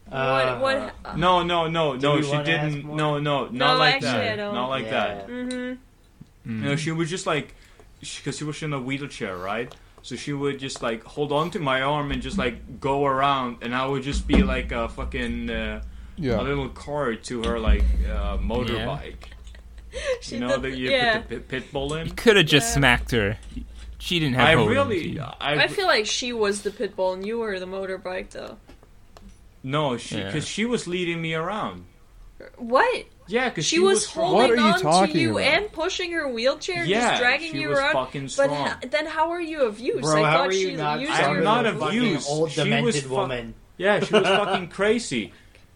S6: Uh,
S5: what? What? Uh,
S7: No, no, no, no.
S6: you
S7: She
S6: wanna
S7: didn't.
S6: ask more?
S7: No, no, not
S5: No,
S7: like
S5: actually,
S7: that.
S5: I don't.
S7: Not like
S6: Yeah.
S7: that.
S5: mm-hmm.
S7: No, she was just like, because she, was in a wheelchair, right? So she would just like hold on to my arm and just like go around, and I would just be like a fucking uh, a
S1: yeah.
S7: little card to her like uh, motorbike.
S5: [LAUGHS] She
S7: You know
S5: did
S7: that
S5: the-
S7: you
S5: yeah.
S7: put the pit, pit bull in.
S3: Could have just
S5: Yeah.
S3: smacked her. She didn't have.
S7: I
S3: hold on
S7: really,
S3: to you.
S7: I,
S5: I feel like she was the pit bull and you were the motorbike, though.
S7: no, she
S3: Yeah.
S7: because she was leading me around.
S5: What?
S7: Yeah, because
S5: She, was,
S7: strong.
S1: What are
S5: holding
S1: you
S5: on to
S1: talking
S5: you
S1: about?
S5: and pushing her wheelchair,
S7: Yeah,
S5: just dragging
S7: she
S5: you
S7: was
S5: around.
S7: fucking
S5: But
S7: strong.
S5: h- then how are you of use?
S6: Bro,
S5: I
S6: how
S5: thought
S6: are
S5: she
S6: you
S5: was
S6: not
S5: used
S7: I'm
S5: her.
S6: talking
S7: not
S6: to a fucking
S7: abused.
S6: Old
S7: She was
S6: demented
S7: fuck-
S6: woman.
S7: Yeah, she was
S5: [LAUGHS]
S7: fucking crazy.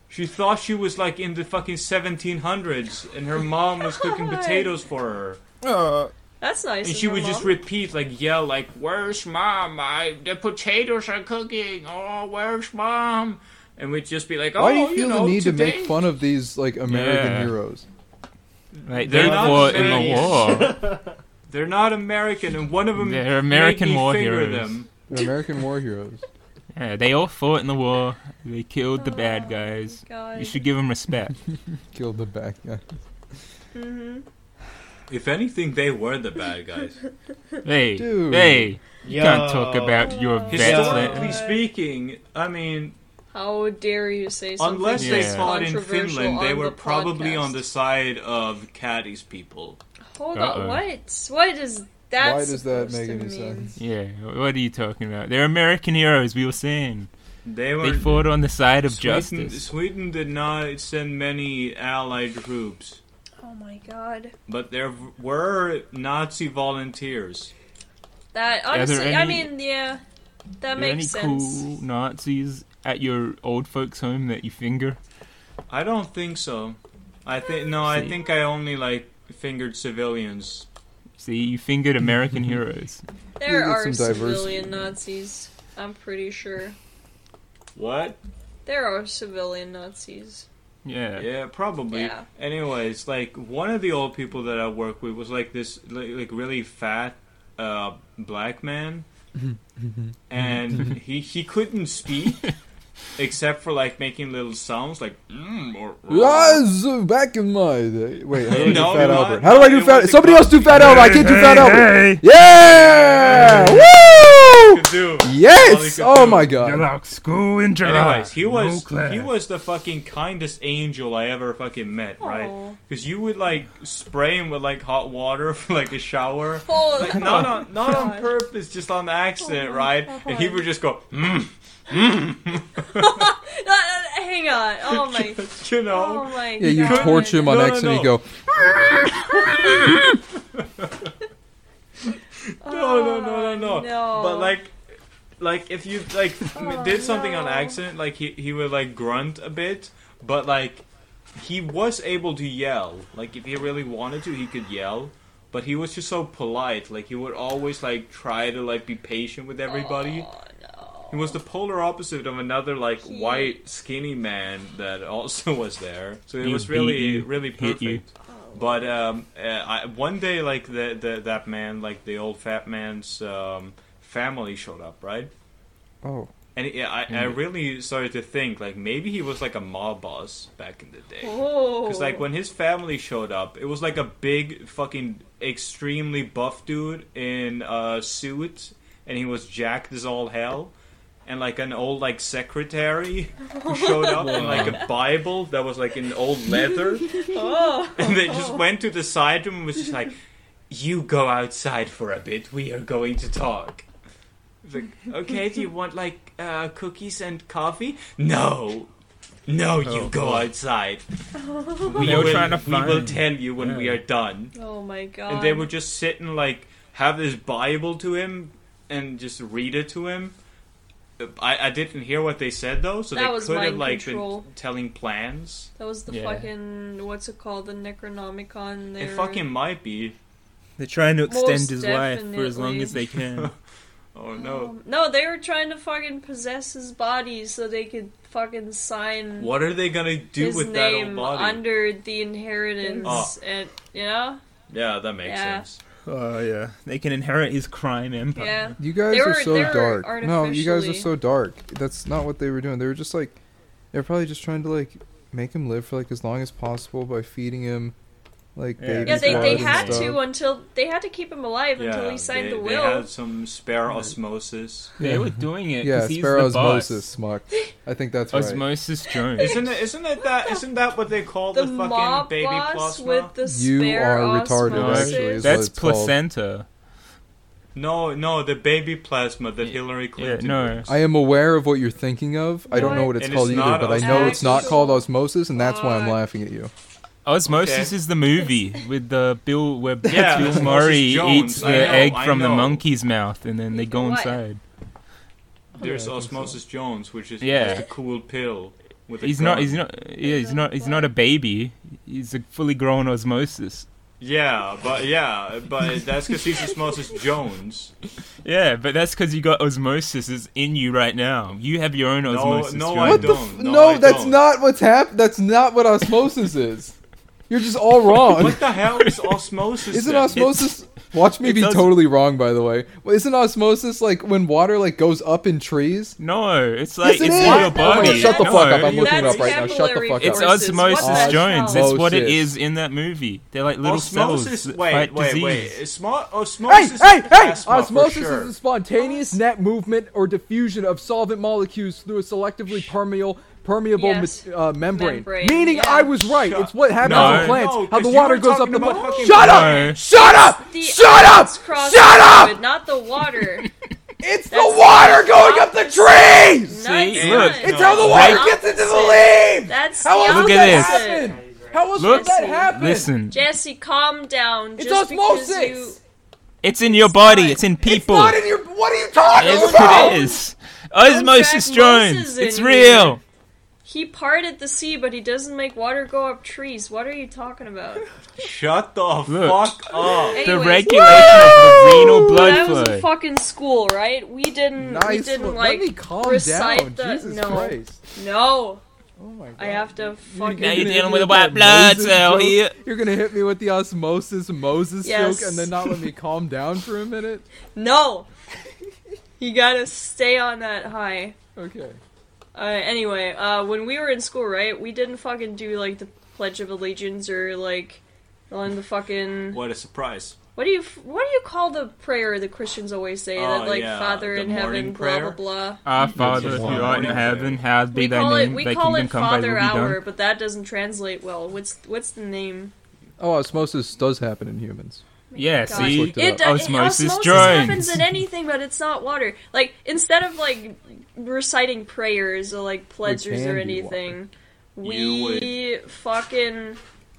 S7: She thought she was like in the fucking 1700s, and her mom was
S5: [LAUGHS]
S7: cooking
S5: God.
S7: potatoes for her.
S5: Oh,
S1: Uh,
S5: That's nice.
S7: And
S5: of
S7: she
S5: her
S7: would just
S5: mom.
S7: repeat, like, yell, like, "Where's mom? I the potatoes are cooking. Oh, where's mom?" And we'd just be like, "Oh,
S1: Why do you feel
S7: know,
S1: the need
S7: today.
S1: to make fun of these like American
S3: Yeah.
S1: heroes?
S3: Like,
S7: They're
S3: they
S7: not
S3: fought in the
S7: American.
S6: [LAUGHS]
S3: war.
S7: They're not American, and one of them
S3: They're American
S7: made me
S3: war
S7: finger
S3: heroes.
S7: them.
S1: They're American war heroes.
S3: Yeah, they all fought in the war. They killed the bad guys. You
S5: Oh, God.
S3: should give them respect.
S1: Killed the back [LAUGHS] guy.
S7: If anything, they were the bad guys.
S3: hey,
S1: Dude.
S3: hey,
S6: Yo.
S3: can't talk about your vets.
S7: Historically
S3: Like,
S5: Yeah.
S7: speaking, I mean,
S5: How dare you say something?
S7: Unless they
S3: Yeah.
S7: fought in
S5: controversial
S7: Finland, they
S5: on
S7: were
S5: the
S7: probably on
S5: podcast.
S7: the side of Caddy's people.
S5: Hold
S3: Uh-oh.
S5: on, what? What is that?
S1: Why does that
S5: supposed
S1: make
S5: to
S1: any
S5: mean?
S1: sense?
S3: yeah, what are you talking about? They're American heroes. We were saying
S7: They were
S3: they fought on the side of
S7: Sweden,
S3: justice.
S7: Sweden did not send many allied troops,
S5: Oh my god.
S7: but there v- were Nazi volunteers.
S5: That
S3: Are there
S5: honestly, I
S3: any-
S5: mean, yeah, that
S3: Are there any
S5: makes sense.
S3: cool Nazis at your old folks' home that you finger?
S7: I don't think so. I think no, I
S3: See.
S7: think I only like fingered civilians.
S3: See, you fingered
S7: [LAUGHS]
S3: American heroes.
S5: There
S1: You'll get
S5: are
S1: some diversity.
S5: civilian Nazis. I'm pretty sure
S7: What?
S5: there are civilian Nazis.
S3: Yeah.
S7: Yeah, probably.
S5: Yeah.
S7: Anyways, like one of the old people that I work with was like this, like, like really fat uh, black man,
S1: Mm-hmm.
S7: and [LAUGHS] he he couldn't speak except for like making little sounds like mm, or, or-
S1: Was back in my day. Wait, how do I do
S7: No,
S1: Fat
S7: not-
S1: Albert? How do I do
S7: it
S1: Fat?
S7: wasn't
S1: Somebody else do Fat Albert. I can't do Fat Albert. Yeah!
S7: could
S1: Woo!
S7: do.
S1: Yes!
S7: All he could
S1: Oh
S7: do.
S1: my god.
S3: school in
S7: Anyways, he was he was the fucking kindest angel I ever fucking met, right? [LAUGHS]
S5: Aw.
S7: Because you would like spray him with like hot water [LAUGHS] from like a shower.
S5: Oh,
S7: Like, [LAUGHS] not on not on
S5: God.
S7: purpose, just on accident, right? And he would just go, mm,
S5: uh, uh, hang on. Oh
S7: [LAUGHS]
S5: my.
S7: you
S5: Oh
S7: know.
S5: my
S1: Yeah, you
S5: god.
S1: torch him on
S7: No, no,
S1: accident. You
S7: no.
S1: go.
S7: No, no, no, no, no.
S5: Oh, no.
S7: But like, like if you like m- did something on
S5: no.
S7: accident, like he he would like grunt a bit, but like he was able to yell. Like if he really wanted to, he could yell. But he was just so polite. Like he would always like try to like be patient with everybody.
S5: Oh, no.
S7: He was the polar opposite of another like
S5: He-
S7: white skinny man that also was there. So it
S3: He
S7: was
S3: beat
S7: really
S3: you,
S7: really
S3: hit you.
S7: perfect.
S5: Oh.
S7: But um, uh, I, one day, like the, the that man, like the old fat man's um, family showed up, right?
S1: Oh,
S7: And it, I, I
S3: Hmm.
S7: really started to think like maybe he was like a mob boss back in the day.
S5: Oh.
S7: Because like when his family showed up, it was like a big fucking extremely buff dude in a suit, and he was jacked as all hell, and like an old like secretary who showed up in like a Bible that was like in old leather,
S5: [LAUGHS] Oh.
S7: and they just went to the side room and was just like, "You go outside for a bit. We are going to talk." It's like, okay, do you want like uh, cookies and coffee? No. No, you go outside.
S5: [LAUGHS]
S7: We
S3: They were
S7: will,
S3: Oh, trying to
S7: we will
S3: find-
S7: tell you when we
S3: yeah.
S7: are done.
S5: Oh my god.
S7: And they would just sit and like have this Bible to him and just read it to him. I, I didn't hear what they said though, so
S5: That
S7: they
S5: was
S7: could have
S5: mind
S7: like
S5: control.
S7: been telling plans.
S5: That was the
S3: Yeah.
S5: fucking what's it called? The Necronomicon. There.
S7: It fucking might be.
S3: They're trying to extend
S5: Most
S3: his life for as long
S5: definitely.
S3: as they can.
S7: [LAUGHS] Oh no.
S5: Um, no, they were trying to fucking possess his body so they could fucking sign
S7: what are they gonna do
S5: his
S7: with that old
S5: name
S7: body?
S5: under the inheritance
S7: Oh.
S5: and you know,
S7: yeah, that makes
S5: Yeah.
S7: sense. [LAUGHS]
S3: Oh yeah, they can inherit his crime empire.
S5: yeah.
S1: you guys
S5: They
S1: are
S5: were-
S1: so
S5: they were
S1: dark. No, you guys are
S5: artificially-
S1: so dark. That's not what they were doing. They were just like, they're probably just trying to like make him live for like as long as possible by feeding him, like
S3: Yeah.
S1: baby
S5: Yeah, they,
S1: blood
S5: they
S1: and
S5: had
S1: stuff.
S5: to uh, until they had to keep him alive until
S7: yeah,
S5: he signed
S7: they,
S5: the
S7: They
S5: will.
S7: had some spare osmosis.
S5: [LAUGHS]
S3: They were doing it.
S1: Yeah,
S3: 'cause he's
S1: spare
S3: the boss.
S1: osmosis, Smuck. I think that's right.
S3: Osmosis Jones.
S7: Isn't it? Isn't it that? Isn't that what they call the,
S5: the
S7: fucking
S5: mob
S7: baby
S5: boss
S7: plasma?
S5: with the
S1: You
S5: spare
S1: are retarded,
S3: No,
S5: osmosis.
S1: actually, is what
S3: That's
S1: it's called.
S3: placenta.
S7: No, no, the baby plasma that
S3: Yeah.
S7: Hillary Clinton.
S3: no.
S7: used.
S1: I am aware of what you're thinking of. I don't know what it's
S7: And it's
S1: called either,
S7: not
S1: but I know it's not
S5: osmosis.
S1: called osmosis, and that's why I'm
S7: What?
S1: laughing at you.
S3: Oh, Osmosis
S7: Okay.
S3: is the movie with the Bill where
S7: Yeah,
S3: Bill
S7: Osmosis
S3: Murray
S7: Jones.
S3: eats the
S7: I know,
S3: egg
S7: I
S3: from the
S7: know.
S3: monkey's mouth and then they go
S5: What?
S3: inside.
S7: There's Osmosis Jones, which is
S3: Yeah.
S7: just a cool pill. With a
S3: He's not.
S7: gun.
S3: He's not. Yeah, he's not. He's not a baby. He's a fully grown osmosis.
S7: Yeah, but yeah, but that's because he's Osmosis Jones.
S3: Yeah, but that's because you got osmosis is in you right now. You have your own osmosis.
S7: no,
S3: John.
S7: I
S1: What the?
S7: don't.
S1: F-
S7: No,
S1: no,
S7: I
S1: that's
S7: don't.
S1: not what's hap. That's not what osmosis is. You're just all wrong.
S7: What the hell is osmosis?
S1: Isn't
S7: then?
S1: osmosis? Watch me
S3: it
S1: be
S3: does-
S1: totally wrong, by the way. Well, Isn't osmosis like when water like goes up in trees?
S3: No, it's
S1: Yes,
S3: like
S1: it
S3: it's
S1: is.
S3: in your
S1: Oh my
S3: body.
S1: God, shut the
S3: no,
S1: fuck up. I'm looking it
S5: That's
S1: up right now. Shut the
S5: capillary
S1: fuck up.
S3: It's
S5: Forces.
S3: osmosis
S5: What the
S3: Jones.
S5: hell?
S3: It's what it
S1: Osmosis.
S3: is in that movie. They're like little
S7: Osmosis.
S3: cells. that
S7: Wait,
S3: fight
S7: wait,
S3: disease.
S7: wait. Osmo-
S1: Hey,
S7: osmosis.
S1: hey, hey!
S7: is plasma, for
S1: Osmosis
S7: sure.
S1: is the spontaneous net movement or diffusion of solvent molecules through a selectively permeable permeable
S5: Yes.
S1: ma- uh, membrane.
S5: Membrane,
S1: Meaning
S5: yeah.
S1: I was right.
S7: Shut-
S1: It's what happens
S3: No.
S1: in plants.
S7: No,
S1: how
S7: 'cause
S1: the
S7: you
S1: water
S7: were
S1: goes up
S7: talking
S1: the
S7: about
S1: plant.
S7: fucking
S1: Shut
S3: water.
S1: up! Shut up!
S5: The
S1: Shut up!
S5: ions
S1: Shut
S5: cross the liquid,
S1: up!
S5: Not
S7: [LAUGHS]
S5: the water.
S1: It's the
S5: That's-
S1: water going up the trees!
S5: Not
S3: See,
S5: the
S3: look,
S5: sun.
S1: It's
S7: No.
S1: how the water gets into the leaves!
S5: That's
S1: How
S5: the
S1: else
S3: Look
S1: would
S3: at
S1: that
S3: this.
S5: opposite.
S1: happen? How else
S3: Look,
S1: would that happen?
S3: Listen,
S5: Jesse, calm down.
S1: It's
S5: Just because you-
S1: osmosis!
S3: it's in your body.
S5: not.
S3: It's in
S1: It's
S3: people.
S1: not in your. What are you talking
S3: Yes,
S1: about?
S3: it is. Osmosis
S5: Contract Moses
S3: Jones.
S5: in
S3: It's
S5: here.
S3: real.
S5: He parted the sea, but he doesn't make water go up trees. What are you
S1: [LAUGHS]
S5: talking about?
S7: Shut the
S3: Look.
S7: fuck up.
S5: [LAUGHS]
S3: The
S5: Anyways,
S3: regulation of the renal
S5: When I
S3: blood
S5: was in
S3: flow.
S5: fucking school, right? We didn't. Hmm, we
S1: Nice.
S5: didn't
S1: one.
S5: like
S1: Let me calm down.
S5: recite the.
S1: Jesus
S5: no,
S1: Christ.
S5: no.
S1: Oh my God.
S5: I have to fucking.
S3: Now you're
S1: gonna
S3: dealing
S1: hit
S3: with
S1: me
S3: a white
S1: that
S3: blood
S1: Moses
S3: cell
S1: joke?
S3: here.
S1: You're gonna hit me with the osmosis Moses
S5: Yes.
S1: joke and then not let
S5: [LAUGHS]
S1: me calm down for a minute.
S5: No. [LAUGHS] you gotta stay on that high.
S1: Okay.
S5: Uh, anyway, uh, when we were in school, right? We didn't fucking do like the Pledge of Allegiance or like on the fucking.
S7: What a surprise.
S5: What do you what do you call the prayer the Christians always say
S7: Oh,
S5: that like
S7: yeah,
S5: Father
S7: the
S5: in
S7: morning
S5: heaven blah
S7: prayer?
S5: blah blah.
S3: Our Father
S7: just
S3: who
S7: one
S3: art in
S7: morning.
S3: heaven, hallowed be
S5: We
S3: thy
S5: call it
S3: name.
S5: we
S3: thy
S5: call
S3: kingdom
S5: it
S3: come, thy will
S5: Father
S3: be
S5: Hour,
S3: done.
S5: but that doesn't translate well. What's what's the name?
S1: Oh, osmosis does happen in humans.
S3: Yeah,
S5: God.
S3: see?
S1: Looked it up.
S5: do-
S3: Osmosis
S5: happens
S3: Jones.
S5: in anything, but it's not water. Like instead of like reciting prayers or like pledges or
S1: can do water.
S5: anything,
S7: You
S5: we fucking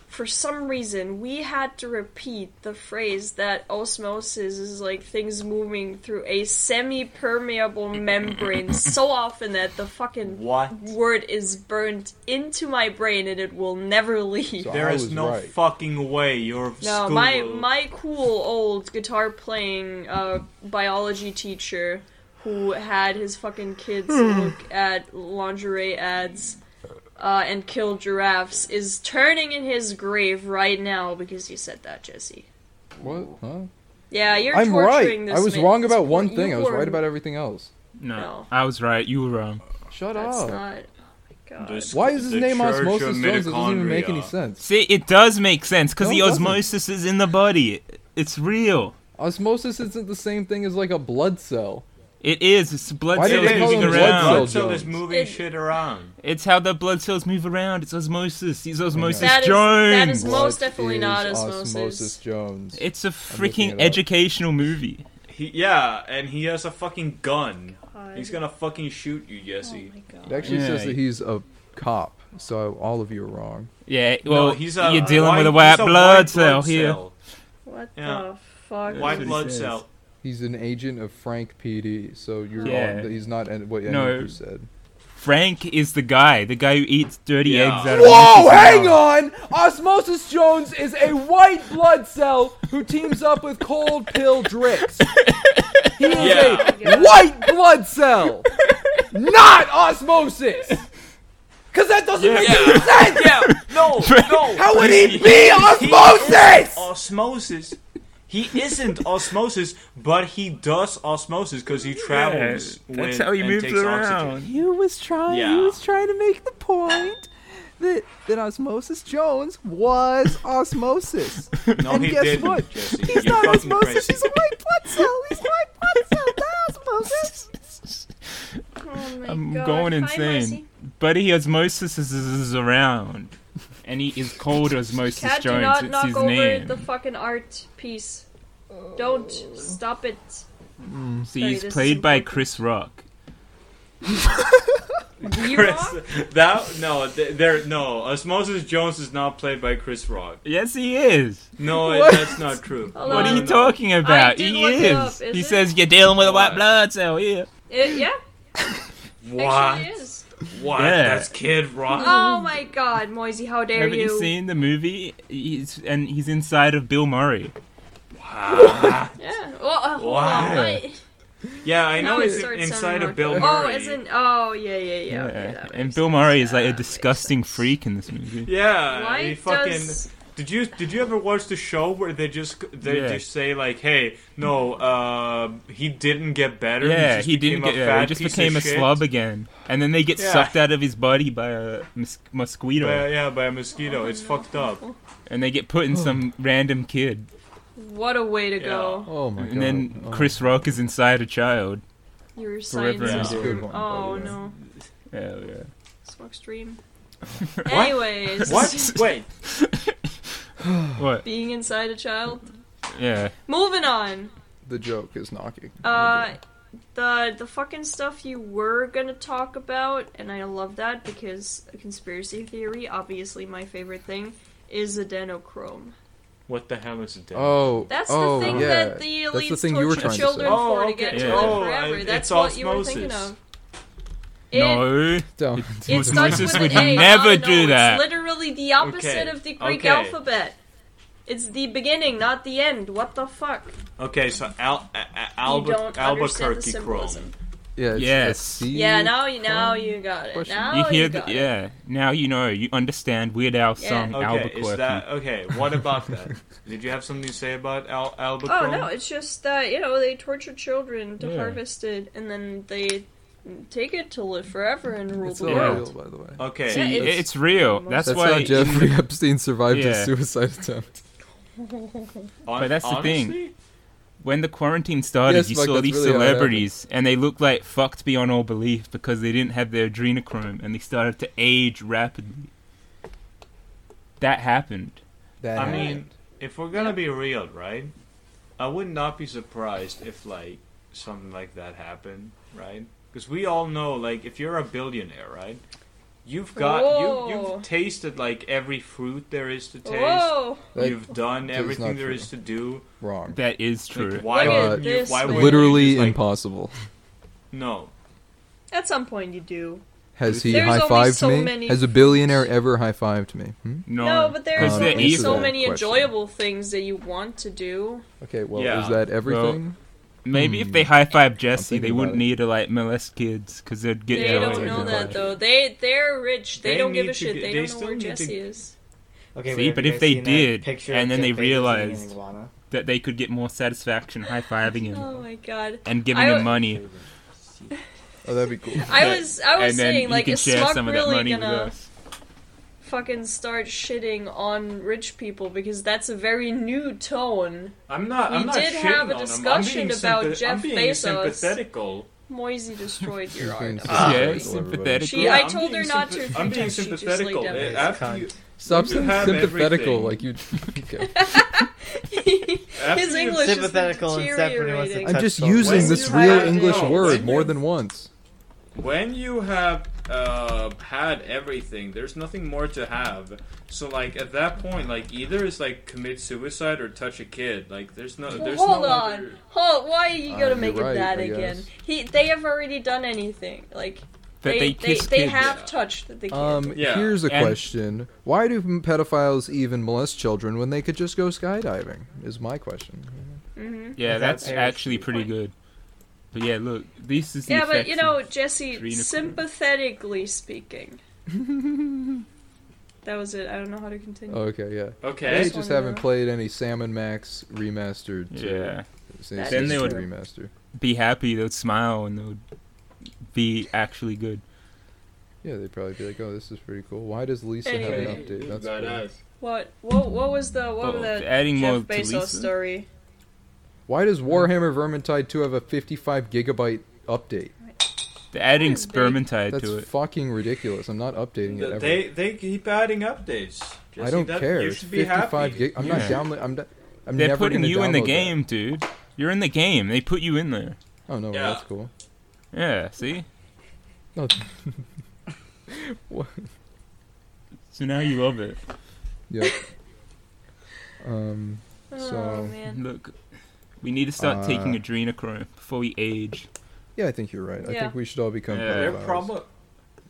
S5: for some reason we had to repeat the phrase that osmosis is like things moving through a semi-permeable membrane so often that the fucking
S7: What?
S5: word is burnt into my brain and it will never [LAUGHS] leave.
S1: So
S7: There
S1: I
S7: is
S1: was
S7: no
S1: right.
S7: fucking way your
S5: No,
S7: school.
S5: my my cool old guitar playing uh, biology teacher who had his fucking kids
S1: Hmm.
S5: look at lingerie ads uh, and kill giraffes is turning in his grave right now because you said that, Jesse.
S1: What? Huh?
S5: Yeah, you're
S1: I'm right.
S5: torturing this.
S1: I was
S5: man.
S1: wrong
S5: This
S1: about
S5: poor-
S1: one
S5: you
S1: thing. I was
S5: were-
S1: right about everything else.
S3: No,
S5: No.
S3: I was right. You were wrong.
S1: Shut
S5: That's
S1: up.
S5: not. Oh my god.
S7: This-
S1: Why is his
S7: The
S1: name
S7: Church of
S1: osmosis Jones? It doesn't even make any
S7: Mitochondria.
S1: sense.
S3: See, it does make sense because
S1: No, it
S3: the
S1: doesn't.
S3: osmosis is in the body. It's real.
S1: Osmosis isn't the same thing as like a blood cell.
S3: It is. It's blood
S1: Why did
S3: cells
S1: they call
S3: moving
S1: him blood
S3: around.
S1: cell?
S7: blood cell is
S1: Jones.
S7: moving
S5: It-
S7: shit around.
S3: It's how the blood cells move around. It's osmosis. He's osmosis
S5: That is-
S3: Jones.
S5: that is It's mo-
S1: What
S5: most definitely
S1: is
S5: not
S1: osmosis.
S5: osmosis.
S1: Jones.
S3: it's a
S1: looking it
S3: freaking
S1: up.
S3: educational movie.
S7: He, yeah, and he has a fucking gun. He's gonna fucking shoot you,
S5: Oh
S7: Jesse.
S5: my god.
S1: It actually
S3: Yeah.
S1: says that he's a cop. So all of you are wrong.
S3: Yeah, well,
S7: No, he's uh, a
S3: you're dealing
S7: white,
S3: with a white
S7: he's
S3: blood, cell here.
S5: What
S7: Yeah.
S5: the fuck?
S3: That's
S7: White
S3: what he
S7: blood
S3: says.
S7: cell.
S1: He's an agent of Frank PD. So you're
S3: Yeah.
S1: wrong. He's not en- what any
S3: No.
S1: of you said.
S3: Frank is the guy, the guy who eats dirty
S7: Yeah.
S3: eggs out of
S1: Whoa,
S3: monkeys'
S1: hang
S3: mouth.
S1: on! Osmosis Jones is a white blood cell who teams up with cold pill Drix. He is
S7: Yeah.
S1: a white blood cell, not osmosis! Because that doesn't make any sense!
S7: Yeah, no, no.
S1: How would he be osmosis?
S7: Osmosis. He isn't osmosis, but he does osmosis because he travels.
S3: Yeah,
S7: with,
S3: that's how he
S7: and
S3: moves
S7: takes
S3: around. [LAUGHS]
S7: Oxygen.
S1: You was trying,
S7: Yeah. was
S1: trying to make the point that, that Osmosis Jones was osmosis.
S7: No,
S1: And
S7: he
S1: guess
S7: didn't,
S1: what?
S7: Jesse. You're fucking crazy.
S1: white blood cell! He's a white blood cell, osmosis!
S5: Oh my
S3: I'm
S5: god.
S3: going
S5: Hi,
S3: insane.
S5: Marcy.
S3: Buddy Osmosis is, is, is around. And he is called Osmosis
S5: Cat,
S3: Jones.
S5: do not
S3: it's
S5: knock
S3: his
S5: over
S3: name.
S5: the fucking art piece. Don't stop it.
S3: See, he's
S5: Sorry, this
S3: played
S5: is-
S3: by Chris Rock.
S5: We
S7: [LAUGHS] Chris,
S5: rock?
S7: that no, th- there no. Osmosis Jones is not played by Chris Rock.
S3: Yes, he is.
S7: No,
S3: What?
S7: that's not true.
S5: [LAUGHS] Hold
S3: What
S5: No,
S3: are you
S5: no.
S3: talking about?
S5: did
S3: He
S5: look it
S3: is.
S5: up, is
S3: he
S5: it?
S3: says you're dealing with a white
S7: What?
S3: blood cell here.
S7: [GASPS]
S5: It, yeah,
S7: What?
S5: actually it is.
S7: What?
S3: Yeah.
S7: That's Kid Rock.
S5: Oh my god, Moisey, how dare
S3: Haven't you?
S5: you?
S3: seen the movie? He's and he's inside of Bill Murray.
S7: Wow.
S5: Yeah. Well, uh, hold
S7: Why?
S5: on, wait.
S7: Ah. yeah, I
S5: Now
S7: know
S5: it
S7: he's
S5: starts
S7: inside
S5: sounding
S7: of Bill
S5: more-
S7: Murray.
S5: Oh, isn't? Oh, yeah, yeah, yeah. okay, that
S3: and
S5: makes
S3: Bill
S5: sense.
S3: Murray is like
S5: That
S3: a
S5: makes
S3: disgusting
S5: sense.
S3: freak in this movie.
S7: Yeah,
S5: Why
S7: Uh, he fucking.
S5: does?
S7: Did you did you ever watch the show where they just they
S3: Yeah.
S7: just say like, hey, no, uh, he didn't get [LAUGHS] better.
S3: Yeah,
S7: just
S3: he didn't get.
S7: became a
S3: Yeah,
S7: fat
S3: he just
S7: piece
S3: became a
S7: of shit.
S3: slob again, and then they get
S7: Yeah.
S3: sucked out of his body by a mos- mosquito,
S7: By- yeah, by a mosquito. it's fucked up.
S3: and they get put
S5: Oh.
S3: in some random kid,
S5: What a way to
S7: Yeah.
S5: go!
S1: [LAUGHS] Oh my god.
S3: and then
S1: oh.
S3: Chris Rock is inside a child.
S5: Your
S3: Forever
S5: science
S7: in a
S5: experiment.
S1: good one,
S5: Oh
S1: by the way.
S5: no,
S3: Hell yeah.
S5: [SIGHS] smoke
S3: [LAUGHS]
S5: stream. Anyways,
S7: What? Wait.
S3: What?
S5: being inside a child.
S3: Yeah.
S5: Moving on.
S1: Oh. The joke is knocking.
S5: Uh, the the fucking stuff you were gonna talk about, and I love that because a conspiracy theory, obviously my favorite thing, is adenochrome.
S7: What the hell is it? then?
S1: oh,
S5: That's
S1: oh,
S5: the thing
S1: yeah.
S5: that the elites
S1: That's the thing
S5: torture
S1: you were trying
S5: children
S1: to
S5: for
S7: Oh,
S5: to get
S3: okay.
S5: to live
S7: Oh,
S5: forever.
S7: I- it's
S5: That's what you were thinking
S7: osmosis.
S5: of. It,
S3: no.
S1: say. Down.
S5: it starts with
S3: Osmosis
S5: an
S3: would
S5: A.
S3: never
S5: Oh, no,
S3: do that.
S5: It's literally the opposite
S7: Okay,
S5: of the Greek
S7: okay.
S5: alphabet. It's the beginning, not the end. What the fuck?
S7: Okay, so Al- a- a-
S5: you
S7: Albert-
S5: don't understand the
S7: Albuquerque
S5: symbolism.
S7: Chrome.
S1: Yeah. it's-
S3: Yes.
S1: it's C-
S5: Yeah, now you now you got it.
S1: Question.
S5: Now
S3: You
S5: Oh, you,
S3: hear the
S5: got it.
S3: yeah. Now you know. You understand Weird Al
S5: Yeah.
S3: song
S7: Okay,
S3: Albuquerque.
S7: is that okay? What about that? Did you have something to say about Al- Albert?
S5: Oh
S7: Chrome?
S5: no, it's just that you know they torture children to
S3: Yeah.
S5: harvest it, and then they take it to live forever and rule
S1: It's
S5: the
S1: all
S3: Yeah.
S5: world.
S1: real, by the way.
S7: Okay.
S3: See,
S5: Yeah, it's-
S3: it's, real. That's,
S1: That's
S5: That's
S3: why.
S1: how Jeffrey
S3: [LAUGHS]
S1: Epstein survived
S3: Yeah.
S1: his suicide attempt.
S7: Hon-
S3: But that's the thing.
S7: honestly?
S3: when the quarantine started,
S1: Yes,
S3: you
S1: like,
S3: saw
S1: that's
S3: these
S1: really how it
S3: celebrities, and they looked like fucked beyond all belief because they didn't have their adrenochrome, and they started to age rapidly. That happened.
S1: That
S7: I mean, if we're gonna be real, right? I would not be surprised if like something like that happened, right? Because we all know, like, if you're a billionaire, right? You've got you,
S5: Whoa.
S7: you've tasted like every fruit there is to taste.
S5: Whoa!
S1: That
S7: You've done
S1: is not
S7: everything there
S1: true.
S7: is to do.
S1: wrong.
S3: That is true.
S7: Like, why
S5: Look
S1: at
S7: would you,
S5: this
S7: why
S5: man.
S7: would
S1: Literally
S7: you just, like,
S1: impossible.
S7: no.
S5: At some point you do.
S1: Has he
S5: There's
S1: high
S5: only
S1: fived
S5: so
S1: me?
S5: many-
S1: Has a billionaire ever high fived me? Hmm?
S3: no,
S5: No, but there are
S3: because
S1: Um,
S3: they're
S1: only
S5: only
S1: answer
S5: so
S1: that
S3: evil.
S5: many
S1: question.
S5: enjoyable things that you want to do.
S1: Okay, well,
S7: Yeah.
S1: is that everything?
S3: Maybe if
S1: Hmm.
S3: they high five Jesse,
S1: thinking
S3: they
S1: about
S3: wouldn't
S1: it.
S3: need to like molest kids because they'd get.
S5: They
S3: their
S5: don't
S3: way.
S5: know
S1: yeah.
S5: that though. They they're rich. They,
S7: They
S5: don't give
S7: need
S5: a
S7: to
S5: shit.
S7: get-
S5: they
S7: they
S5: don't know
S7: still
S5: where
S7: need to
S5: Jesse
S7: get-
S5: is.
S6: Okay,
S3: See,
S6: but
S3: but
S6: have you
S3: if
S6: guys
S3: they
S6: seen that
S3: did,
S6: picture
S3: and
S6: of
S3: then they
S6: Jeff Bezos eating an
S3: realized-
S6: iguana?
S3: That they could get more satisfaction high fiving him
S5: Oh my god.
S3: and giving
S5: I
S3: him
S5: w-
S3: money.
S1: Oh, that'd be cool.
S5: I
S3: But-
S5: was I was
S3: and then
S5: saying like
S3: you can
S5: is
S3: share
S5: Smock
S3: some of that
S5: really
S3: money
S5: gonna
S3: with uh, us.
S5: fucking start shitting on rich people because that's a very new tone.
S7: I'm not.
S5: We
S7: I'm not
S5: did
S7: shitting
S5: have a
S7: on him. I'm
S5: discussion
S7: being
S5: about
S7: sympath-
S5: Jeff
S7: I'm being
S5: Bezos.
S7: Sympathetical.
S5: Moisey
S1: [LAUGHS]
S5: destroyed your
S1: Being sympathetical,
S5: art.
S3: yeah,
S1: everybody.
S3: sympathetic.
S5: She,
S7: Yeah,
S5: I
S7: I'm
S5: told her
S7: being
S5: not
S7: sympa-
S5: to. a
S7: I'm
S5: few
S7: being
S5: times. She just laid
S7: sympathetical.
S5: down
S7: Eh,
S5: and-
S7: After you,
S1: [LAUGHS] Stop
S7: You
S1: saying
S7: have
S1: sympathetical
S7: everything.
S1: like you. [LAUGHS] Okay.
S7: after
S5: [LAUGHS] His
S7: you-
S5: English is
S6: Sympathetical and separate wants to
S5: deteriorating.
S1: I'm
S6: touch
S1: just
S6: soil.
S1: using
S7: When
S1: this
S7: you
S1: real
S7: have-
S1: English
S7: no,
S1: word
S7: when
S1: more
S7: you-
S1: than once.
S7: When you have uh, had everything, there's nothing more to have. So like at that point, like either is like commit suicide or touch a kid. Like there's no.
S5: Well,
S7: There's
S5: hold
S7: no
S5: on,
S7: Other...
S5: hold. Why are you
S1: Uh,
S5: gonna
S1: you're
S5: make
S1: right,
S5: it that
S1: I
S5: again?
S1: guess.
S5: He, they have already done anything. Like
S3: But they
S5: they, they,
S3: kiss
S5: they
S3: kids.
S5: have touched the kid.
S1: Um,
S7: Yeah.
S1: here's a
S3: And-
S1: question: Why do pedophiles even molest children when they could just go skydiving? Is my question.
S5: hmm
S3: Yeah, that's
S6: That's
S3: actually pretty good. But yeah, look, this is the
S5: Yeah, but
S3: effects
S5: you
S3: of-
S5: know, Jesse,
S3: Serena Quinn.
S5: sympathetically speaking, that was it. I don't know how to continue.
S1: Okay, yeah.
S7: Okay.
S1: They
S5: Just
S1: just
S5: wanna
S1: haven't
S5: know.
S1: played any Salmon Max remastered. To,
S3: yeah,
S1: since
S5: Then
S1: it's
S3: they
S1: just
S3: would-
S1: a remaster.
S3: be happy. They'll smile and they'll be actually good.
S1: Yeah, they'd probably be like, "Oh, this is pretty cool. Why does Lisa have
S5: Anyway.
S1: an update?" That's
S7: uh,
S1: cool.
S5: What? What? What was the? What
S3: Oh,
S5: was the
S3: adding
S5: Jeff
S3: more to
S5: Bezos
S3: Lisa.
S5: story?
S1: Why
S3: Hmm.
S1: does Warhammer Vermintide 2 have a 55 gigabyte update?
S3: They're adding
S5: That's big.
S3: spermantide
S1: That's
S3: to it.
S1: fucking ridiculous. I'm not updating it ever.
S7: They they keep adding updates. Jesse,
S1: I don't
S7: that,
S1: care.
S7: You
S1: It's
S7: should be
S1: 55
S7: happy.
S1: gig. I'm not
S3: Yeah.
S1: downloading. I'm not. I'm
S3: They're
S1: never
S3: putting
S1: gonna
S3: you in the
S1: download that.
S3: game, dude. You're in the game. They put you in there.
S1: Oh no,
S7: Yeah.
S1: that's cool.
S3: Yeah, see? [LAUGHS]
S1: No,
S3: So now you love it.
S1: yeah. Um, So-
S5: oh man.
S3: Look, we need to start taking
S1: Uh,
S3: adrenochrome before we age.
S1: yeah, I think you're right. I
S5: Yeah.
S1: think we should all become.
S3: Yeah.
S7: They're
S1: pedophiles.
S7: probably.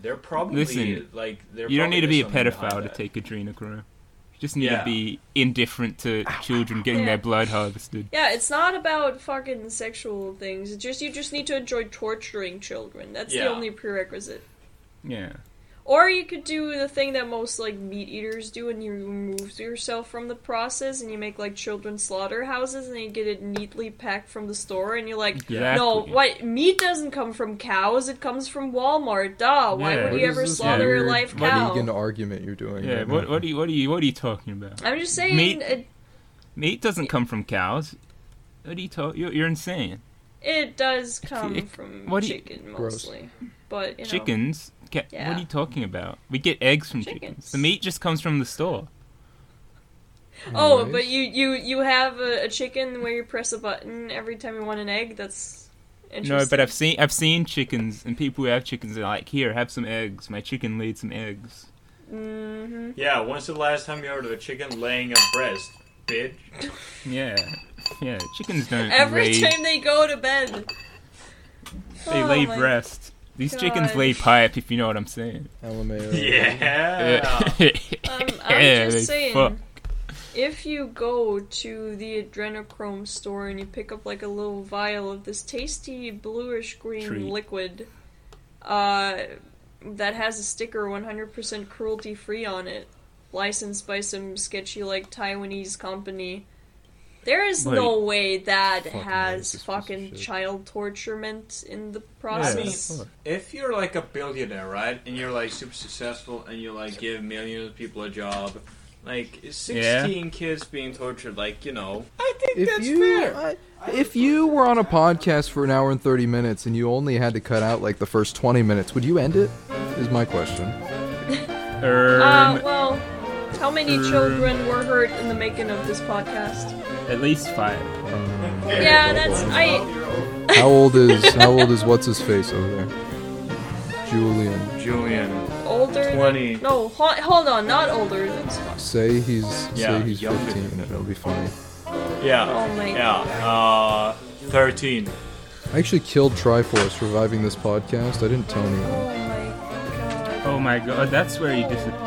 S7: They're probably
S3: Listen,
S7: like they're
S3: You don't
S7: probably
S3: need to be a
S7: there's something
S3: pedophile
S7: behind
S3: to
S7: that.
S3: take adrenochrome. You just need to
S7: Yeah.
S3: be indifferent to children getting
S5: Yeah.
S3: their blood harvested.
S5: Yeah, it's not about fucking sexual things. It's just you just need to enjoy torturing children. That's
S7: Yeah.
S5: the only prerequisite.
S3: Yeah.
S5: Or you could do the thing that most like meat eaters do, and you remove yourself from the process, and you make like children slaughterhouses, and you get it neatly packed from the store, and you're like, no,
S3: Exactly.
S5: what meat doesn't come from cows? It comes from Walmart. Duh.
S3: Yeah.
S5: Why would
S3: What
S5: you
S1: is
S5: ever
S1: this
S5: slaughter a
S1: weird
S5: live cow?
S1: Vegan argument you're doing.
S3: Yeah,
S1: right
S3: what,
S1: now.
S3: what, are you, what, are you, what are you talking about?
S5: I'm just saying, uh,
S3: Meat-
S5: it,
S3: Meat doesn't come from cows. What are you talking? You're, you're insane.
S5: it does come
S3: it-
S5: from
S3: what do you-
S5: chicken
S1: Gross.
S5: mostly, but you know,
S3: Chickens? Ca- What
S5: Yeah.
S3: are you talking about? We get eggs from chickens.
S5: Chickens.
S3: The meat just comes from the store.
S5: Oh,
S1: Anyways. [LAUGHS]
S5: but you you you have a, a chicken where you press a button every time you want an egg. That's interesting.
S3: No, but I've seen I've seen chickens and people who have chickens are like, here, have some eggs. My chicken laid some eggs.
S5: hmm
S7: Yeah, when's the last time you heard of a chicken laying a breast, bitch?
S3: Yeah, yeah. Chickens don't
S5: Every
S3: lay.
S5: time they go to bed,
S3: They
S5: Oh
S3: lay
S5: my-
S3: breast. These chickens
S5: God.
S3: lay pipe, if you know what I'm saying.
S7: [LAUGHS] Uh,
S1: LMAO.
S3: [LAUGHS]
S7: Yeah.
S5: Um, I'm
S3: Yeah, they
S5: just saying,
S3: fuck.
S5: if you go to the adrenochrome store and you pick up like a little vial of this tasty bluish green
S3: Treat.
S5: liquid, uh, that has a sticker 100% cruelty free on it, licensed by some sketchy like Taiwanese company. There is no way that
S1: Fucking racist piece
S5: has
S1: of
S5: fucking
S1: shit.
S5: child torturement in the
S7: I
S3: Yeah.
S7: mean,
S5: process.
S7: if you're like a billionaire, right, and you're like super successful, and you like give millions of people a job, like sixteen kids being tortured, like you know, I think
S1: If
S7: that's
S1: you,
S7: fair.
S1: I- if you were on a podcast for an hour and 30 minutes and you only had to cut out like the first 20 minutes, would you end it? Is my question.
S5: Uh,
S3: Um,
S5: well, how many children were hurt in the making of this podcast?
S3: at least five.
S5: Yeah, that's I.
S1: How old is how old is what's his face over there? Julian.
S7: Julian,
S5: Older. than-
S7: 20.
S5: no, ho- hold on, not older. That's fine.
S1: Say he's
S7: Yeah,
S1: say he's
S7: younger.
S1: 15 and it'll be funny.
S7: yeah,
S5: Oh my
S7: yeah, uh, thirteen.
S1: I actually killed Triforce reviving this podcast. I didn't tell anyone.
S5: Oh my
S3: Oh my god, that's where you disappear.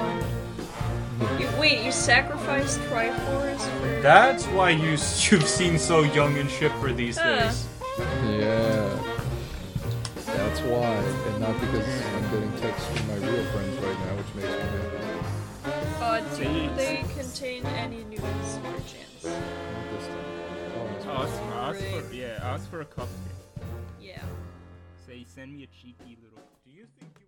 S5: god. You, wait, you sacrificed Triforce for?
S7: That's why you s- [LAUGHS] you've seen so young and chipper these
S5: Huh.
S7: days.
S1: Yeah. That's why, and not because I'm getting texts from my real friends right now, which makes me happy.
S5: Uh, do they contain any news or chance?
S1: This time. Oh,
S3: Ask, ask for, yeah, ask for a copy.
S5: Yeah.
S3: Say, send me a cheeky little. Do you think you